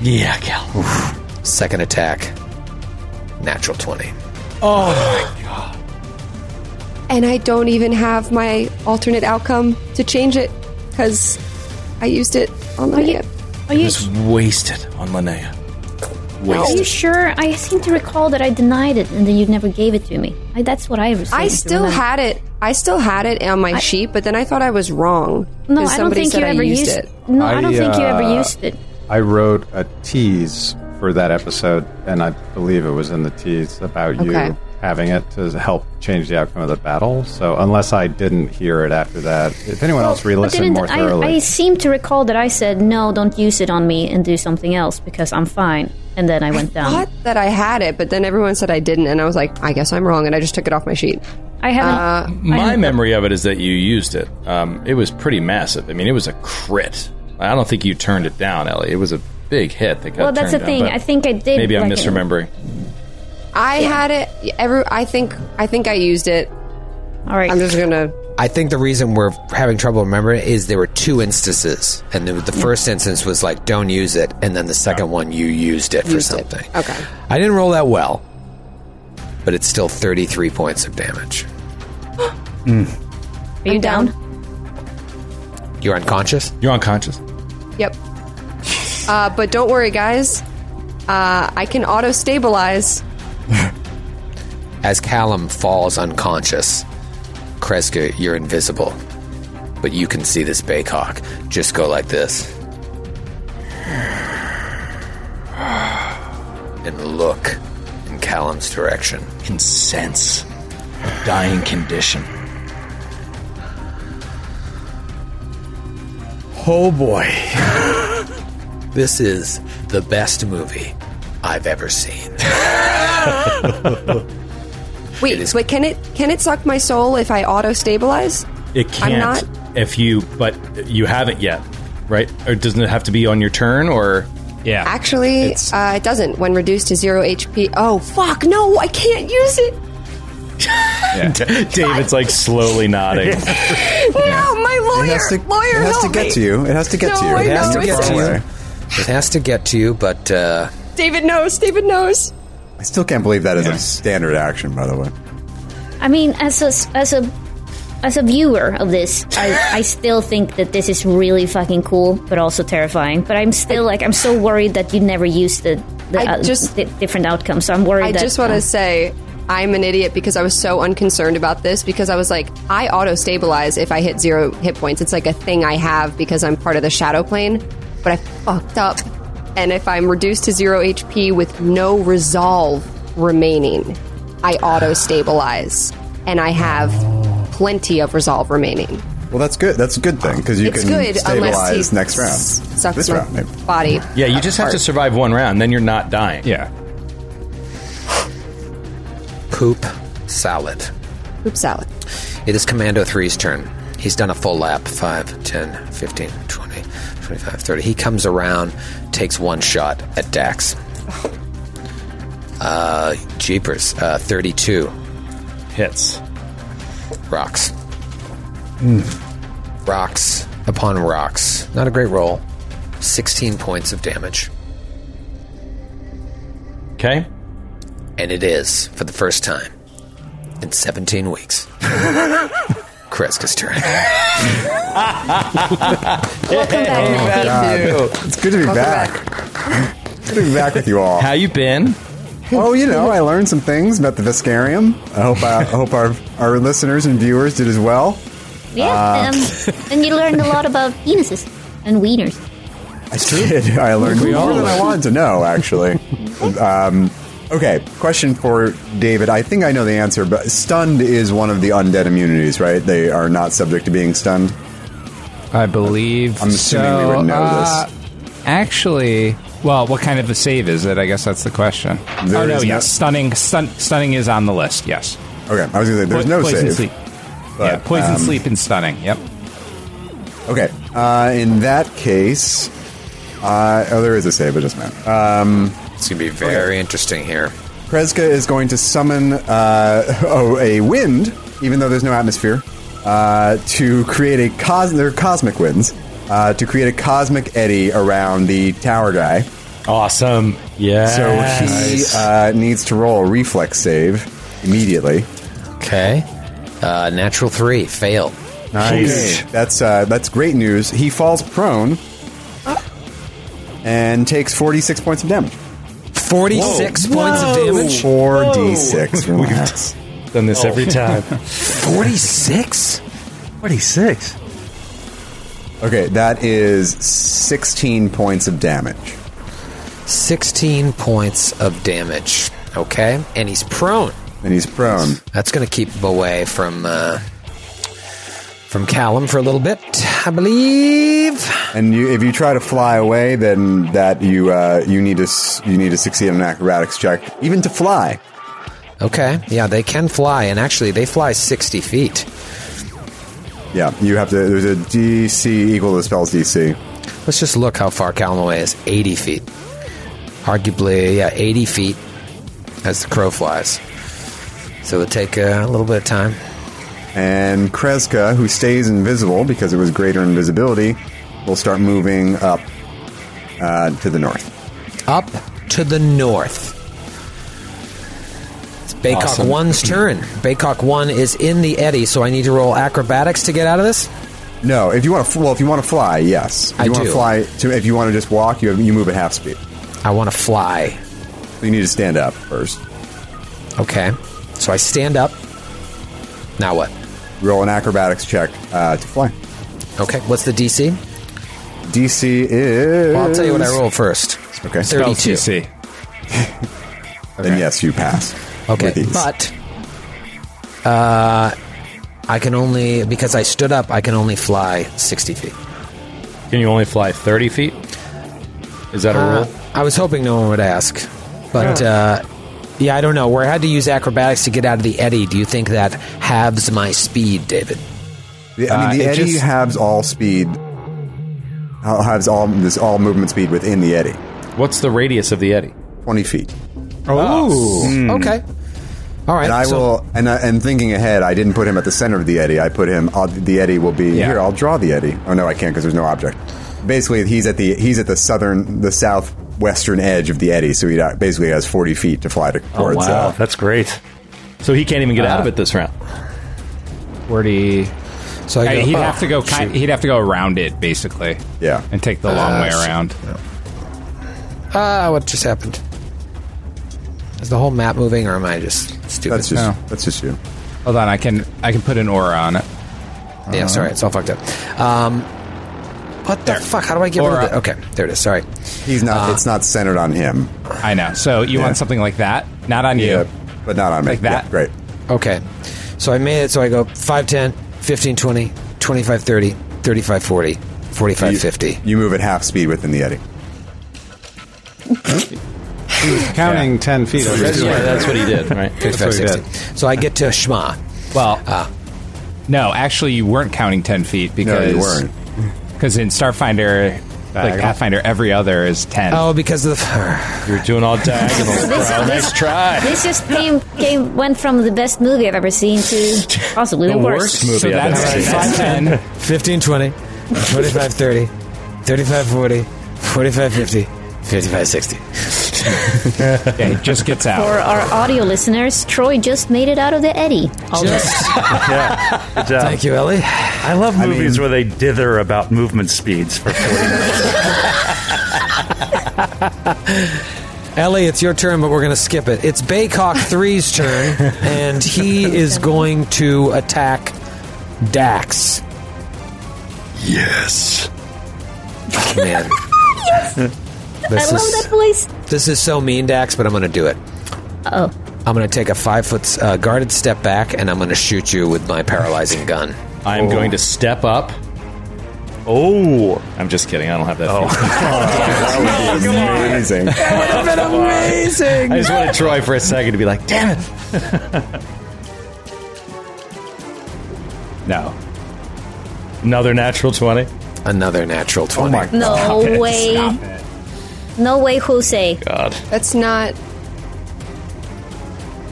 Speaker 9: Yeah, Cal.
Speaker 10: Second attack. Natural 20.
Speaker 9: Oh
Speaker 7: And I don't even have my alternate outcome to change it because I used it on the you,
Speaker 3: Are you?
Speaker 9: Just wasted on Linnea.
Speaker 3: Are you
Speaker 9: Wasted.
Speaker 3: sure? I seem to recall that I denied it and then you never gave it to me. I, that's what I. seem
Speaker 7: I
Speaker 3: to
Speaker 7: still
Speaker 3: remember.
Speaker 7: had it. I still had it on my sheet, but then I thought I was wrong.
Speaker 3: No,
Speaker 7: 'cause
Speaker 3: I don't
Speaker 7: somebody
Speaker 3: think
Speaker 7: said
Speaker 3: you
Speaker 7: I
Speaker 3: ever
Speaker 7: used
Speaker 3: used
Speaker 7: it.
Speaker 3: No, I, don't think you
Speaker 8: uh,
Speaker 3: ever used it.
Speaker 8: I wrote a tease for that episode, and I believe it was in the tease about
Speaker 7: Okay.
Speaker 8: you. having it to help change the outcome of the battle. So unless I didn't hear it after that, if anyone else re-listened more
Speaker 3: I,
Speaker 8: thoroughly,
Speaker 3: I seem to recall that I said, no, don't use it on me and do something else because I'm fine. And then I went down.
Speaker 7: Thought that I had it, but then everyone said I didn't, and I was like, I guess I'm wrong, and I just took it off my sheet. Uh,
Speaker 3: I haven't.
Speaker 9: My memory of it is that you used it. Um, it was pretty massive. I mean, it was a crit. I don't think you turned it down, Ellie. It was a big hit that got
Speaker 3: Well, that's the
Speaker 9: turned down,
Speaker 3: thing.
Speaker 9: but
Speaker 3: I think I did.
Speaker 9: Maybe I'm
Speaker 3: like, an-
Speaker 9: misremembering.
Speaker 7: I had it. Every I think I think I used it.
Speaker 3: All right.
Speaker 7: I'm just gonna.
Speaker 2: I think the reason we're having trouble remembering it is there were two instances, and the, the first instance was like, "Don't use it," and then the second one, you used it for something.
Speaker 7: Okay.
Speaker 2: I didn't roll that well, but it's still thirty-three points of damage.
Speaker 3: Are you down?
Speaker 2: You're unconscious.
Speaker 9: You're unconscious.
Speaker 7: Yep. Uh, but don't worry, guys. Uh, I can auto stabilize.
Speaker 2: As Callum falls unconscious, Kreska, you're invisible, but you can see this baycock. Just go like this. And look in Callum's direction.
Speaker 9: Can sense a dying condition.
Speaker 2: Oh boy. this is the best movie I've ever seen.
Speaker 7: Wait, wait. Can it can it suck my soul if I auto stabilize?
Speaker 9: It can't
Speaker 7: I'm not.
Speaker 9: if you, but you haven't yet, right? Or doesn't it have to be on your turn? Or yeah,
Speaker 7: Actually, uh, it doesn't. When reduced to zero HP. Oh fuck! No, I can't use it.
Speaker 9: David's like slowly nodding.
Speaker 7: No, my lawyer.
Speaker 6: It has to,
Speaker 7: lawyer,
Speaker 6: it has to
Speaker 7: help
Speaker 6: get
Speaker 7: me.
Speaker 6: to you. It has to get to
Speaker 7: No,
Speaker 6: you.
Speaker 7: I
Speaker 6: It has
Speaker 7: know,
Speaker 6: to get
Speaker 7: it's
Speaker 6: to
Speaker 7: just-
Speaker 6: you.
Speaker 2: It has to get to you, but uh,
Speaker 7: David knows. David knows.
Speaker 6: I still can't believe that is a standard action, by the way.
Speaker 3: I mean, as a as a as a viewer of this, I, I still think that this is really fucking cool, but also terrifying. But I'm still like, I'm so worried that you never used the the
Speaker 7: I
Speaker 3: uh,
Speaker 7: just-
Speaker 3: di- different outcomes. So I'm worried.
Speaker 7: I
Speaker 3: that,
Speaker 7: just want
Speaker 3: uh,
Speaker 7: to say I'm an idiot because I was so unconcerned about this because I was like, I auto stabilize if I hit zero hit points. It's like a thing I have because I'm part of the shadow plane, but I fucked up. And if I'm reduced to zero HP with no resolve remaining, I auto stabilize. And I have plenty of resolve remaining.
Speaker 6: Well, that's good. That's a good thing because you
Speaker 7: It's
Speaker 6: can
Speaker 7: good, unless he
Speaker 6: stabilize next round.
Speaker 7: sucks
Speaker 6: this
Speaker 7: my
Speaker 6: round, maybe.
Speaker 7: Body.
Speaker 9: Yeah, you just have to survive one round, then you're not dying.
Speaker 12: Yeah.
Speaker 2: poop salad.
Speaker 7: Poop salad.
Speaker 2: It is Commando 3's turn. He's done a full lap 5, 10, 15, 20, 25, 30. He comes around, takes one shot at Dax. Uh, Jeepers, uh, 32.
Speaker 9: Hits.
Speaker 2: Rocks.
Speaker 6: Mm.
Speaker 2: Rocks upon rocks. Not a great roll. 16 points of damage.
Speaker 9: Okay.
Speaker 2: And it is, for the first time in 17 weeks, Kreska's turn.
Speaker 3: Welcome back, Matthew.
Speaker 6: It's good to be back. good to be back with you all. How
Speaker 9: you been?
Speaker 6: Oh, you know, I learned some things about the Viscarium. I hope uh, I, I hope our our listeners and viewers did as well.
Speaker 3: Yeah,
Speaker 6: Uh,
Speaker 3: um, and you learned a lot about penises and wieners.
Speaker 6: It's true. I learned
Speaker 3: We all
Speaker 6: more than I
Speaker 3: learned.
Speaker 6: wanted to know, actually. um, okay, question for David. I think I know the answer, but stunned is one of the undead immunities, right? They are not subject to being stunned.
Speaker 12: I believe. uh,
Speaker 6: I'm assuming we would know
Speaker 2: uh,
Speaker 6: this.
Speaker 12: Actually, well, what kind of a save is it? I guess that's the question.
Speaker 6: There
Speaker 12: oh no,
Speaker 6: is
Speaker 12: yes,
Speaker 6: no-
Speaker 12: stunning, stun, stunning is on the list. Yes.
Speaker 6: Okay, I was going to say there's
Speaker 12: Po-
Speaker 6: no
Speaker 12: poison
Speaker 6: save,
Speaker 12: Sleep.
Speaker 6: but,
Speaker 12: yeah, poison
Speaker 6: um,
Speaker 12: sleep and stunning. Yep.
Speaker 6: Okay. Uh, in that case, uh, oh, there is a save. It just meant. Um,
Speaker 2: It's going to be very interesting here.
Speaker 6: Kreska is going to summon uh, oh, a wind, even though there's no atmosphere, uh, to create a cos- they're cosmic winds uh, to create a cosmic eddy around the tower guy.
Speaker 9: Awesome. Yeah.
Speaker 6: So he uh, needs to roll a reflex save immediately.
Speaker 2: Okay. Uh, natural three, fail.
Speaker 6: Nice. That's uh, that's great news. He falls prone and takes 46 points of damage.
Speaker 10: 46 Whoa. points of Whoa. damage?
Speaker 6: 4d6. Relax.
Speaker 9: Done this
Speaker 6: Oh.
Speaker 9: every time.
Speaker 2: 46?
Speaker 6: 46. Okay, that is 16 points of damage.
Speaker 2: 16 points of damage. Okay. And he's prone.
Speaker 6: and he's prone.
Speaker 2: That's going to keep him away from uh, from Callum for a little bit, I believe.
Speaker 6: And you, if you try to fly away, then that you uh, you need to s- you need to succeed on an acrobatics check, even to fly.
Speaker 2: Okay, yeah, they can fly, and actually, they fly sixty feet.
Speaker 6: Yeah, you have to. There's a DC equal to the spell's DC.
Speaker 2: Let's just look how far Callum away is. Eighty feet, arguably, yeah, eighty feet as the crow flies. So it'll take uh, a little bit of time.
Speaker 6: And Kreska, who stays invisible because it was greater invisibility, will start moving up uh, to the north.
Speaker 2: Up to the north. It's Baycock
Speaker 6: Awesome.
Speaker 2: one's turn. Baycock one is in the eddy, so I need to roll acrobatics to get out of this.
Speaker 6: No, if you want to, well, if you want to fly, yes. If
Speaker 2: I
Speaker 6: you want
Speaker 2: do.
Speaker 6: to fly. To, if you want to just walk, you have, you move at half speed.
Speaker 2: I want to fly.
Speaker 6: You need to stand up first.
Speaker 2: Okay, so I stand up. Now what?
Speaker 6: Roll an acrobatics check uh, to fly.
Speaker 2: Okay, what's the DC?
Speaker 6: DC is.
Speaker 2: Well, I'll tell you what I rolled first.
Speaker 6: Okay,
Speaker 2: 32. Spell CC.
Speaker 6: Then yes, you pass.
Speaker 2: Okay,
Speaker 6: with ease.
Speaker 2: but uh, I can only because I stood up. I can only fly sixty feet.
Speaker 9: Can you only fly thirty feet? Is that a
Speaker 2: Uh,
Speaker 9: rule?
Speaker 2: I was hoping no one would ask, but
Speaker 9: Yeah.
Speaker 2: uh, yeah, I don't know. Where I had to use acrobatics to get out of the eddy. Do you think that halves my speed, David?
Speaker 6: The- I mean, the
Speaker 2: Uh, it
Speaker 6: eddy
Speaker 2: just-
Speaker 6: halves all speed. ha- Halves all this all movement speed within the eddy.
Speaker 9: What's the radius of the eddy?
Speaker 6: Twenty feet.
Speaker 2: Oh, Hmm. okay. All right.
Speaker 6: And I
Speaker 2: so-
Speaker 6: will. And I, and thinking ahead, I didn't put him at the center of the eddy. I put him. i the eddy will be
Speaker 2: Yeah.
Speaker 6: here. I'll draw the eddy. Oh no, I can't because there's no object. Basically, he's at the he's at the southern the southwestern edge of the eddy, so he uh, basically has forty feet to fly to,
Speaker 2: Oh,
Speaker 6: towards. uh,
Speaker 9: that's great. So he can't even get out of it this round.
Speaker 12: Forty.
Speaker 2: So
Speaker 9: I go-
Speaker 12: he'd
Speaker 9: oh,
Speaker 12: have to go. ki-
Speaker 9: shoot.
Speaker 12: he'd have to go around it basically.
Speaker 6: Yeah,
Speaker 12: and take the long
Speaker 2: Uh,
Speaker 12: way
Speaker 2: so-
Speaker 12: around.
Speaker 2: Ah, what just happened? Is the whole map moving, or am I just stupid?
Speaker 12: That's just- No.
Speaker 6: that's just you.
Speaker 12: Hold on, Uh-huh. I can I can put an aura on it.
Speaker 2: Yeah, sorry, it's all fucked up. Um, what the fuck? How do I get rid
Speaker 12: uh,
Speaker 2: of it? Okay, there it is. Sorry, Uh,
Speaker 6: he's not. it's not centered on him.
Speaker 12: I know. So you want something like that, not on you,
Speaker 6: but not on me.
Speaker 12: like that.
Speaker 6: Yeah, great.
Speaker 2: Okay. So I made it. So I go 5, 10, 15, 20, 25, 30, 35, 40, 45,
Speaker 6: You-
Speaker 2: 50.
Speaker 6: You move at half speed within the eddy.
Speaker 8: He was counting 10 feet.
Speaker 2: So
Speaker 8: over
Speaker 2: that's-
Speaker 8: his
Speaker 2: yeah,
Speaker 8: head.
Speaker 2: that's what he did,
Speaker 9: right?
Speaker 8: That's what he did.
Speaker 2: 60. So I get to Shema. Ah.
Speaker 12: Well, no, actually, you weren't counting ten feet because
Speaker 2: weren't.
Speaker 12: Because in Starfinder, like
Speaker 2: Diagonal.
Speaker 12: Pathfinder, every other is ten.
Speaker 2: Oh, because of the.
Speaker 9: You're doing all diagonals,
Speaker 3: So this-
Speaker 9: bro.
Speaker 3: this-
Speaker 9: Nice try.
Speaker 3: This just came, came went from the best movie I've ever seen to possibly the, worst.
Speaker 9: movie I've
Speaker 12: that's
Speaker 9: ever seen.
Speaker 12: 5, 10,
Speaker 2: 15, 20, 25, 30, 35, 40, 45, 50, 55, 60.
Speaker 12: yeah, he just gets out.
Speaker 3: For our audio listeners, Troy just made it out of the eddy. Almost.
Speaker 13: yeah, good job.
Speaker 2: Thank you, Ellie. I love
Speaker 13: movies where they dither about movement speeds for 40 minutes.
Speaker 2: Ellie, it's your turn, but we're going to skip it. It's Baycock 3's turn, and he is going to attack Dax.
Speaker 10: Yes.
Speaker 2: Oh, man. This
Speaker 3: I love
Speaker 2: is-
Speaker 3: that voice.
Speaker 2: This is so mean, Dax, but I'm going to do it.
Speaker 3: Oh,
Speaker 2: I'm going to take a five foot uh, guarded step back, and I'm going to shoot you with my paralyzing gun.
Speaker 9: I'm going to step up. Oh, I'm just kidding. I don't have that.
Speaker 13: Oh.
Speaker 6: That would be amazing.
Speaker 10: Oh,
Speaker 2: That would have been amazing.
Speaker 9: I just wanted Troy for a second to be like, "Damn it!"
Speaker 12: No,
Speaker 9: Another natural twenty. Oh
Speaker 2: Another natural twenty.
Speaker 9: my
Speaker 3: No way. no way, Jose.
Speaker 9: God.
Speaker 18: That's not.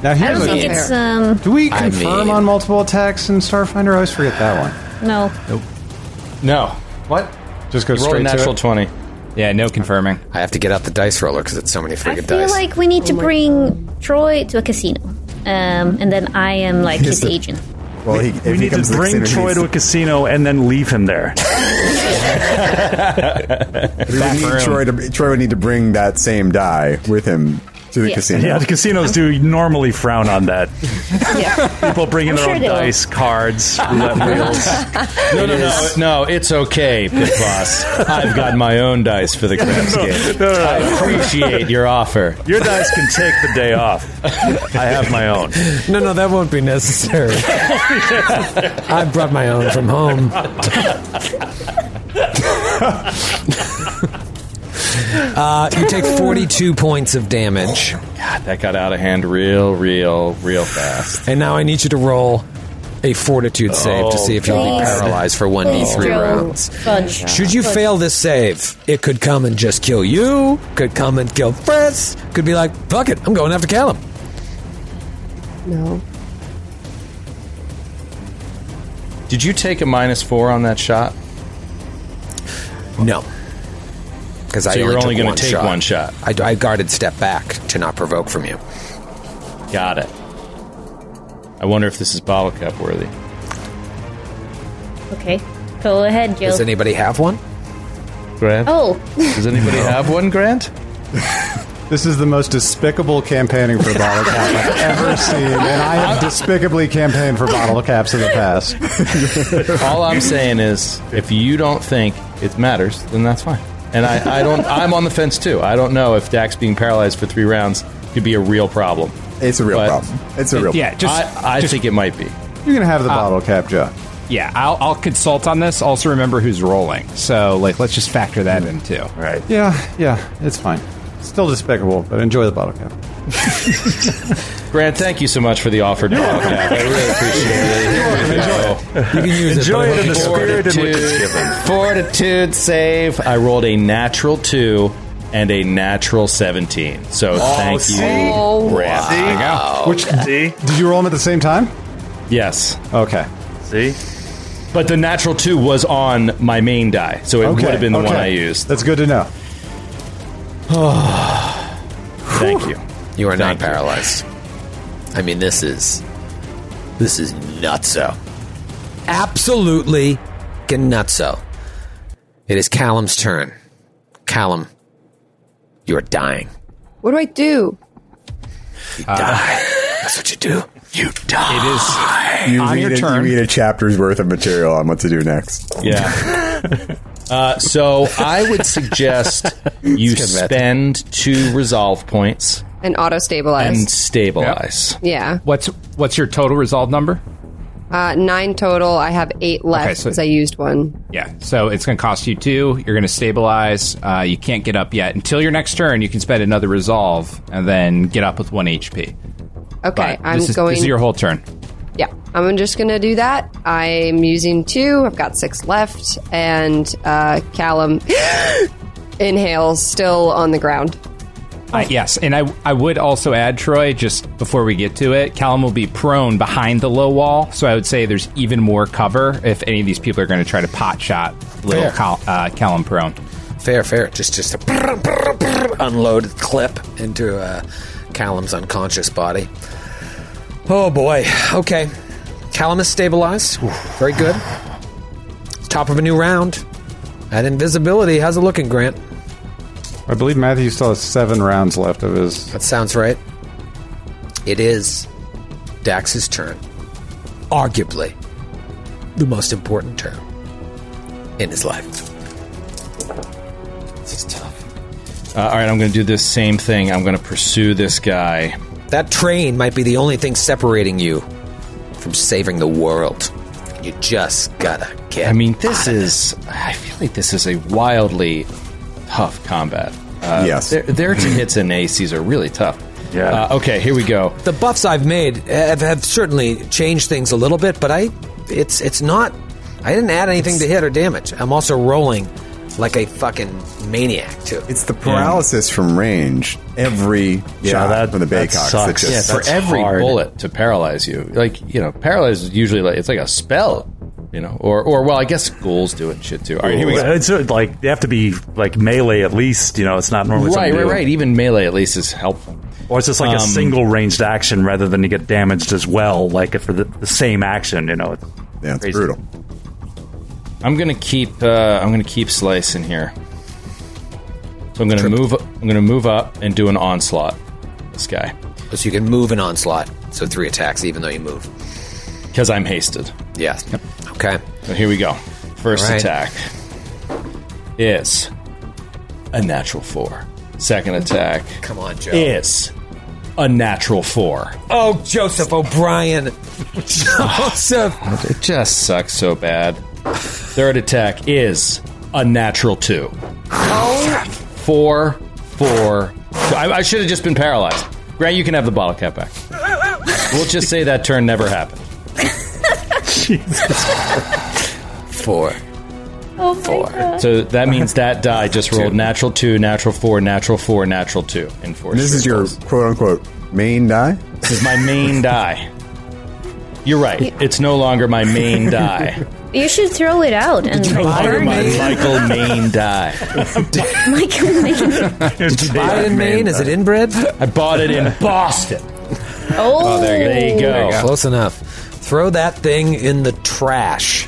Speaker 8: Now,
Speaker 3: I
Speaker 8: here's
Speaker 3: don't think
Speaker 8: a,
Speaker 3: it's um
Speaker 8: do we
Speaker 2: I
Speaker 8: confirm
Speaker 2: mean-
Speaker 8: on multiple attacks in Starfinder? I always forget that one.
Speaker 3: no.
Speaker 9: No. What?
Speaker 8: Just go
Speaker 9: You rolled
Speaker 8: straight
Speaker 9: a
Speaker 8: to
Speaker 9: natural
Speaker 8: it.
Speaker 9: twenty.
Speaker 12: yeah, no confirming.
Speaker 2: I have to get out the dice roller because it's so many
Speaker 3: I
Speaker 2: freaking
Speaker 3: feel
Speaker 2: dice.
Speaker 3: like we need
Speaker 18: Oh
Speaker 3: to bring Troy to a casino. Um, and then I am like
Speaker 6: Yes,
Speaker 3: his
Speaker 6: sir.
Speaker 3: agent.
Speaker 6: Well, he, if
Speaker 13: We
Speaker 6: he
Speaker 13: need to
Speaker 6: comes
Speaker 13: bring
Speaker 6: the
Speaker 13: Troy to a casino and then leave him there.
Speaker 6: We would need Troy, to, Troy would need to bring that same die with him to the casino.
Speaker 13: Yeah, the casinos do normally frown on that. People bring in
Speaker 9: I'm
Speaker 13: their
Speaker 9: sure
Speaker 13: own
Speaker 9: they will.
Speaker 13: dice, cards, roulette wheels.
Speaker 9: No, no, no, no. It's okay, Pit Boss. I've got my own dice for the Craps game. I appreciate your offer.
Speaker 13: Your dice can take the day off. I have my own.
Speaker 2: No, no, that won't be necessary. I brought my own from home. uh, you take 42 points of damage.
Speaker 9: God, that got out of hand real, real, real fast.
Speaker 2: And now I need you to roll a fortitude save to see if you'll be
Speaker 9: God.
Speaker 2: paralyzed for 1d3
Speaker 9: Oh, Please, Joe.
Speaker 2: rounds.
Speaker 9: Fudge.
Speaker 2: Should you
Speaker 9: Fudge.
Speaker 2: fail this save, it could come and just kill you, could come and kill Fritz, could be like, fuck it, I'm going after Callum.
Speaker 7: No.
Speaker 9: Did you take a minus four on that shot?
Speaker 2: No. Because
Speaker 9: So
Speaker 10: I
Speaker 9: you're
Speaker 10: took
Speaker 9: only gonna
Speaker 10: one
Speaker 9: take
Speaker 10: shot.
Speaker 9: one shot.
Speaker 10: I, I guarded step back to not provoke from you.
Speaker 9: Got it. I wonder if this is bottle cap worthy.
Speaker 3: Okay, go ahead, Joe.
Speaker 2: have one?
Speaker 9: Grant?
Speaker 3: Oh.
Speaker 9: Does anybody have one, Grant?
Speaker 8: This is the most despicable campaigning for bottle cap I've ever seen, and I have despicably campaigned for bottle caps in the past.
Speaker 9: All I'm saying is, if you don't think it matters, then that's fine. And I, I don't. I'm on the fence too. I don't know if Dax being paralyzed for three rounds could be a real problem.
Speaker 6: It's a real problem. It's a real
Speaker 12: Yeah, problem. just-
Speaker 9: I, I
Speaker 12: just-
Speaker 9: think it might be.
Speaker 8: You're gonna have the
Speaker 9: Ah.
Speaker 8: bottle cap, Joe.
Speaker 12: Yeah, I'll, I'll consult on this. Also, remember who's rolling. So, like, let's just factor that in too.
Speaker 13: Right.
Speaker 8: Yeah, yeah, it's fine. Still despicable, but enjoy the bottle cap.
Speaker 9: Grant, thank you so much for the offered bottle cap. I really appreciate it.
Speaker 2: You can use
Speaker 13: Enjoy it in the spirit in which it's given.
Speaker 9: Fortitude, fortitude save. I rolled a natural two and a natural seventeen. So
Speaker 6: Oh,
Speaker 9: thank you, Grant. Oh,
Speaker 8: Which did you roll them at the same time?
Speaker 9: Yes.
Speaker 8: Okay.
Speaker 13: See?
Speaker 9: But the natural two was on my main die, so it
Speaker 8: Okay,
Speaker 9: would have been the one
Speaker 8: okay.
Speaker 9: I used.
Speaker 8: That's good to know.
Speaker 10: Oh.
Speaker 9: Thank you.
Speaker 10: You are not paralyzed. I mean, this is this is nutso.
Speaker 2: Absolutely
Speaker 10: nutso. It is Callum's turn. Callum, you are dying.
Speaker 7: What do I do?
Speaker 9: Uh,
Speaker 10: That's what you do. You
Speaker 12: die.
Speaker 6: You
Speaker 12: on
Speaker 6: read
Speaker 12: your
Speaker 6: a,
Speaker 12: turn.
Speaker 6: You read a chapter's worth of material on what to do next.
Speaker 9: Yeah. Uh, so I would suggest you spend two resolve points
Speaker 7: And auto
Speaker 9: and
Speaker 7: stabilize.
Speaker 9: stabilize.
Speaker 7: yeah.
Speaker 12: What's what's your total resolve number?
Speaker 7: Uh, nine total. I have eight left
Speaker 12: Okay, so-
Speaker 7: because I used one.
Speaker 12: Yeah. So it's going to cost you two. You're going to stabilize. Uh, you can't get up yet until your next turn. You can spend another resolve and then get up with one HP.
Speaker 7: Okay,
Speaker 12: But
Speaker 7: I'm
Speaker 12: this is,
Speaker 7: going.
Speaker 12: This is your whole turn.
Speaker 7: yeah, I'm just gonna do that. I'm using two. I've got six left, and uh, Callum inhales, still on the ground. Oh.
Speaker 12: Uh, yes, and I I would also add Troy just before we get to it. Callum will be prone behind the low wall, so I would say there's even more cover if any of these people are going to try to pot shot
Speaker 10: Fair.
Speaker 12: little Cal, uh, Callum prone.
Speaker 10: Fair, fair. Just just a brr, brr, brr, unloaded clip into uh, Callum's unconscious body. Oh boy. Okay. Callum is stabilized. Very good. Top of a new round. At invisibility, how's it looking, Grant?
Speaker 8: I believe Matthew still has seven rounds left of his.
Speaker 10: That sounds right. It is Dax's turn. Arguably the most important turn in his life.
Speaker 9: This is tough. Uh, all right, I'm going to do this same thing. I'm going to pursue this guy.
Speaker 10: That train might be the only thing separating you from saving the world. You just gotta get.
Speaker 9: I mean, this is. I feel like this is a wildly tough combat. Uh,
Speaker 6: yes.
Speaker 9: Their, their two hits and ACs are really tough. Yeah. Uh, okay, here we go.
Speaker 2: The buffs I've made have, have certainly changed things a little bit, but I it's it's not I didn't add anything to hit or damage. I'm also rolling like a fucking maniac too.
Speaker 6: It's the Paralysis from range. Every
Speaker 9: Yeah,
Speaker 6: shot
Speaker 9: that-
Speaker 6: from the
Speaker 9: that
Speaker 6: Baycocks. that
Speaker 9: sucks.
Speaker 6: just-
Speaker 9: Yeah, for
Speaker 6: that's
Speaker 9: every
Speaker 6: hard.
Speaker 9: bullet to paralyze you, like you know, paralyze is usually like it's like a spell, you know, or or well, I guess ghouls do it and shit too. All right, here we go.
Speaker 13: It's uh, like they have to be like melee at least. You know, it's not normally
Speaker 9: Right,
Speaker 13: something
Speaker 9: right,
Speaker 13: new.
Speaker 9: right. Even melee at least is helpful.
Speaker 13: Or it's just like a
Speaker 9: Um,
Speaker 13: single ranged action rather than you get damaged as well, like for the, the same action. You know, it's,
Speaker 6: yeah, it's brutal.
Speaker 9: I'm gonna keep. Uh, I'm gonna keep slicing here. So I'm gonna move. I'm gonna move up and do an onslaught. this guy.
Speaker 10: So you can move an onslaught. So three attacks, even though you move.
Speaker 9: Because I'm hasted.
Speaker 10: Yes. Okay.
Speaker 9: So here we go. First
Speaker 10: All right.
Speaker 9: attack is a natural four. Second attack.
Speaker 10: Come on, Joe.
Speaker 9: Is a natural four.
Speaker 2: Oh, Joseph O'Brien. Joseph.
Speaker 9: It just sucks so bad. Third attack is a natural two.
Speaker 3: Oh.
Speaker 9: Four, four. I, I should have just been paralyzed. Grant, you can have the bottle cap back. We'll just say that turn never happened.
Speaker 10: Four.
Speaker 3: Oh my God.
Speaker 9: So that means that die just rolled natural two, natural four, natural four, natural two, and four.
Speaker 6: This is your quote unquote main die?
Speaker 9: This is my main die. You're right. It's no longer my main die.
Speaker 3: You should throw it out and
Speaker 9: No
Speaker 3: like,
Speaker 9: longer
Speaker 3: burn
Speaker 9: my
Speaker 3: it.
Speaker 9: Michael main die.
Speaker 3: Michael Maine.
Speaker 9: Did you
Speaker 2: buy it in Maine? Is it inbred?
Speaker 9: I bought it in Boston.
Speaker 3: Oh,
Speaker 9: There you go.
Speaker 2: Close enough. Throw that thing in the trash.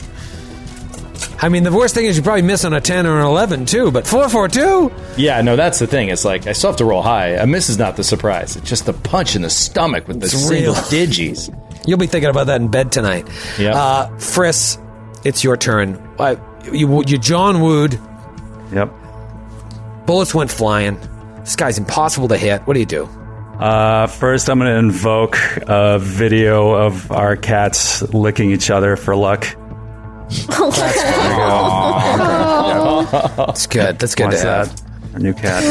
Speaker 2: I mean, the worst thing is you probably miss on a 10 or an 11, too, but 442?
Speaker 9: Yeah, no, that's the thing. It's like I still have to roll high. A miss is not the surprise. It's just the punch in the stomach with the
Speaker 2: It's
Speaker 9: single
Speaker 2: real.
Speaker 9: digis.
Speaker 2: You'll be thinking about that in bed tonight.
Speaker 9: Yep.
Speaker 2: Uh, Friss, it's your turn. Uh, you, you John Wooed.
Speaker 13: Yep.
Speaker 2: Bullets went flying. This guy's impossible to hit. What do you do?
Speaker 13: Uh, first, I'm going to invoke a video of our cats licking each other for luck.
Speaker 10: That's good. That's good
Speaker 13: Why's
Speaker 10: to have.
Speaker 13: that? Our new cat.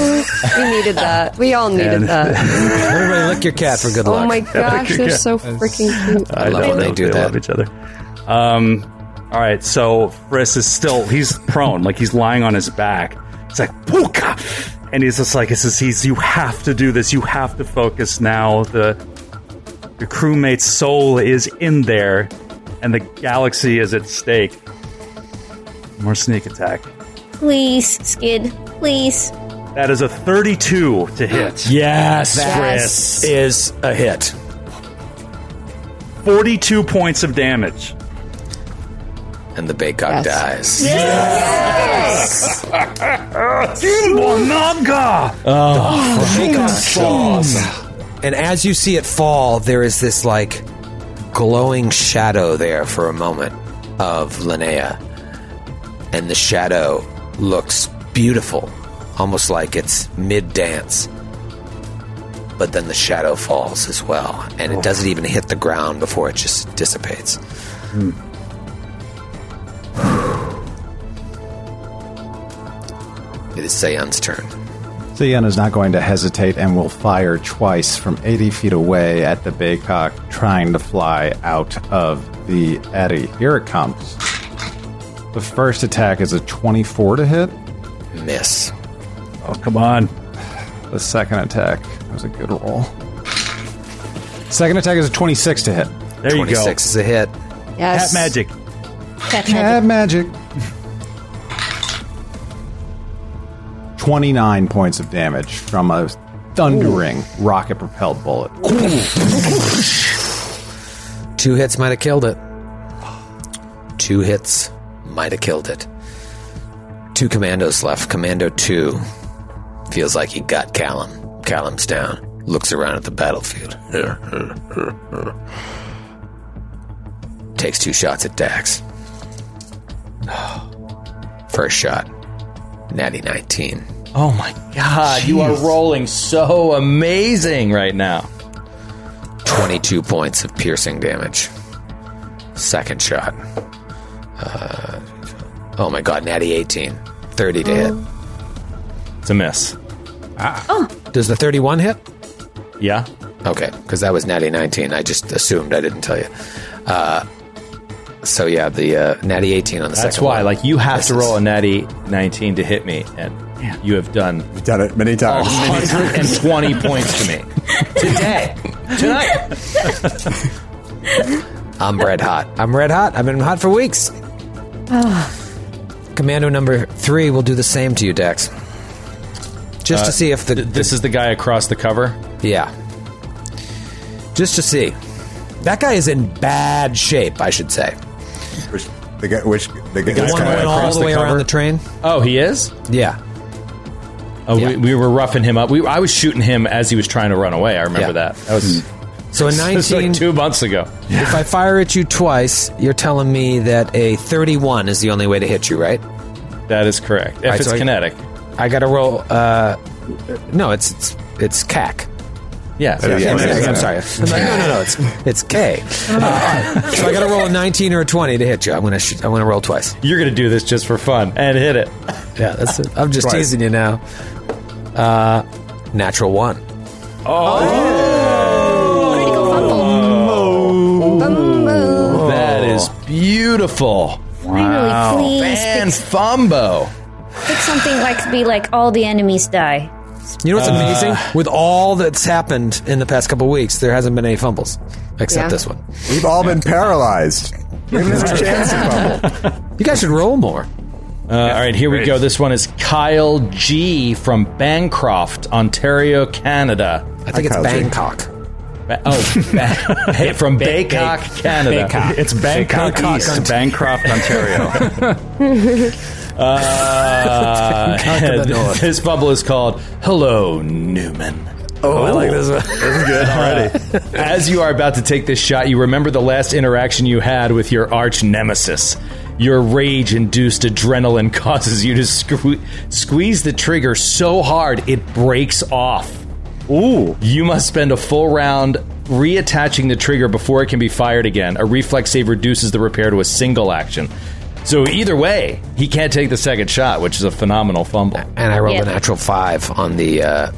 Speaker 7: we needed that. We all needed
Speaker 13: And-
Speaker 7: that.
Speaker 2: Everybody lick your cat for good
Speaker 7: Oh
Speaker 2: luck.
Speaker 7: my gosh, they're
Speaker 13: Yeah.
Speaker 7: so freaking cute.
Speaker 13: I, love when they do that. love each other. Um, all right, so Friss is still he's prone, like he's lying on his back. It's like Puka, and he's just like, "This is he's. You have to do this. You have to focus now." The the crewmate's soul is in there, and the galaxy is at stake. More sneak attack.
Speaker 3: Please, Skid. Please.
Speaker 13: That is a thirty-two to hit.
Speaker 9: Yes,
Speaker 3: Yes.
Speaker 9: Chris
Speaker 2: is a hit.
Speaker 13: Forty-two points of damage.
Speaker 10: And the Baycock dies.
Speaker 5: Yes!
Speaker 2: Oh, the Baycock
Speaker 10: Oh,
Speaker 2: falls. And as you see it fall, there is this like
Speaker 10: glowing shadow there for a moment of Linnea. And the shadow looks beautiful, almost like it's mid dance. But then the shadow falls as well, and it doesn't even hit the ground before it just dissipates. It is Seon's turn.
Speaker 8: Theon is not going to hesitate and will fire twice from 80 feet away at the Baycock trying to fly out of the eddy. Here it comes. The first attack is a 24 to hit.
Speaker 10: Miss.
Speaker 13: Oh, come on.
Speaker 8: The second attack was a good roll. Second attack is a 26 to hit.
Speaker 13: There
Speaker 10: you go. 26 is a hit.
Speaker 7: Yes.
Speaker 13: Cat magic.
Speaker 7: Cat
Speaker 8: Cat magic. 29 points of damage from a thundering rocket propelled bullet.
Speaker 10: Two hits might have killed it. Two hits might have killed it. Two commandos left. Commando 2 feels like he got Callum. Callum's down. Looks around at the battlefield. Takes two shots at Dax. First shot, Natty 19.
Speaker 9: Oh my god, you are rolling so amazing right now.
Speaker 10: 22 points of piercing damage. Second shot. Uh, oh my god, natty 18. 30 to hit.
Speaker 9: It's a miss.
Speaker 2: Does the 31 hit?
Speaker 9: Yeah.
Speaker 10: Okay, because that was natty 19. I just assumed I didn't tell you. Uh, so yeah, the uh, natty 18 on the
Speaker 9: That's
Speaker 10: second
Speaker 9: why,
Speaker 10: one.
Speaker 9: like, you have to
Speaker 10: Misses.
Speaker 9: roll a natty 19 to hit me, and you have done
Speaker 6: Done it many times.
Speaker 2: Oh,
Speaker 9: 120 points to me. Today. Tonight.
Speaker 10: I'm red hot.
Speaker 2: I'm red hot. I've been hot for weeks. Commando number three will do the same to you, Dex. Just
Speaker 9: Uh,
Speaker 2: to see if the,
Speaker 9: This is the guy across the cover.
Speaker 2: Yeah. Just to see. That guy is in bad shape, I should say.
Speaker 6: Which, the guy, which, the, guy
Speaker 2: The one
Speaker 6: guy
Speaker 2: went all
Speaker 6: across
Speaker 2: the way
Speaker 6: cover?
Speaker 2: around the train?
Speaker 9: Oh, he is?
Speaker 2: Yeah.
Speaker 9: Uh, we, we were roughing him up. We, I was shooting him as he was trying to run away. I remember that. That was
Speaker 2: So a
Speaker 9: this was like
Speaker 2: 19
Speaker 9: two months ago.
Speaker 2: If I fire at you twice, you're telling me that a 31 is the only way to hit you, right?
Speaker 9: That is correct. If it's kinetic.
Speaker 2: I, got to roll. Uh, no, it's it's, it's CAC.
Speaker 9: Yeah,
Speaker 2: so- yeah,
Speaker 9: Yeah, yeah,
Speaker 2: yeah,
Speaker 9: yeah.
Speaker 2: I'm sorry. I'm like, no, no, no. It's it's K. Uh, so I got to roll a 19 or a 20 to hit you. I'm gonna sh- I'm gonna roll twice.
Speaker 9: You're gonna do this just for fun and hit it.
Speaker 2: Yeah, that's it. I'm just
Speaker 9: Twice.
Speaker 2: teasing you now. Uh, natural one.
Speaker 9: That is beautiful.
Speaker 3: Finally, please
Speaker 9: And
Speaker 3: fix,
Speaker 9: Fumbo.
Speaker 3: fix something like be like all the enemies die.
Speaker 2: You know what's
Speaker 3: Uh.
Speaker 2: amazing? With all that's happened in the past couple weeks, there hasn't been any fumbles except
Speaker 3: Yeah.
Speaker 2: this one.
Speaker 6: We've all been paralyzed.
Speaker 2: You guys should roll more.
Speaker 9: Uh, all right, here we go. This one is Kyle G from Bancroft, Ontario, Canada.
Speaker 2: I think it's Kyle G. Bangkok.
Speaker 9: Ba- oh, ba- hey, from Bangkok, Canada.
Speaker 13: Bangkok. It's Bangkok East, Bancroft, Ontario.
Speaker 9: Uh,
Speaker 13: Bangkok to the north.
Speaker 9: this bubble is called Hello Newman.
Speaker 13: Oh, I like this one. This is good already.
Speaker 9: As you are about to take this shot, you remember the last interaction you had with your arch nemesis. Your rage induced adrenaline causes you to sque- squeeze the trigger so hard it breaks off. Ooh. You must spend a full round reattaching the trigger before it can be fired again. A reflex save reduces the repair to a single action. So either way, he can't take the second shot, which is a phenomenal fumble.
Speaker 10: and I rolled a natural five on the uh,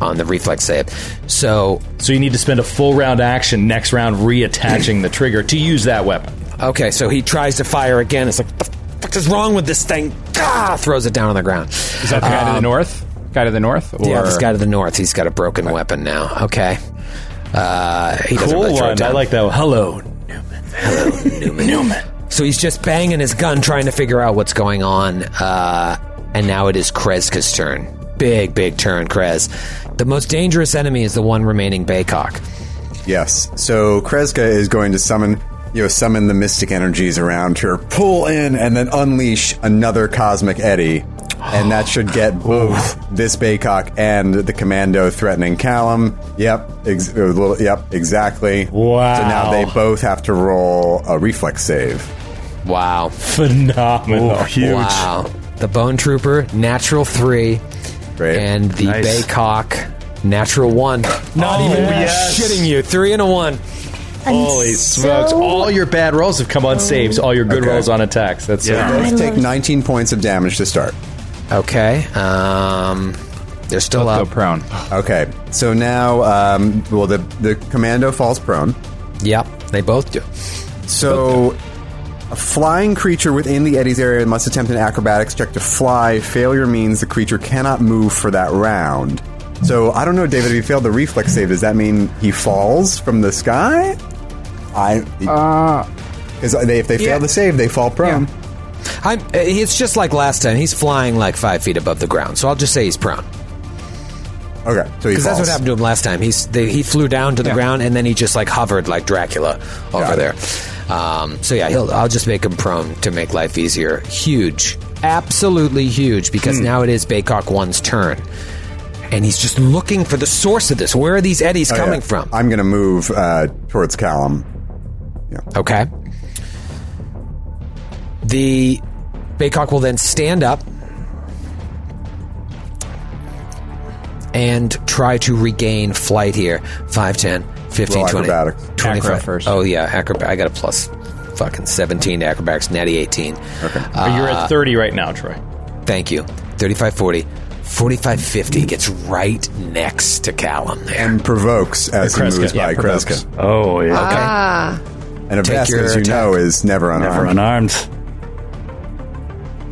Speaker 10: on the reflex save.
Speaker 9: So, so you need to spend a full round action next round reattaching the trigger to use that weapon.
Speaker 2: Okay, so he tries to fire again. It's like, the fuck is wrong with this thing? Ah, throws it down on the ground. Is
Speaker 12: that the guy to the north? Guy to the north? Or...
Speaker 2: Yeah, this guy to the north. He's got a broken weapon now. Okay. Uh, he doesn't
Speaker 9: Cool
Speaker 2: really throw it
Speaker 9: one.
Speaker 2: down.
Speaker 9: I like that one. Hello,
Speaker 2: Newman. So he's just banging his gun, trying to figure out what's going on. Uh, and now it is Kreska's turn. Big, big turn, Krez. The most dangerous enemy is the one remaining Baycock.
Speaker 6: Yes. So Kreska is going to summon, you know, summon the mystic energies around her, pull in, and then unleash another cosmic eddy, and that should get both this Baycock and the commando threatening Callum. Yep. Ex- a little, yep. Exactly. Wow. So now they both have to roll a reflex save.
Speaker 2: Wow.
Speaker 9: Phenomenal.
Speaker 2: Wow. The Bone Trooper, natural three. And the
Speaker 9: Nice. Oh,
Speaker 2: Baycock, natural one. Not even shitting you. Three and a one.
Speaker 9: Holy smokes. All your bad rolls have come on saves, all your good rolls on attacks. That's
Speaker 6: So
Speaker 9: it.
Speaker 6: they both take 19 points of damage to start.
Speaker 2: Okay. Um, they're still
Speaker 6: up.
Speaker 12: prone.
Speaker 6: Okay. So now, um, well, the the commando falls prone.
Speaker 2: Yep. They both do.
Speaker 6: So, a flying creature within the Eddie's area must attempt an acrobatics check to fly. Failure means the creature cannot move for that round. So I don't know, David. If he failed the reflex save, does that mean he falls from the sky? I. Because they, if they fail the save, they fall prone.
Speaker 2: I'm, uh, it's just like last time. He's flying like five feet above the ground, so I'll just say he's prone.
Speaker 6: Okay, so he
Speaker 2: because that's
Speaker 6: falls.
Speaker 2: what happened to him last time. He's they, he flew down to the ground and then he just like hovered like Dracula over there. Um, so yeah, he'll, I'll just make him prone to make life easier. Huge, absolutely huge, because
Speaker 6: Hmm.
Speaker 2: now it is Baycock one's turn, and he's just looking for the source of this. Where are these eddies
Speaker 6: Oh, yeah.
Speaker 2: coming from?
Speaker 6: I'm going to move uh, towards Callum.
Speaker 2: Okay. The Baycock will then stand up and try to regain flight here. 5, 10, 15,
Speaker 6: Roll
Speaker 2: 20.
Speaker 6: acrobatics.
Speaker 2: 25.
Speaker 6: Acro first.
Speaker 2: Oh, yeah, acrobat. I got a plus fucking 17 to acrobatics, natty 18. Okay.
Speaker 9: But you're at 30 right now, Troy.
Speaker 2: Thank you. 35 40. 45 50 gets right next to Callum there.
Speaker 6: And provokes as he
Speaker 2: Kreska.
Speaker 6: moves
Speaker 2: Yeah,
Speaker 6: by
Speaker 2: provokes.
Speaker 6: Kreska. Oh, yeah.
Speaker 7: Ah.
Speaker 6: And a
Speaker 2: Take
Speaker 6: vest,
Speaker 2: your
Speaker 6: as you
Speaker 2: attack.
Speaker 6: know, is never unarmed.
Speaker 13: Never unarmed.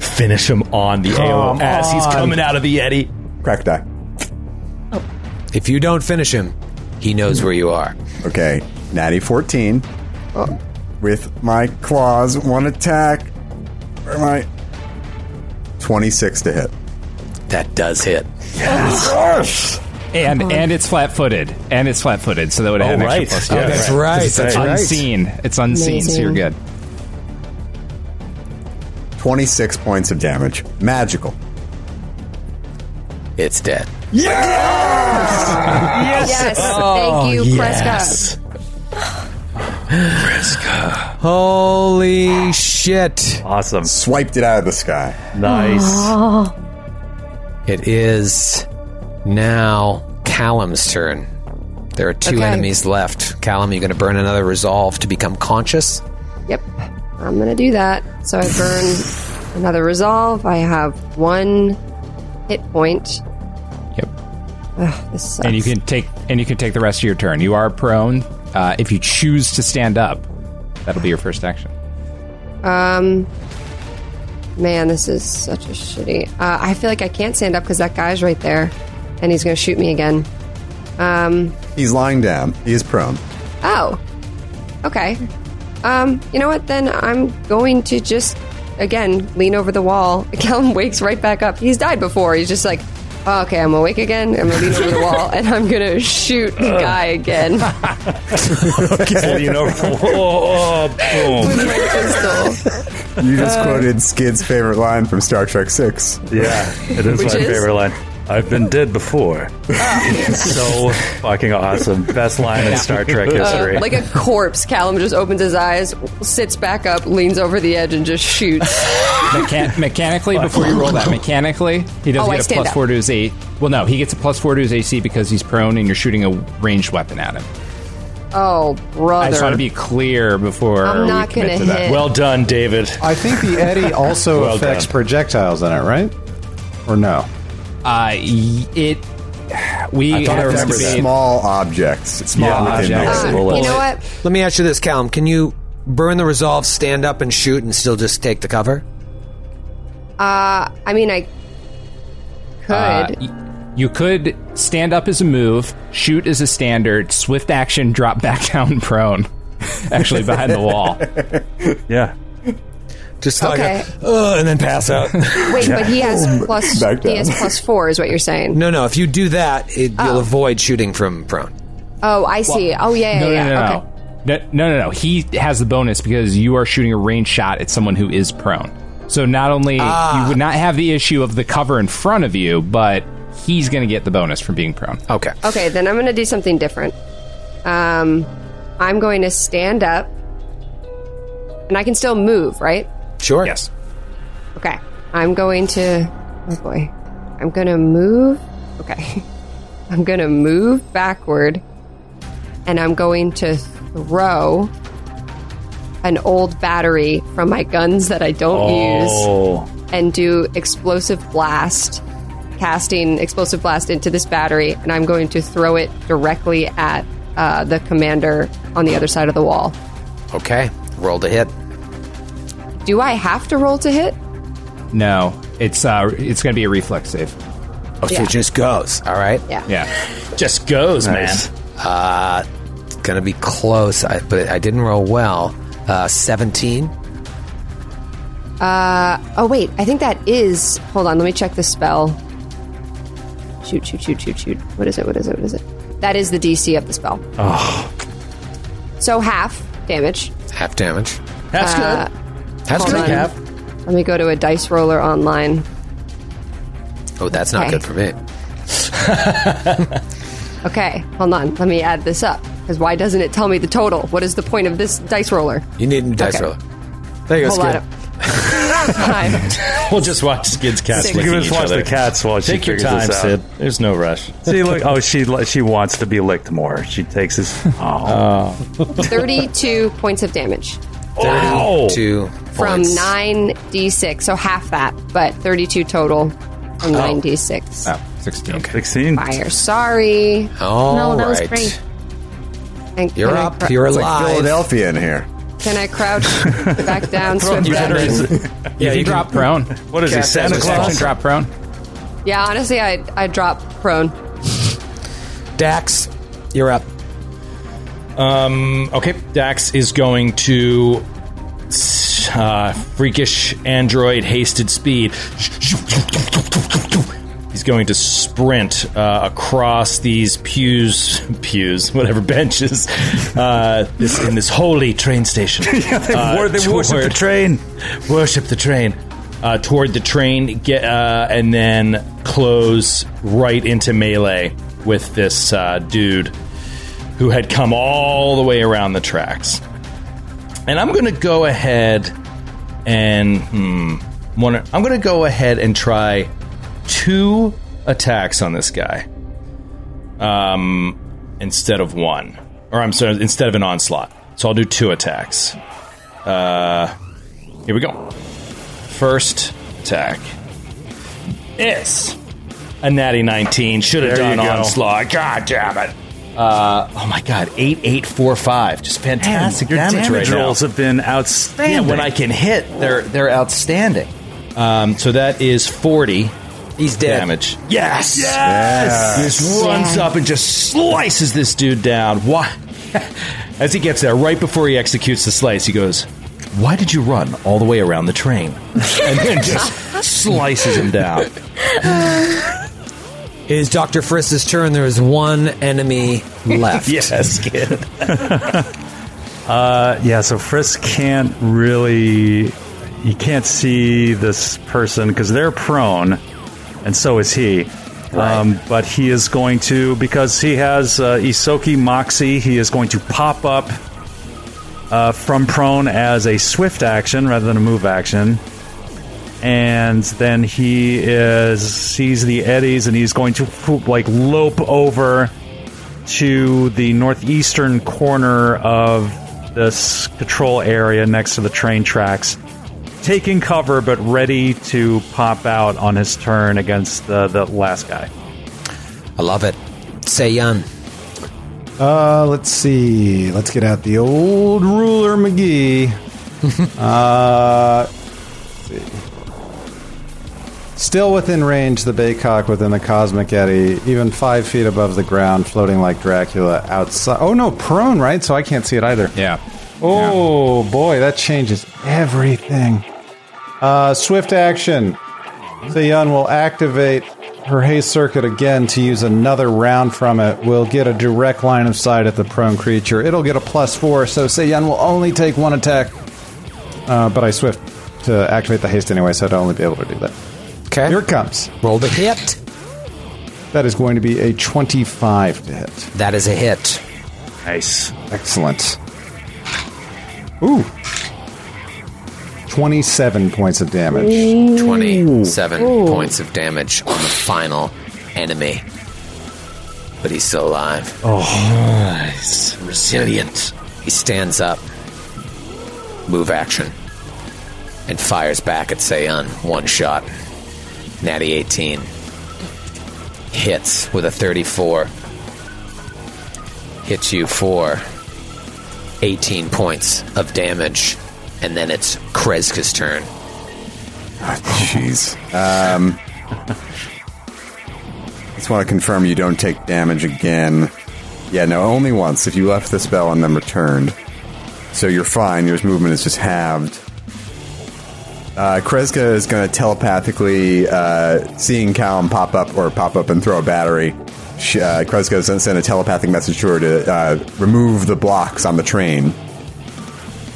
Speaker 9: Finish him on
Speaker 13: Oh,
Speaker 9: the AOS.
Speaker 6: Come
Speaker 9: He's
Speaker 6: on.
Speaker 9: coming out of the Yeti.
Speaker 6: Crack die.
Speaker 2: If you don't finish him, he knows where you are. Oh.
Speaker 6: Okay, natty 14. Uh, with my claws, one attack. Where am I? 26 to hit.
Speaker 2: That does hit.
Speaker 12: And and it's flat footed. And it's flat footed, so that would
Speaker 2: Oh,
Speaker 12: have an
Speaker 2: right.
Speaker 12: extra plus
Speaker 2: Oh,
Speaker 12: two.
Speaker 2: that's right,
Speaker 12: It's
Speaker 2: that's right.
Speaker 12: unseen. It's unseen, so you're good.
Speaker 6: 26 points of damage. Magical.
Speaker 10: It's dead.
Speaker 7: Yes. yes.
Speaker 2: Oh,
Speaker 7: Thank you, Prescott.
Speaker 2: Holy shit.
Speaker 13: Awesome.
Speaker 6: Swiped it out of the sky.
Speaker 10: It is now Callum's turn. There are two
Speaker 7: Okay.
Speaker 10: enemies left. Callum, you're going to burn another resolve to become conscious.
Speaker 7: Yep. I'm going to do that. So I burn another resolve. I have one hit point.
Speaker 12: Yep.
Speaker 7: Ugh, this sucks.
Speaker 12: and you can take and you can take the rest of your turn. You are prone. Uh, if you choose to stand up, that'll be your first action.
Speaker 7: Um, man, this is such a shitty. Uh, I feel like I can't stand up because that guy's right there, and he's gonna shoot me again. Um.
Speaker 6: He's lying down. He is prone.
Speaker 7: Oh. Okay. Um. You know what? Then I'm going to just again lean over the wall. Callum wakes right back up. He's died before. He's just like. "Oh, okay, I'm awake again. I'm gonna lean over the wall and I'm gonna shoot the guy again.
Speaker 13: Okay. you know, oh, boom.
Speaker 6: You just
Speaker 13: Uh.
Speaker 6: quoted Skid's favorite line from Star Trek Six.
Speaker 13: Yeah, it is
Speaker 6: Which
Speaker 13: my
Speaker 6: is?
Speaker 13: favorite line. I've been dead before. so fucking awesome. Best line in Star Trek history.
Speaker 7: Uh, like a corpse, Callum just opens his eyes, sits back up, leans over the edge, and just shoots.
Speaker 12: Mechan- mechanically, before you roll that, mechanically, he
Speaker 7: Oh,
Speaker 12: doesn't
Speaker 7: I
Speaker 12: get a
Speaker 7: stand
Speaker 12: plus
Speaker 7: up.
Speaker 12: four to his A. Well, no, he gets a plus four to his AC because he's prone and you're shooting a ranged weapon at him.
Speaker 7: Oh, brother.
Speaker 12: I just want to be clear before
Speaker 7: I'm not
Speaker 12: we commit
Speaker 7: gonna
Speaker 12: to that.
Speaker 7: hit. Well
Speaker 13: done, David.
Speaker 8: I think the eddy also affects projectiles in it, right? Or no?
Speaker 12: Uh, y- it. We
Speaker 6: I
Speaker 12: had
Speaker 6: thought
Speaker 12: a
Speaker 6: it was
Speaker 12: debate-
Speaker 6: small objects. Small
Speaker 12: Yeah,
Speaker 6: within
Speaker 12: objects.
Speaker 10: Ah,
Speaker 6: the
Speaker 12: Uh,
Speaker 6: bullet.
Speaker 12: you know
Speaker 7: what?
Speaker 2: Let me ask you this, Callum. Can you burn the resolve, stand up, and shoot, and still just take the cover?
Speaker 7: Uh, I mean, I could.
Speaker 12: Uh, y- you could stand up as a move, shoot as a standard, swift action, drop back down prone, actually behind the wall.
Speaker 13: Yeah.
Speaker 2: Just
Speaker 7: like a, Okay.
Speaker 2: and then pass out.
Speaker 7: Wait, but he has plus.
Speaker 2: Back
Speaker 7: He
Speaker 2: down.
Speaker 7: has plus Oh. four, is what you're saying.
Speaker 2: No, no. If you do that, it, you'll avoid shooting from prone.
Speaker 7: Oh, I see. oh, yeah, yeah,
Speaker 12: no,
Speaker 7: yeah.
Speaker 12: no, no,
Speaker 7: okay.
Speaker 12: no. No, no, no, no. He has the bonus because you are shooting a range shot at someone who is prone. So not only you would not have the issue of the cover in front of you, but he's going to get the bonus from being prone.
Speaker 10: Okay.
Speaker 7: Okay, then I'm going to do something different. Um, I'm going to stand up, and I can still move, right?
Speaker 2: Sure.
Speaker 12: Yes.
Speaker 7: Okay. I'm going to. Oh boy. I'm going to move. Okay. I'm going to move backward and I'm going to throw an old battery from my guns that I don't
Speaker 13: Oh.
Speaker 7: use and do explosive blast, casting explosive blast into this battery. And I'm going to throw it directly at uh, the commander on the other side of the wall.
Speaker 10: Okay. Roll to hit.
Speaker 7: Do I have to roll to hit?
Speaker 12: No, it's uh, it's going to be a reflex save.
Speaker 10: Oh,
Speaker 7: so it Yeah.
Speaker 10: just goes. All right.
Speaker 7: Yeah.
Speaker 12: Yeah.
Speaker 9: Just goes,
Speaker 10: man. Uh, it's gonna be close, I, but I didn't roll well. Uh, Seventeen.
Speaker 7: Uh, oh wait, I think that is. Hold on, let me check the spell. Shoot, shoot, shoot, shoot, shoot. What is it? What is it? What is it? That is the DC of the spell.
Speaker 10: Oh,
Speaker 7: So half damage.
Speaker 10: half damage.
Speaker 7: That's Uh,
Speaker 10: good. That's
Speaker 7: hold
Speaker 10: good.
Speaker 7: on. Let me go to a dice roller online.
Speaker 10: Oh, that's not
Speaker 7: Okay.
Speaker 10: good for me.
Speaker 7: Okay, hold on. Let me add this up. Because why doesn't it tell me the total? What is the point of this dice roller?
Speaker 2: You need a dice
Speaker 7: Okay.
Speaker 2: roller. There you go.
Speaker 7: Whole lot
Speaker 2: Skid.
Speaker 7: of- Five.
Speaker 9: We'll just watch Skid's cats.
Speaker 7: Six.
Speaker 9: licking
Speaker 13: You can just
Speaker 9: each
Speaker 13: watch
Speaker 9: other.
Speaker 13: the cats while she
Speaker 9: Take your
Speaker 13: figures
Speaker 9: time,
Speaker 13: this out.
Speaker 9: Sid. There's no rush.
Speaker 13: See, look. Oh, she li- she wants to be licked more. She takes his. Oh.
Speaker 7: Thirty-two points of damage
Speaker 10: Two
Speaker 7: from
Speaker 10: points.
Speaker 7: nine d six, so half that, but thirty-two total from nine d six.
Speaker 12: Oh, 16.
Speaker 13: Sixteen.
Speaker 7: Fire. Sorry.
Speaker 10: All No, that was right. great.
Speaker 7: And
Speaker 10: You're
Speaker 7: can I
Speaker 10: up.
Speaker 7: cr-
Speaker 10: You're
Speaker 6: It's
Speaker 10: alive.
Speaker 6: like Philadelphia in here.
Speaker 7: Can I crouch back down,
Speaker 13: Throw
Speaker 7: swim
Speaker 13: the
Speaker 7: back?
Speaker 13: batteries.
Speaker 12: Yeah, you drop prone.
Speaker 13: What is he,
Speaker 12: Cast
Speaker 13: Santa
Speaker 12: as a
Speaker 13: Claus?
Speaker 12: section, Drop prone.
Speaker 7: Yeah, honestly, I I drop prone.
Speaker 2: Dax, you're up.
Speaker 9: Um, okay, Dax is going to uh, freakish android hasted speed. He's going to sprint uh, across these pews, pews, whatever benches, uh, this, in this holy train station.
Speaker 13: Yeah, they wor- they worship the
Speaker 9: train. Worship the train. Uh, toward the train, get uh, and then close right into melee with this uh, dude who had come all the way around the tracks. And I'm going to go ahead and hmm, one, I'm going to go ahead and try two attacks on this guy, um, instead of one, or I'm sorry, instead of an onslaught. So I'll do two attacks. Uh, here we go. First attack is a natty 19. Should have
Speaker 11: There
Speaker 9: done
Speaker 11: you go.
Speaker 9: onslaught. God damn it. Uh, oh my god, 8845. Just fantastic
Speaker 13: Man, your
Speaker 9: damage,
Speaker 13: damage
Speaker 9: right
Speaker 13: rolls
Speaker 9: now. have been outstanding. when I can hit, they're they're outstanding. Um, so that is 40 He's dead. damage. Yes!
Speaker 11: Yes!
Speaker 9: He just runs up and just slices this dude down. Why? As he gets there, right before he executes the slice, he goes, Why did you run all the way around the train? and then just slices him down.
Speaker 2: It is Dr. Frist's turn. There is one enemy left.
Speaker 9: yes, kid.
Speaker 13: Uh, yeah, so Frisk can't really. He can't see this person because they're prone, and so is he. Um, but he is going to, because he has uh, Isoki Moxie, he is going to pop up uh, from prone as a swift action rather than a move action. And then he is sees the eddies and he's going to whoop, like lope over to the northeastern corner of this control area next to the train tracks, taking cover but ready to pop out on his turn against the, the last guy.
Speaker 10: I love it. Say um, Yan.
Speaker 8: Uh, let's see. Let's get out the old ruler, McGee. uh, let's see. Still within range, the Baycock within the Cosmic Eddy, even five feet above the ground, floating like Dracula outside. Oh no, prone, right? So I can't see it either.
Speaker 12: Yeah.
Speaker 8: Oh boy, that changes everything. Uh, swift action. Sayun will activate her haze circuit again to use another round from it. We'll get a direct line of sight at the prone creature. It'll get a plus four, so Sayun will only take one attack. Uh, but I swift to activate the haste anyway, so I'd only be able to do that.
Speaker 2: Okay.
Speaker 8: Here it comes.
Speaker 2: Roll the hit.
Speaker 8: That is going to be a 25 to hit.
Speaker 10: That is a hit.
Speaker 13: Nice.
Speaker 8: Excellent. Ooh. 27 points of damage.
Speaker 10: 27
Speaker 8: Ooh.
Speaker 10: points of damage on the final enemy. But he's still alive.
Speaker 13: Oh,
Speaker 10: nice. Resilient. He stands up, move action, and fires back at Sayon. One shot. Natty 18. Hits with a 34. Hits you for 18 points of damage. And then it's Kreska's turn.
Speaker 12: Ah,
Speaker 6: Jeez. Um, just want to confirm you don't take damage again. Yeah, no, only once. If you left the spell and then returned. So you're fine. Your movement is just halved. Uh, Kreska is going to telepathically, uh, seeing Callum pop up or pop up and throw a battery. She, uh, Kreska is going to send a telepathic message to her to uh, remove the blocks on the train.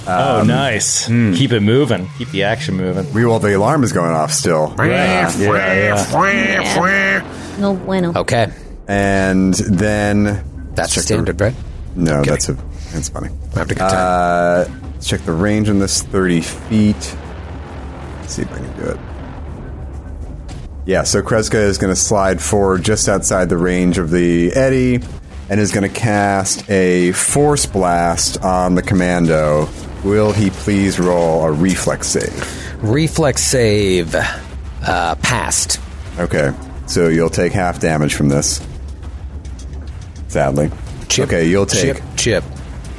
Speaker 6: Um,
Speaker 9: Oh, nice. Keep it moving. Keep the action moving.
Speaker 6: Reroll the alarm is going off still.
Speaker 3: No bueno.
Speaker 10: Okay.
Speaker 6: And then
Speaker 10: that's standard, right?
Speaker 6: No, that's a that's funny.
Speaker 10: I have to
Speaker 6: get uh, let's check the range on this thirty feet. Let's see if I can do it. Yeah, so Kreska is going to slide forward just outside the range of the eddy, and is going to cast a force blast on the commando. Will he please roll a reflex save?
Speaker 10: Reflex save uh, passed.
Speaker 6: Okay, so you'll take half damage from this. Sadly. okay, you'll take
Speaker 10: chip, chip.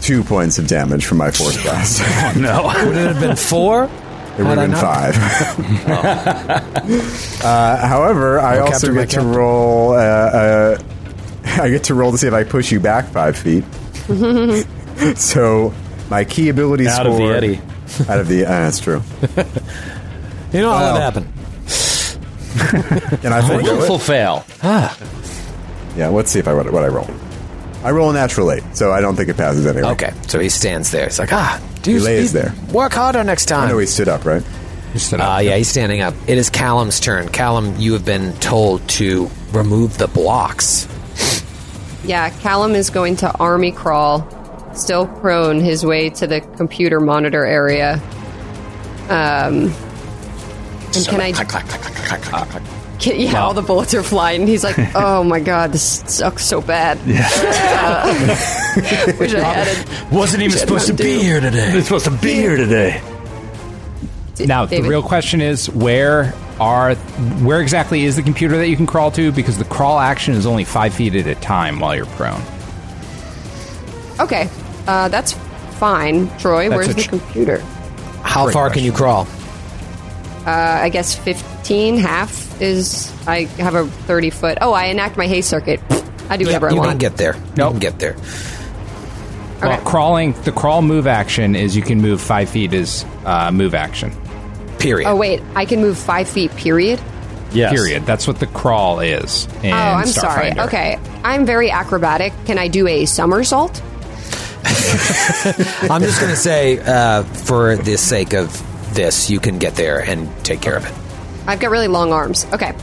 Speaker 6: two points of damage from my force blast.
Speaker 13: no.
Speaker 2: Would it have been four?
Speaker 6: It would have been five. uh, however, I
Speaker 2: Oh,
Speaker 6: also
Speaker 2: Captain, my
Speaker 6: get to
Speaker 2: Captain.
Speaker 6: roll. Uh, uh, I get to roll to see if I push you back five feet. So my key ability
Speaker 9: Out of the
Speaker 6: score
Speaker 9: Eddy.
Speaker 6: out of the. Uh, that's true.
Speaker 2: You know how
Speaker 6: Wow.
Speaker 2: that happened.
Speaker 6: Can I forego it?
Speaker 9: Willful fail.
Speaker 2: Ah.
Speaker 6: Yeah, let's see if I what, what I roll. I roll a natural eight, so I don't think it passes anyway.
Speaker 10: Okay, so he stands there. It's like, ah,
Speaker 6: he
Speaker 10: dude,
Speaker 6: lays
Speaker 10: he-
Speaker 6: there.
Speaker 10: Work harder next
Speaker 6: I
Speaker 10: time.
Speaker 6: know he stood up, right?
Speaker 10: Uh, yeah, he's standing up. It is Callum's turn. Callum, you have been told to remove the blocks.
Speaker 7: Yeah, Callum is going to army crawl, still prone, his way to the computer monitor area. Um, and can I? Can- yeah,
Speaker 5: Wow.
Speaker 7: all the bullets are flying. and He's like, "Oh my god, this sucks so bad."
Speaker 5: Yeah.
Speaker 7: Uh, which I added.
Speaker 13: Wasn't even
Speaker 7: Which I
Speaker 13: supposed to
Speaker 7: don't
Speaker 13: be
Speaker 7: do.
Speaker 13: here today. It's supposed to be here today.
Speaker 12: Now, the
Speaker 7: David?
Speaker 12: real question is where are where exactly is the computer that you can crawl to? Because the crawl action is only five feet at a time while you're prone.
Speaker 7: Okay, uh, that's fine, Troy.
Speaker 12: That's
Speaker 7: where's
Speaker 12: a
Speaker 7: the
Speaker 12: tr-
Speaker 7: computer?
Speaker 10: How far can you crawl?
Speaker 7: Uh, I guess fifteen half is. I have a thirty foot. Oh, I enact my hay circuit. I do whatever
Speaker 12: you
Speaker 7: I
Speaker 12: can
Speaker 7: want.
Speaker 10: Get there. No, get there.
Speaker 12: Well, crawling the crawl move action is you can move five feet is uh, move action.
Speaker 10: Period.
Speaker 7: Oh wait, I can move five feet. Period.
Speaker 12: Yes. Period. That's what the crawl is. In
Speaker 7: oh, I'm sorry.
Speaker 12: Starfinder.
Speaker 7: Okay, I'm very acrobatic. Can I do a somersault?
Speaker 10: I'm just going to say, uh, for the sake of this, you can get there and take care of it.
Speaker 7: I've got really long arms. Okay.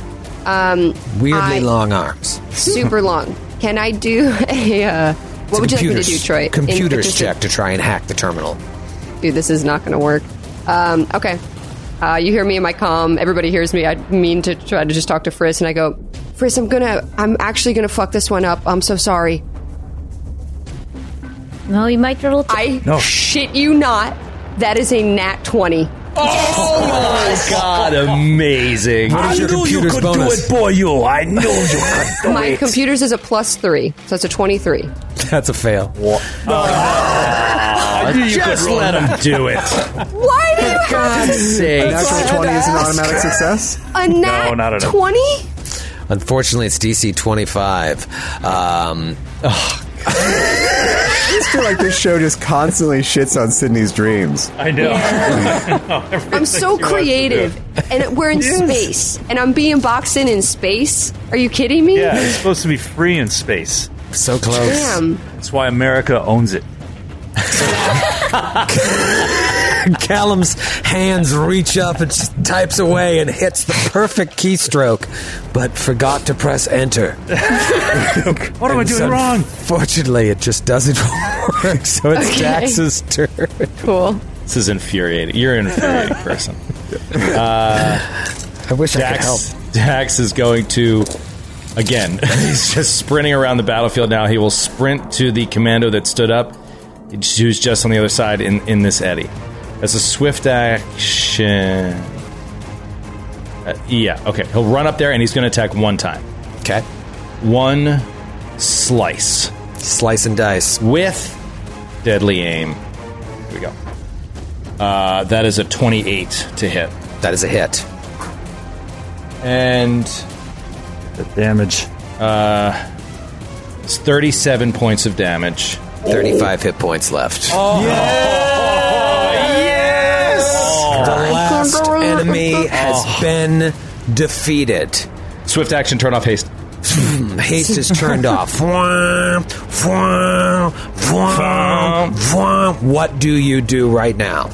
Speaker 7: Um,
Speaker 10: Weirdly
Speaker 7: I-
Speaker 10: long arms.
Speaker 7: super long. Can I do a? Uh,
Speaker 10: It's
Speaker 7: what would you like me to
Speaker 10: computers-
Speaker 7: do, Troy? In-
Speaker 10: Computers
Speaker 7: just a-
Speaker 10: check to try and hack the terminal.
Speaker 7: Dude, this is not going to work. Um, okay. Uh, you hear me in my calm. Everybody hears me. I mean to try to just talk to Frisk, and I go, Frisk, I'm gonna, I'm actually gonna fuck this one up. I'm so sorry.
Speaker 3: No, you might roll.
Speaker 7: I
Speaker 3: No.
Speaker 7: shit you not. That is a nat twenty.
Speaker 9: Oh my god, amazing.
Speaker 7: What is
Speaker 9: I
Speaker 7: your
Speaker 9: knew you
Speaker 7: computer's
Speaker 9: could
Speaker 7: bonus?
Speaker 9: do it, boy, you. I knew you could do
Speaker 7: My
Speaker 9: it.
Speaker 7: computers is a plus three, so it's a twenty-three.
Speaker 2: That's a fail.
Speaker 9: I knew you could let him do it.
Speaker 7: Why do you have
Speaker 9: God's sake.
Speaker 6: Natural 20 is an automatic success?
Speaker 7: a nat
Speaker 10: No, not at all.
Speaker 7: twenty?
Speaker 10: Unfortunately, it's DC 25. Um,
Speaker 6: I just feel like this show just constantly shits on Sydney's dreams.
Speaker 13: I know.
Speaker 7: I'm so creative, and we're in space, and I'm being boxed in in space. Are you kidding me?
Speaker 13: Yeah, it's supposed to be free in space.
Speaker 10: So close.
Speaker 7: Damn.
Speaker 13: That's why America owns it.
Speaker 2: Callum's hands reach up and she types away and hits the perfect keystroke, but forgot to press enter.
Speaker 13: What am I
Speaker 2: And
Speaker 13: doing
Speaker 2: so
Speaker 13: wrong?
Speaker 2: Fortunately, it just doesn't work, so it's
Speaker 9: Okay.
Speaker 2: Dax's turn.
Speaker 7: Cool.
Speaker 9: This is infuriating. You're an infuriating person. Uh,
Speaker 2: I wish
Speaker 9: Dax,
Speaker 2: I could help.
Speaker 9: Dax is going to, again, he's just sprinting around the battlefield now. He will sprint to the commando that stood up, who's just on the other side in, in this eddy. As a swift action. Uh, yeah, okay. He'll run up there and he's going to attack one time.
Speaker 10: Okay.
Speaker 9: One slice.
Speaker 10: Slice and dice.
Speaker 9: With deadly aim. Here we go. Uh, that is a 28 to hit.
Speaker 10: That is a hit.
Speaker 9: And.
Speaker 13: The damage.
Speaker 9: Uh, it's 37 points of damage.
Speaker 10: 35 hit points left.
Speaker 9: Oh, yes!
Speaker 10: Oh.
Speaker 2: The last enemy has been
Speaker 10: defeated.
Speaker 9: Swift action, turn off haste.
Speaker 10: haste is turned off.
Speaker 2: What
Speaker 10: do you do right now?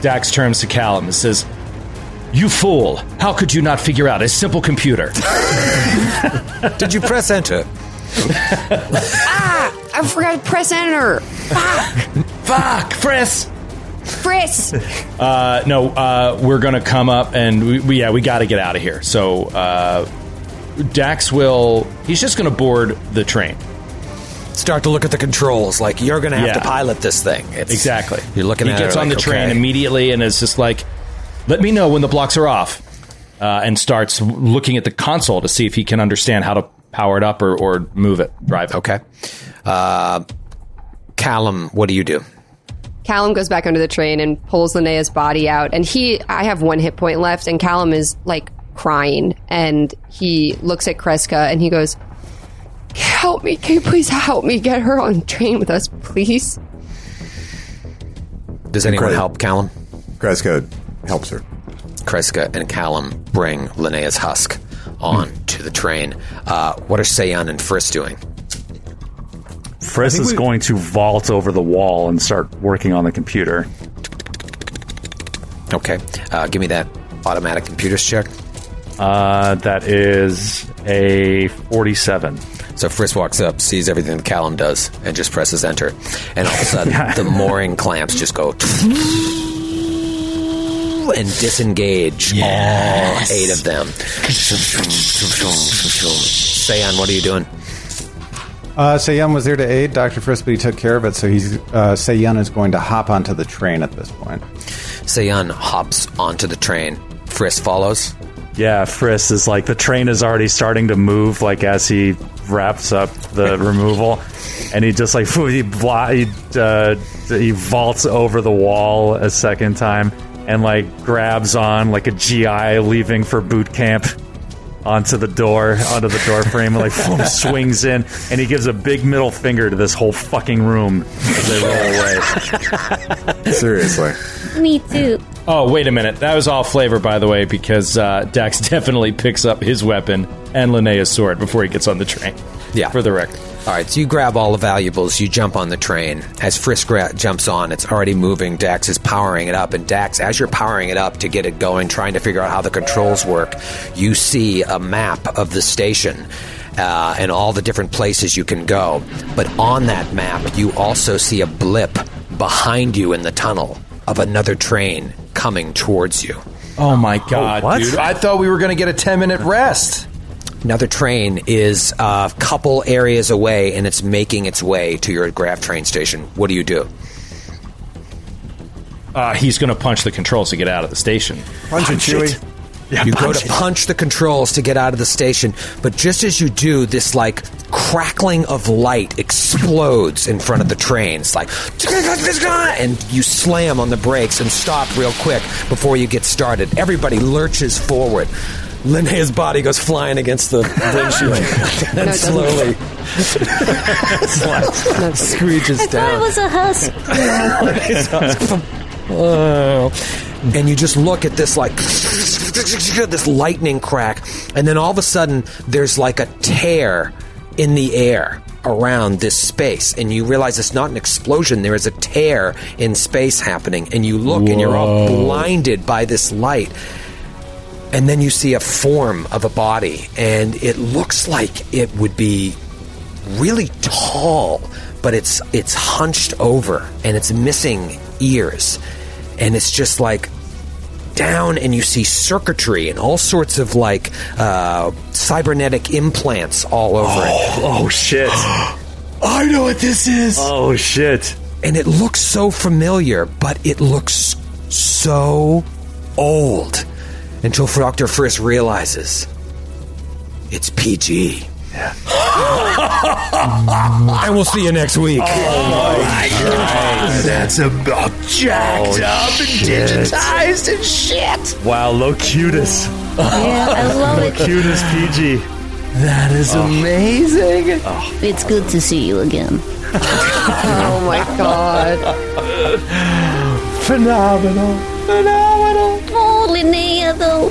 Speaker 9: Dax turns to Callum and says, You fool! How could you not figure out a simple computer?
Speaker 10: Did you press enter?
Speaker 7: Ah, I forgot to press enter.
Speaker 9: Fuck, Frisk.
Speaker 7: Frisk.
Speaker 9: Uh, no, uh, we're gonna come up and we, we yeah, we got to get out of here. So uh, Dax will. He's just gonna board the train.
Speaker 2: Start to look at the controls. Like you're going to have to pilot
Speaker 10: this thing. It's,
Speaker 9: exactly.
Speaker 10: You're looking
Speaker 9: He
Speaker 10: at
Speaker 9: gets
Speaker 10: it
Speaker 9: on
Speaker 10: like,
Speaker 9: the train
Speaker 10: okay.
Speaker 9: immediately and is just like, "Let me know when the blocks are off," uh, and starts looking at the console to see if he can understand how to power it up or, or move it, drive. It.
Speaker 10: Okay. Uh, Callum, what do you do?
Speaker 7: Callum goes back under the train and pulls Linnea's body out, and he, I have one hit point left, and Callum is like crying, and he looks at Kreska and he goes, "Help me! Can you please help me get her on the train with us, please?"
Speaker 10: Does anyone help Callum?
Speaker 6: Kreska helps her.
Speaker 10: Kreska and Callum bring Linnea's husk on to the train. Uh, what are Sayan and Frisk doing?
Speaker 13: Frisk
Speaker 10: I think
Speaker 13: is
Speaker 10: we-
Speaker 13: going to vault over the wall and start working on the computer.
Speaker 2: Okay. Uh, give me that automatic computers check.
Speaker 13: Uh, that is a 47.
Speaker 2: So Frisk walks up, sees everything that Callum does, and just presses enter. And all of a sudden, the mooring clamps just go and disengage all eight of them. Sayon, what are you doing?
Speaker 8: Uh, Sayun was there to aid Dr. Frisbee. Took care of it, so he's uh, Sayun is going to hop onto the train at this point.
Speaker 2: Sayon hops onto the train. Frisk follows.
Speaker 13: Yeah, Frisk is like the train is already starting to move, like as he wraps up the removal, and he just like he blo- he, uh, he vaults over the wall a second time and like grabs on like a GI leaving for boot camp onto the door onto the door frame and like boom, swings in and he gives a big middle finger to this whole fucking room as they roll
Speaker 19: away seriously
Speaker 3: Me too.
Speaker 9: Oh, wait a minute. That was all flavor, by the way, because uh, Dax definitely picks up his weapon and Linnea's sword before he gets on the train.
Speaker 2: Yeah.
Speaker 9: For the record.
Speaker 2: All right, so you grab all the valuables, you jump on the train. As Frisk gra- jumps on, it's already moving. Dax is powering it up, and Dax, as you're powering it up to get it going, trying to figure out how the controls work, you see a map of the station uh, and all the different places you can go. But on that map, you also see a blip behind you in the tunnel of another train coming towards you.
Speaker 20: Oh my
Speaker 9: Uh,
Speaker 2: God, dude.
Speaker 20: I thought we were going to get a 10 minute rest.
Speaker 2: Another train is a couple areas away and it's making its way to your Grav train station. What do you do?
Speaker 9: Uh, he's going to punch the controls to get out of the station.
Speaker 2: Punch it, Punch Chewie. it. you go to punch the controls to get out of the station, but just as you do, this like crackling of light explodes in front of the train. It's like, and you slam on the brakes and stop real quick before you get started. Everybody lurches forward. Linnea's body goes flying against the windshield and slowly
Speaker 3: I
Speaker 2: screeches
Speaker 3: thought it
Speaker 2: down.
Speaker 3: was a husk.
Speaker 2: Oh. and you just look at this like this lightning crack and then all of a sudden there's like a tear in the air around this space and you realize it's not an explosion there is a tear in space happening and you look and you're all
Speaker 21: Whoa.
Speaker 2: blinded by this light and then you see a form of a body and it looks like it would be really tall but it's it's hunched over and it's missing ears and it's just like down and you see circuitry and all sorts of like uh, cybernetic implants all over it
Speaker 13: oh shit
Speaker 2: I know what this is.
Speaker 13: Oh shit.
Speaker 2: And it looks so familiar, but it looks so old. Until Dr. Frisk realizes it's PG. and we'll see you next week.
Speaker 9: Oh
Speaker 10: That's
Speaker 13: about
Speaker 10: jacked up and digitized and shit.
Speaker 13: Wow, Locutus.
Speaker 10: Yeah, I love it.
Speaker 13: Locutus PG.
Speaker 10: That is amazing.
Speaker 3: It's good to see you again.
Speaker 7: Oh my god.
Speaker 10: Phenomenal. Phenomenal.
Speaker 3: Oh, Linnea, though.